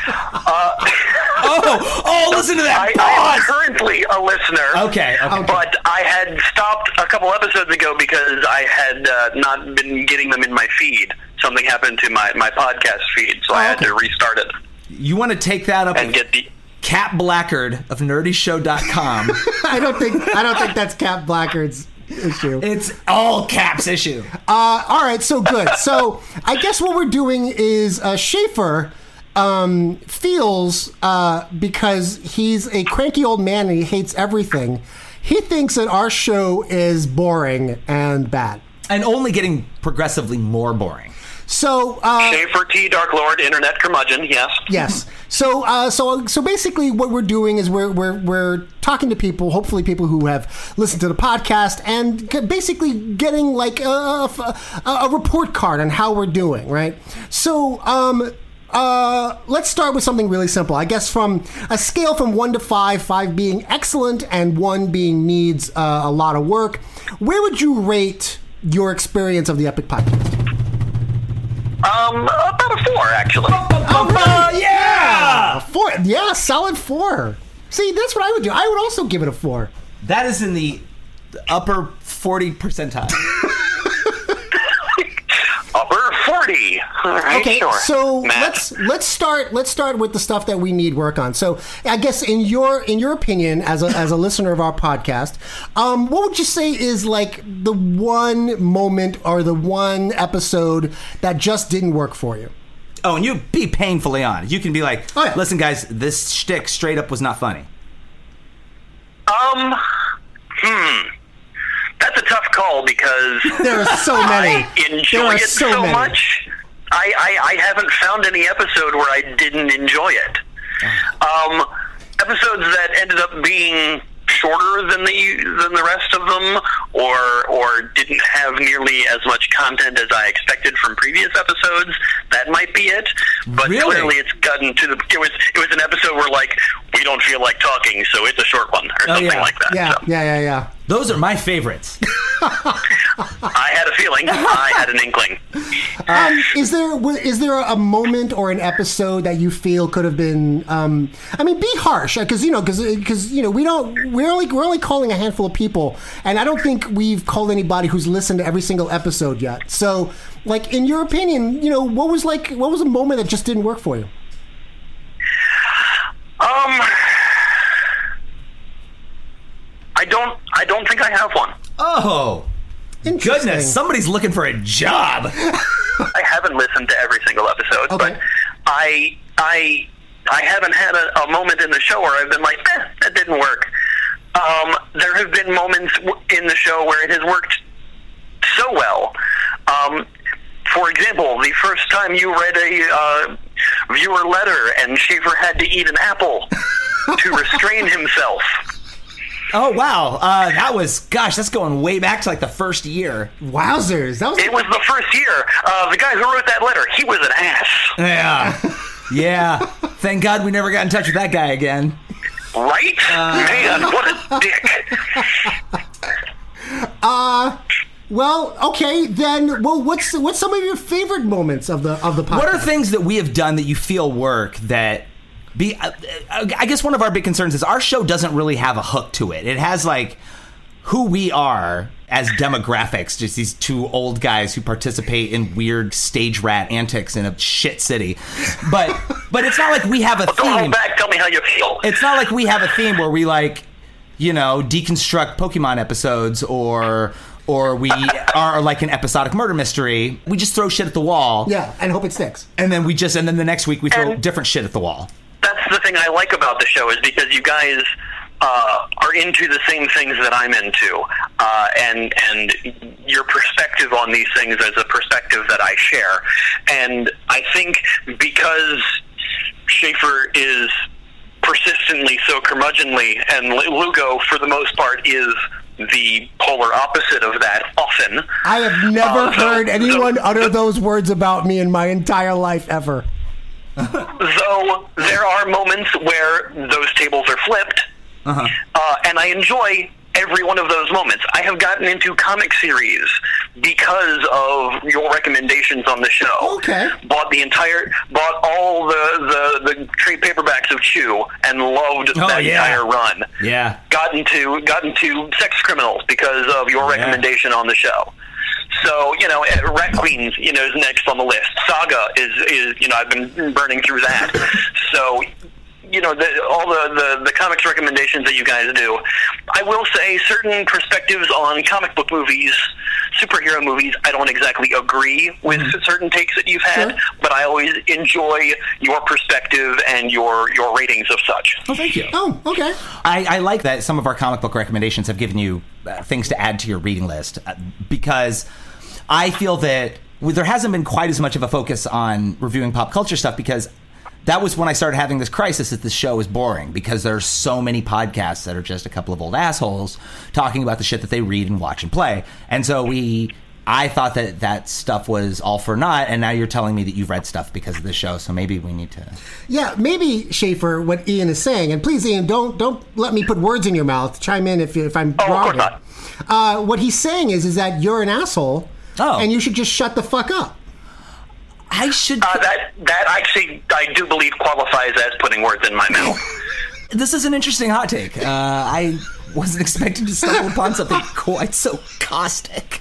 (laughs)
oh, oh, listen to that.
Uh, I, I am currently a listener.
Okay, okay.
But I had stopped a couple episodes ago because I had uh, not been getting them in my feed. Something happened to my, my podcast feed,
Oh,
so I had to restart it.
You want to take that up and
get the
Cat Blackard
(laughs)
of nerdyshow.com.
(laughs) I don't think I don't think that's Cap Blackard's issue.
It's all Cap's issue.
Uh, all right, so good. So I guess what we're doing is uh, Schaefer um, feels uh, because he's a cranky old man and he hates everything. He thinks that our show is boring and bad.
and only getting progressively more boring.
So uh,
Schaefer T, Dark Lord, Internet Curmudgeon, yes.
Yes. So, uh, so, so basically, what we're doing is we're we're we're talking to people, hopefully people who have listened to the podcast, and c- basically getting like a, a, a report card on how we're doing, right? So, um, uh, let's start with something really simple. I guess from a scale from one to five, five being excellent and one being needs uh, a lot of work. Where would you rate your experience of the Epic Podcast?
Um, about a four, actually.
yeah!
A four. Yeah, solid four. See, that's what I would do. I would also give it a four.
That is in the upper 40 percentile.
Upper 40. All right,
okay,
sure.
so
Matt.
let's let's start let's start with the stuff that we need work on. So, I guess in your in your opinion, as a as a listener of our podcast, um, what would you say is like the one moment or the one episode that just didn't work for you?
Oh, and you be painfully on. You can be like, listen, guys, this shtick straight up was not funny.
Um, hmm. That's a tough call because
There are so many.
I enjoy
There are
it
so
so,
many.
much. I, I, I haven't found any episode where I didn't enjoy it.
Ah.
Um, episodes that ended up being shorter than the than the rest of them, or or didn't have nearly as much content as I expected from previous episodes. That might be it. But clearly, it's gotten to the. It was it was an episode where like we don't feel like talking, so it's a short one or something like that.
Oh, Yeah, yeah, yeah, yeah.
Those are my favorites.
(laughs)
I had a feeling. I had an inkling.
(laughs) Um, is there wa- is there a moment or an episode that you feel could have been? Um, I mean, be harsh because you know because you know we don't we're only we're only calling a handful of people, and I don't think we've called anybody who's listened to every single episode yet. So, like in your opinion, you know what was like what was a moment that just didn't work for you?
Um, I don't. I don't think I have one.
Oh. Goodness, somebody's looking for a
(laughs)
job.
I haven't listened to every single episode, but I, I, I haven't had a, a moment in the show where I've been like, eh, that didn't work. Um, there have been moments w- in the show where it has worked so well. Um, for example, the first time you read a uh, viewer letter and Schaefer had to eat an apple to restrain himself.
Oh, wow. Uh, that was, gosh, that's going way back to like the first year.
Wowzers. That was
It was the first year. Uh, the guy who wrote that letter, he was an ass,
Yeah.
(laughs)
Yeah. Thank God we never got in touch with that guy again.
right? Man, what a dick.
Uh well, okay, then. Well, what's what's some of your favorite moments of the of the podcast?
What are things that we have done that you feel work that be? uh, I I guess one of our big concerns is our show doesn't really have a hook to it. It has like who we are as demographics, just these two old guys who participate in weird stage rat antics in a shit city. But but it's not like we have a theme.
Tell me how you feel.
It's not like we have a theme where we like, you know, deconstruct Pokemon episodes or or we are like an episodic murder mystery. We just throw shit at the wall.
Yeah, and hope it sticks.
And then we just and then the next week we throw different shit at the wall.
that's the thing I like about the show is because you guys uh, are into the same things that I'm into, uh, and and your perspective on these things is a perspective that I share, and I think because Schaefer is persistently so curmudgeonly, and Lu- Lugo for the most part is the polar opposite of that often. Uh,
I have never heard anyone utter those words about me in my entire life ever.
though there are moments where those tables are flipped, uh and I enjoy every one of those moments. I have gotten into comic series because of your recommendations on the show. Okay, bought the entire, bought all the the, the trade paperbacks of Chew, and loved
Oh,
that
yeah.
entire run.
Yeah.
Got into got into Sex Criminals because of your recommendation on the show. So you know, uh, Rat Queens, you know, is next on the list. Saga is is you know, I've been burning through that. so you know, the, all the, the the comics recommendations that you guys do, I will say certain perspectives on comic book movies, superhero movies. I don't exactly agree with certain takes that you've had, but I always enjoy your perspective and your your ratings of such.
Oh, thank you.
Oh, okay.
I, I like that some of our comic book recommendations have given you uh, things to add to your reading list uh, because I feel that w- there hasn't been quite as much of a focus on reviewing pop culture stuff because that was when I started having this crisis that the show is boring because there's so many podcasts that are just a couple of old assholes talking about the shit that they read and watch and play. And so we. I thought that that stuff was all for naught, and now you're telling me that you've read stuff because of the show. So maybe we need to.
Yeah, maybe Schaefer, what Ian is saying, and please, Ian, don't don't let me put words in your mouth. Chime in if if
Oh,
I'm wrong. here. Uh, what he's saying is is that you're an asshole, and you should just shut the fuck up.
I should.
Uh, that that actually I do believe qualifies as putting words in my mouth.
This is an interesting hot take. Uh, I wasn't (laughs) expecting to stumble upon something quite so caustic.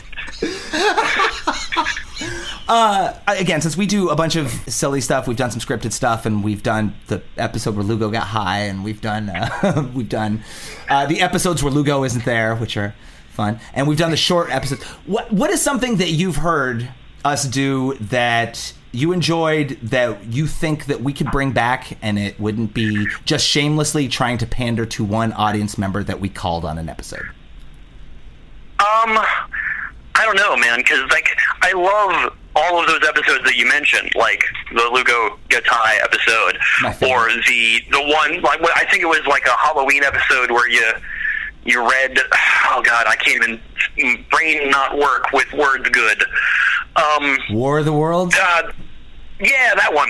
uh, again, since we do a bunch of silly stuff, we've done some scripted stuff, and we've done the episode where Lugo got high, and we've done uh, (laughs) we've done uh, the episodes where Lugo isn't there, which are fun, and we've done the short episodes. What what is something that you've heard us do that you enjoyed that you think that we could bring back, and it wouldn't be just shamelessly trying to pander to one audience member that we called on an episode?
Um, I don't know, man, because like I love all of those episodes that you mentioned, like the Lugo gets high episode, or the the one like what- I think it was like a Halloween episode where you you read. (sighs) Oh God, I can't even mm, brain not work with words good. Um,
War of the Worlds.
God, Uh, yeah, that one.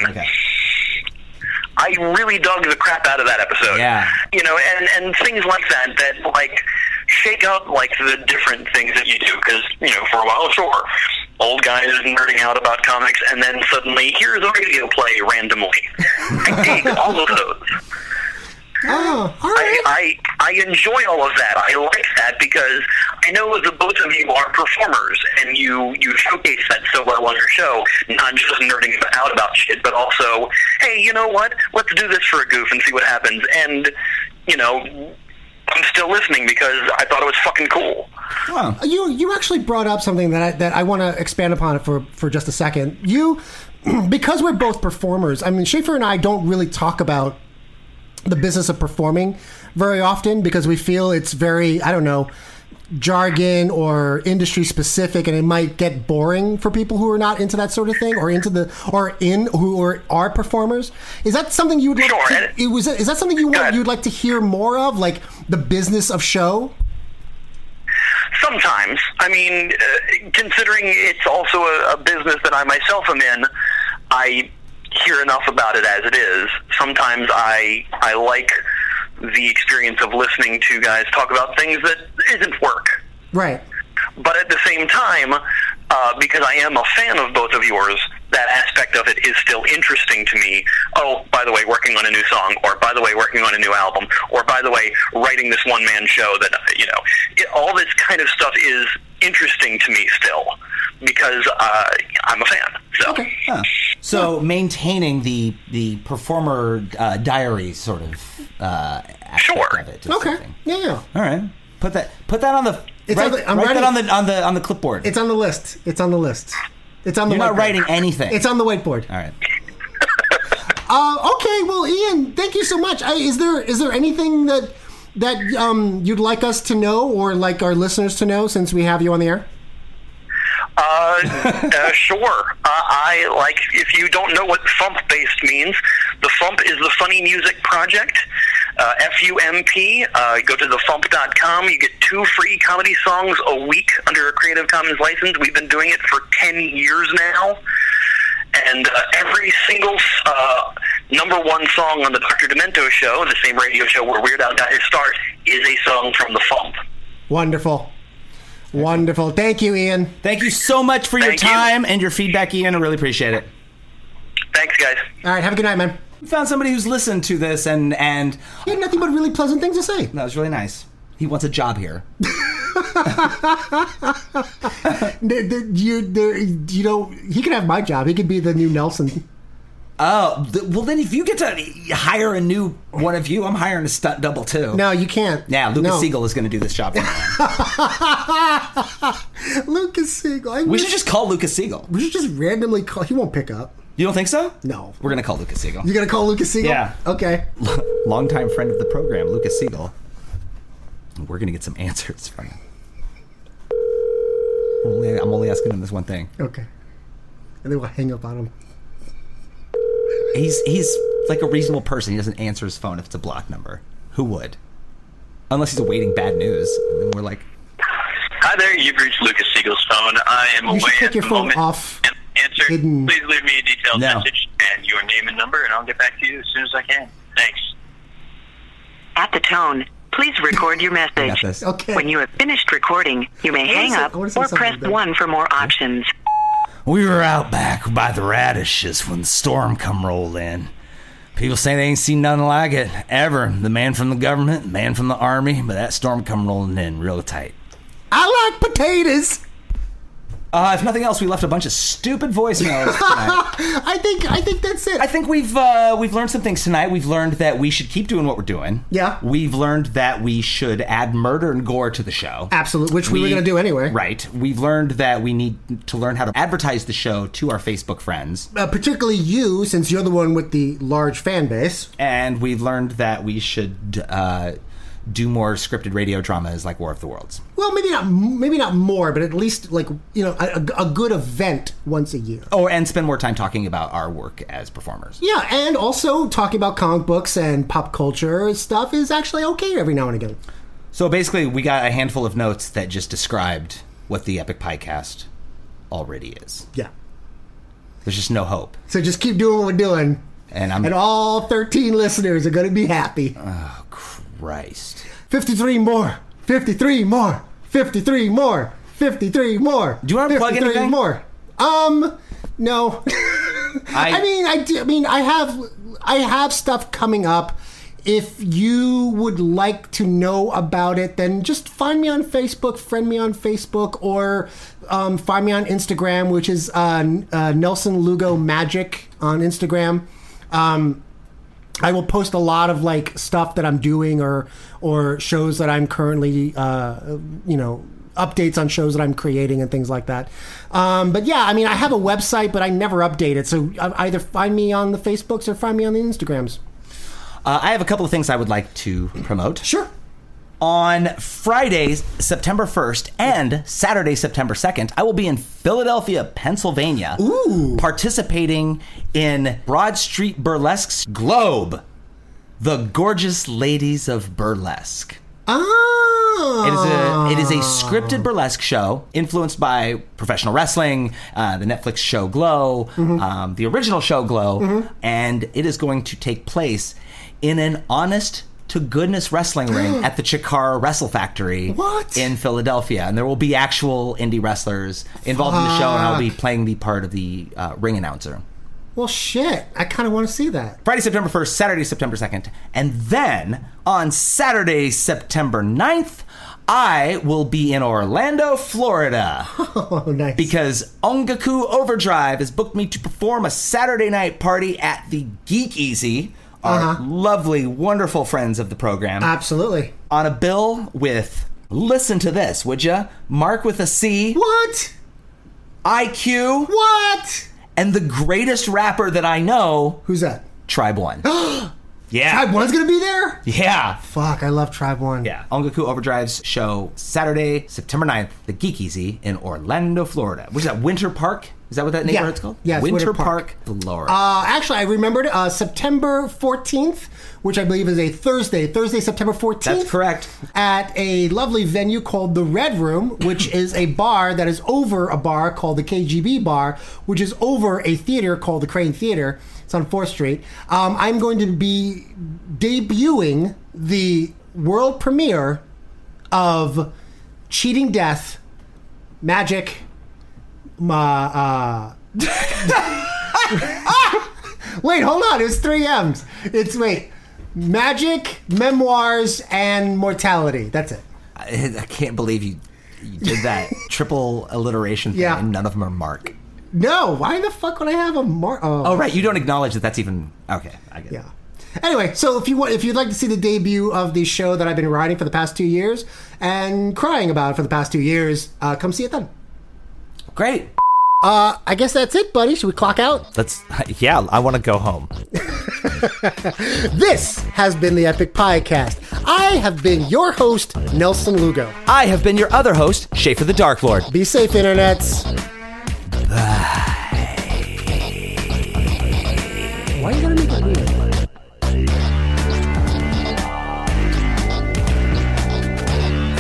I really dug the crap out of that episode.
Yeah.
You know, and and things like that that like shake up like the different things that you do because you know for a while sure old guys nerding out about comics and then suddenly here's a radio play randomly. I dig all of those.
Oh,
I, I I enjoy all of that. I like that because I know the both of you are performers and you you showcase that so well on your show. Not just nerding out about shit, but also, hey, you know what? Let's do this for a goof and see what happens. And you know, I'm still listening because I thought it was fucking cool.
You you actually brought up something that I, that I want to expand upon for for just a second. You (clears throat) because we're both performers. I mean, Schaefer and I don't really talk about the business of performing very often because we feel it's very I don't know jargon or industry specific and it might get boring for people who are not into that sort of thing or into the or in who are, are performers is that something you would like to, it was is that something you want you'd like to hear more of like the business of show
Sometimes, I mean, uh, considering it's also a, a business that I myself am in, I hear enough about it as it is. Sometimes I I like the experience of listening to guys talk about things that isn't work.
right
But at the same time, uh, because I am a fan of both of yours, that aspect of it is still interesting to me. Oh, by the way, working on a new song, or by the way, working on a new album, or by the way, writing this one man show that, uh, you know, it, all this kind of stuff is interesting to me still because uh, I'm a fan. So.
Huh. So maintaining the the performer uh, diary sort of uh, aspect of it. is
Okay.
something.
Yeah, yeah.
All right. Put that put that on the
It's
write,
on the- I'm
write
writing-
that on the on the on the clipboard.
It's on the list. It's on the list. It's on the.
You're not
whiteboard.
writing anything.
It's on the whiteboard.
All right.
Uh, okay, well, Ian, thank you so much. I, is there is there anything that that um, you'd like us to know or like our listeners to know since we have you on the air?
Uh, uh, sure. Uh, I like if you don't know what thump based means, the thump is the Funny Music Project. Uh, F U M P. Uh, go to thefump.com. You get two free comedy songs a week under a Creative Commons license. We've been doing it for ten years now, and uh, every single uh, number one song on the Dr. Demento show, the same radio show where Weird Al got his start, is a song from the Thump.
Wonderful, wonderful. Thank you, Ian.
Thank you so much for your time and your feedback, Ian. I really appreciate it.
Thanks, guys.
All right, have a good night, man.
We found somebody who's listened to this and and
he had nothing but really pleasant things to say.
That was really nice. He wants a job here.
There- there- you there, you know he could have my job. He could be the new Nelson.
Oh, th- well then if you get to hire a new one of you, I'm hiring a stunt double too.
No, you can't.
Yeah, Lucas
No.
Siegel is going to do this job. for
(laughs)
me.
Lucas Siegel. I
we
wish-
should just call Lucas Siegel.
we should just randomly call. He won't pick up.
You don't think so?
No.
We're going to call Lucas Siegel.
You gonna call Lucas Siegel?
Yeah.
Okay.
Longtime friend of the program, Lucas Siegel. We're going to get some answers from him. I'm only, I'm only asking him this one thing.
Okay. And then we'll hang up on him.
He's he's like a reasonable person. He doesn't answer his phone if it's a block number. Who would? Unless he's awaiting bad news, and then we're like,
Hi there, you've reached Lucas Siegel's phone. I am
You should
away
take
at the
your phone
moment.
off.
Answer.
Hidden.
Please leave me a detailed
No.
message and your name and number, and I'll get back to you as soon as I can. Thanks.
At the tone, please record your message.
Okay.
When you have finished recording, you may
I wanna
hang
say-
up
I
or
wanna say something,
press
but-
1 for more options.
We were out back by the radishes when the storm come rolled in. People say they ain't seen nothing like it ever. The man from the government, the man from the army, but that storm come rolling in real tight.
I like potatoes.
Uh, if nothing else, we left a bunch of stupid voicemails
(laughs)
tonight.
I think I think that's it. I
think we've uh, we've learned some things tonight. We've learned that we should keep doing what we're doing.
Yeah.
We've learned that we should add murder and gore to the show.
Absolutely, which we, were gonna do anyway.
Right. We've learned that we need to learn how to advertise the show to our Facebook friends.
Uh, particularly you, since you're the one with the large fan base.
and we've learned that we should uh, do more scripted radio dramas like War of the Worlds.
Well, maybe not maybe not more, but at least like you know a, a a good event once a year.
Oh, and spend more time talking about our work as performers.
Yeah, and also talking about comic books and pop culture stuff is actually okay every now and again.
So basically, we got a handful of notes that just described what the Epic Piecast already is.
Yeah.
There's just no hope.
So just keep doing what we're doing,
And I'm
and all 13 listeners are going to be happy.
Christ.
53 more, 53 more, 53 more, 53 more. Do you want to
plug anything?
more? Um, no. (laughs) I, mean, I, do, I mean, I have, I have stuff coming up. If you would like to know about it, then just find me on Facebook, friend me on Facebook, or um, find me on Instagram, which is uh, N- uh, Nelson Lugo Magic on Instagram. Um, I will post a lot of like stuff that I'm doing or or shows that I'm currently uh, you know updates on shows that I'm creating and things like that. Um, but yeah, I mean I have a website, but I never update it. So uh, either find me on the Facebooks or find me on the Instagrams.
Uh, I have a couple of things I would like to promote. Sure. On Fridays, September 1st, and Saturday, September 2nd, I will be in Philadelphia, Pennsylvania, participating in Broad Street Burlesque's Globe, the Gorgeous Ladies of Burlesque. It is a
Ah,
it is a scripted burlesque show influenced by professional wrestling, uh, the Netflix show Glow,
Mm-hmm.
um, the original show Glow, and it is going to take place in an honest to goodness wrestling
(gasps)
ring at the Chikara Wrestle Factory
What?
in Philadelphia, and there will be actual indie wrestlers involved in the show, and I'll be
Fuck.
playing the part of the uh, ring announcer.
Well, shit, I kind of want to see that.
Friday, September 1st, Saturday, September 2nd. And then on Saturday, September 9th,
I will be in Orlando,
(laughs)
Florida. Oh,
nice.
Because Ongaku Overdrive has booked me to perform a Saturday night party at the Geek Easy, our
Uh-huh.
lovely, wonderful friends of the program.
Uh, Absolutely.
On a bill with, listen to this, would ya? Mark with a C.
What?
IQ.
What?
And the greatest rapper that I know.
Who's that?
Tribe
(gasps)
One. yeah.
Tribe One's gonna be there.
Yeah.
Fuck, I love Tribe One.
Yeah. Ongaku Overdrive's show Saturday, September 9th, the Geek Easy in Orlando, Florida. Which is that Winter Park? Is that what that
Yeah.
neighborhood's called?
Yeah, it's
Winter,
Winter
Park, Florida.
Uh, actually, I remembered uh, September 14th, which I believe is a Thursday. Thursday, September 14th. That's
correct.
At a lovely venue called the Red Room, which is a bar that is over a bar called the KGB Bar, which is over a theater called the Crane Theater. It's on 4th Street. Um, I'm going to be debuting the world premiere of Cheating Death, Magic, Ma. Uh, Wait, hold on. It was three M's. It's wait, magic, memoirs, and mortality. That's it.
I, I can't believe you, you did
(laughs)
that triple alliteration thing
Yeah.
and none of them are Mark.
No, why the fuck would I have a mar? Oh,
Oh, right. You don't acknowledge that that's even. Okay. I get
yeah. Anyway, so if you want, if you'd like to see the debut of the show that I've been writing for the past two years and crying about for the past two years, uh, come see it then.
Great.
Uh, I guess that's it, buddy. Should we clock out?
(laughs)
Let's. Yeah, I want to go home.
This has been the Epic Podcast. I have been your host, Nelson Lugo.
I have been your other host, Schaefer the Dark Lord.
Be safe, internets. Why you gotta make it weird?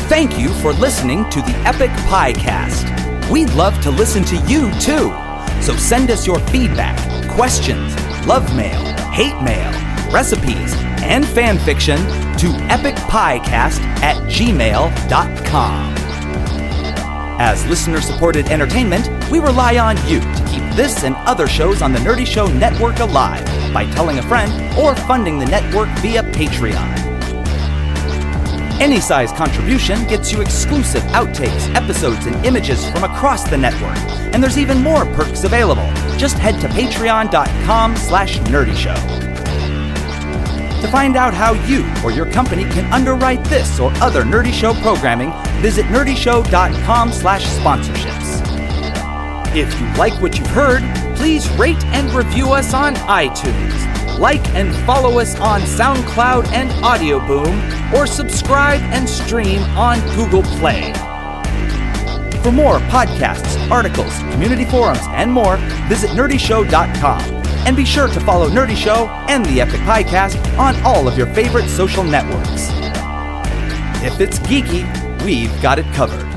Thank you for listening to the Epic Podcast. We'd love to listen to you too. So send us your feedback, questions, love mail, hate mail, recipes, and fan fiction to epicpiecast at gmail.com. As listener supported entertainment, we rely on you to keep this and other shows on the Nerdy Show Network alive by telling a friend or funding the network via Patreon. Any size contribution gets you exclusive outtakes, episodes, and images from across the network. And there's even more perks available. Just head to patreon.com slash nerdyshow. To find out how you or your company can underwrite this or other Nerdy Show programming, visit nerdyshow.com slash sponsorships. If you like what you've heard, please rate and review us on iTunes. Like and follow us on SoundCloud and Audio Boom, or subscribe and stream on Google Play. For more podcasts, articles, community forums, and more, visit nerdyshow.com. And be sure to follow Nerdy Show and the Epic Podcast on all of your favorite social networks. If it's geeky, we've got it covered.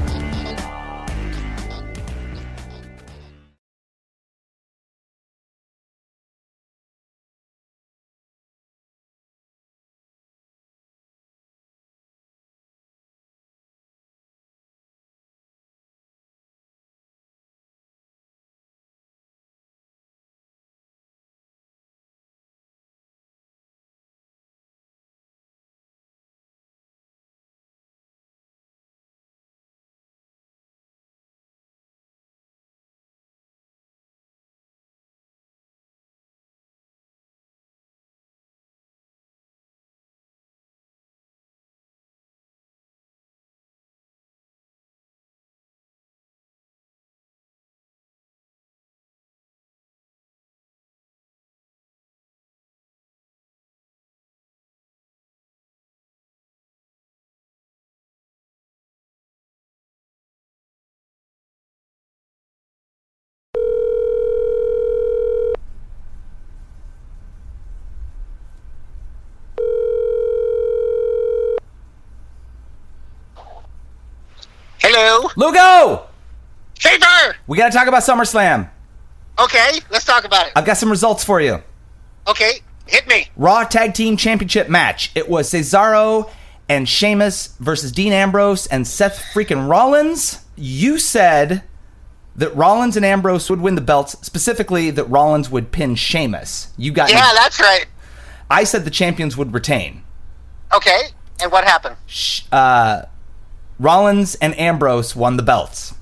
Hello.
Lugo!
Schaefer!
We gotta talk about SummerSlam.
Okay, let's talk about it.
I've got some results for you.
Okay, hit me.
Raw Tag Team Championship match. It was Cesaro and Sheamus versus Dean Ambrose and Seth freaking Rollins. You said that Rollins and Ambrose would win the belts, specifically that Rollins would pin Sheamus. You got
Yeah, that's right.
I said the champions would retain.
Okay, and what happened?
Uh,
Rollins and Ambrose won the belts.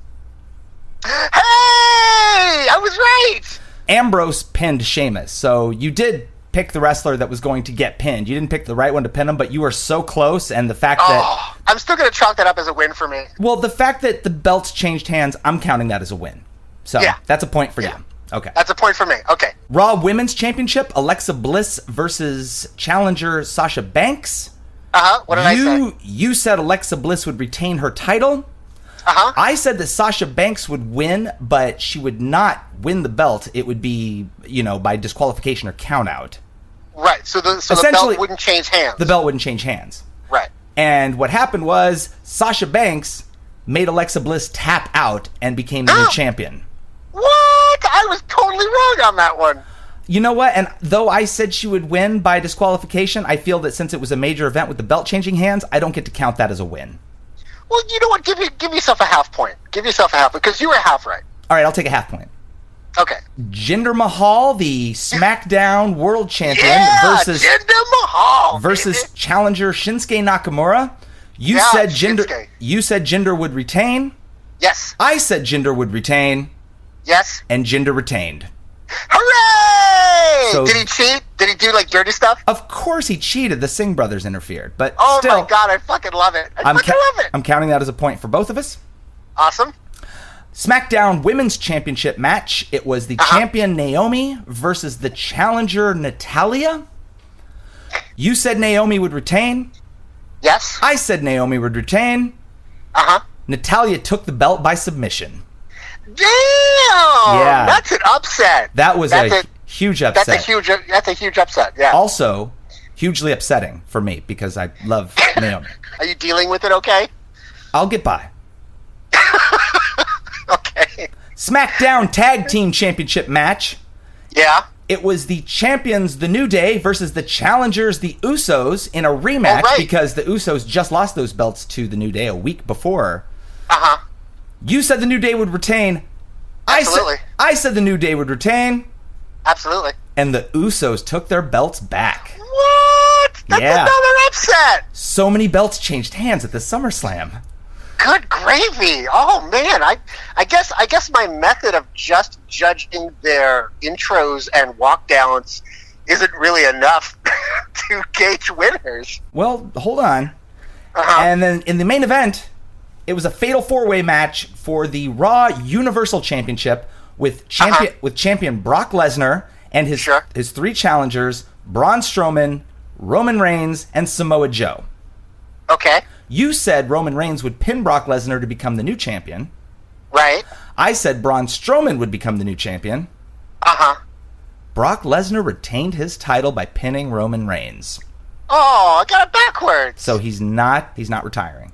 Hey, I was right.
Ambrose pinned Sheamus. So you did pick the wrestler that was going to get pinned. You didn't pick the right one to pin him, but you were so close. And the fact that
Oh, I'm still gonna chalk that up as a win for me.
well, the fact that the belts changed hands, I'm counting that as a win. So
Yeah.
that's a point for you. Okay.
That's a point for me. Okay.
Raw Women's Championship: Alexa Bliss versus challenger Sasha Banks.
Uh huh. What did I say?
you, You said Alexa Bliss would retain her title.
Uh-huh.
I said that Sasha Banks would win, but she would not win the belt. It would be, you know, by disqualification or count out.
Right. So the so the
Essentially-
belt wouldn't change hands.
The belt wouldn't change hands.
Right.
And what happened was Sasha Banks made Alexa Bliss tap out and became the
Ah!
new champion.
What? I was totally wrong on that one.
You know what? And though I said she would win by disqualification, I feel that since it was a major event with the belt changing hands, I don't get to count that as a win.
Well, you know what? Give you give yourself a half point. Give yourself a half because you were half right.
All right, I'll take a half point.
Okay.
Jinder Mahal, the SmackDown World Champion, versus
Jinder Mahal
versus challenger Shinsuke Nakamura. You
Yeah,
said Jinder.
Shinsuke.
You said Jinder would retain.
Yes.
I said Jinder would retain.
Yes.
And Jinder retained.
Hooray!
So-
Did he cheat? Did he do like dirty stuff?
Of course, he cheated. The Singh brothers interfered, but
Oh
still,
my god, I fucking love it. I
I'm
fucking
ca-
love it.
I'm counting that as a point for both of us.
Awesome.
SmackDown Women's Championship match. It was the
Uh-huh.
champion Naomi versus the challenger Natalia. You said Naomi would retain.
Yes.
I said Naomi would retain.
Uh huh.
Natalia took the belt by submission.
Damn!
Yeah.
That's an upset.
That was
that's
a, huge upset.
That's a huge. That's a huge upset. Yeah.
also, hugely upsetting for me because I
(laughs)
love Naomi.
Are you dealing with it? Okay. (laughs)
I'll get by. okay. SmackDown Tag Team Championship match.
Yeah.
It was the champions, the New Day, versus the challengers, the Usos, in a rematch because the Usos just lost those belts to the New Day a week before.
Uh huh.
You said the New Day would retain.
Absolutely.
I said, I said the New Day would retain,
Absolutely.
and the Usos took their belts back.
What? That's
Yeah.
another upset.
So many belts changed hands at the SummerSlam.
Good gravy. Oh man, I, I guess I guess my method of just judging their intros and walkdowns isn't really enough (laughs) to gauge winners.
Well, hold on. And then in the main event, it was a fatal four-way match for the Raw Universal Championship with champion with champion Brock Lesnar and his his three challengers Braun Strowman, Roman Reigns, and Samoa Joe.
Okay.
You said Roman Reigns would pin Brock Lesnar to become the new champion.
Right.
I said Braun Strowman would become the new champion.
Uh huh.
Brock Lesnar retained his title by pinning Roman Reigns.
Oh, I got it backwards.
So he's not he's not retiring.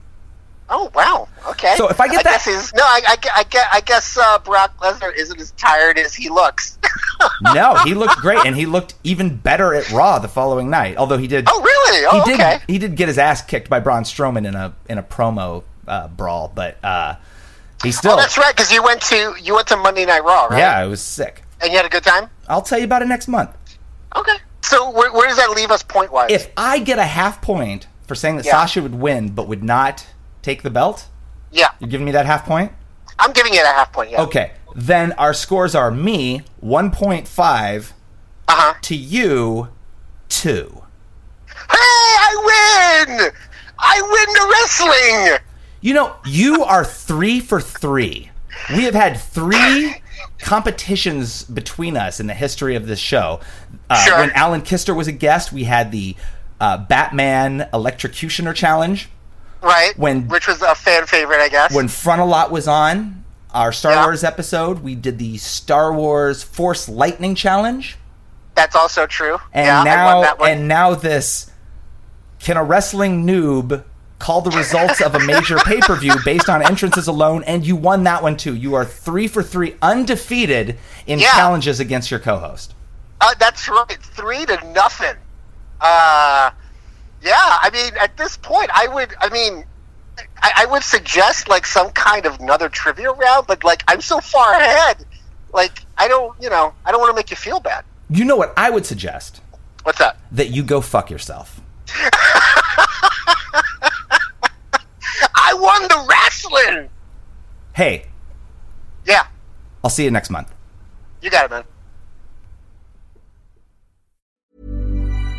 Oh wow. Okay.
So if I get that-
guess he's- no, I, I, I, guess, I guess uh, Brock Lesnar isn't as tired as he looks. (laughs)
no, he looked great, and he looked even better at Raw the following night. Although he did.
Oh, really? Oh,
he did,
okay.
He did get his ass kicked by Braun Strowman in a in a promo uh, brawl, but uh, he still.
Oh, that's right, because you went to you went to Monday Night Raw, right?
Yeah, it was sick.
And you had a good time.
I'll tell you about it next month.
Okay. So where, where does that leave us point wise?
If I get a half point for saying that
Yeah.
Sasha would win but would not take the belt,
yeah,
you're giving me that half point.
I'm giving it a half point. Yeah.
Okay, then our scores are me one point five,
Uh-huh.
to you two.
Hey, I win! I win the wrestling.
You know, you are three for three. We have had three competitions between us in the history of this show. Uh, When Alan Kister was a guest, we had the uh, Batman Electrocutioner Challenge.
Right.
When
Which was a fan favorite, I guess.
when Frontalot was on our Star Wars episode, we did the Star Wars Force Lightning Challenge,
That's also true.
and
yeah, I won
now
that one.
and now this can a wrestling noob call the results of a major pay per view based on entrances alone? And you won that one too. You are three for three, undefeated in
Yeah.
challenges against your co-host.
Uh, that's right, three to nothing. Uh, yeah, I mean, at this point, I would, I mean, I, I would suggest like some kind of another trivia round, but like I'm so far ahead, like I don't, you know, I don't want to make you feel bad.
You know what I would suggest?
What's that?
That you go fuck yourself.
I
won the wrestling.
Hey,
Yeah,
I'll see you next month.
you got it, man.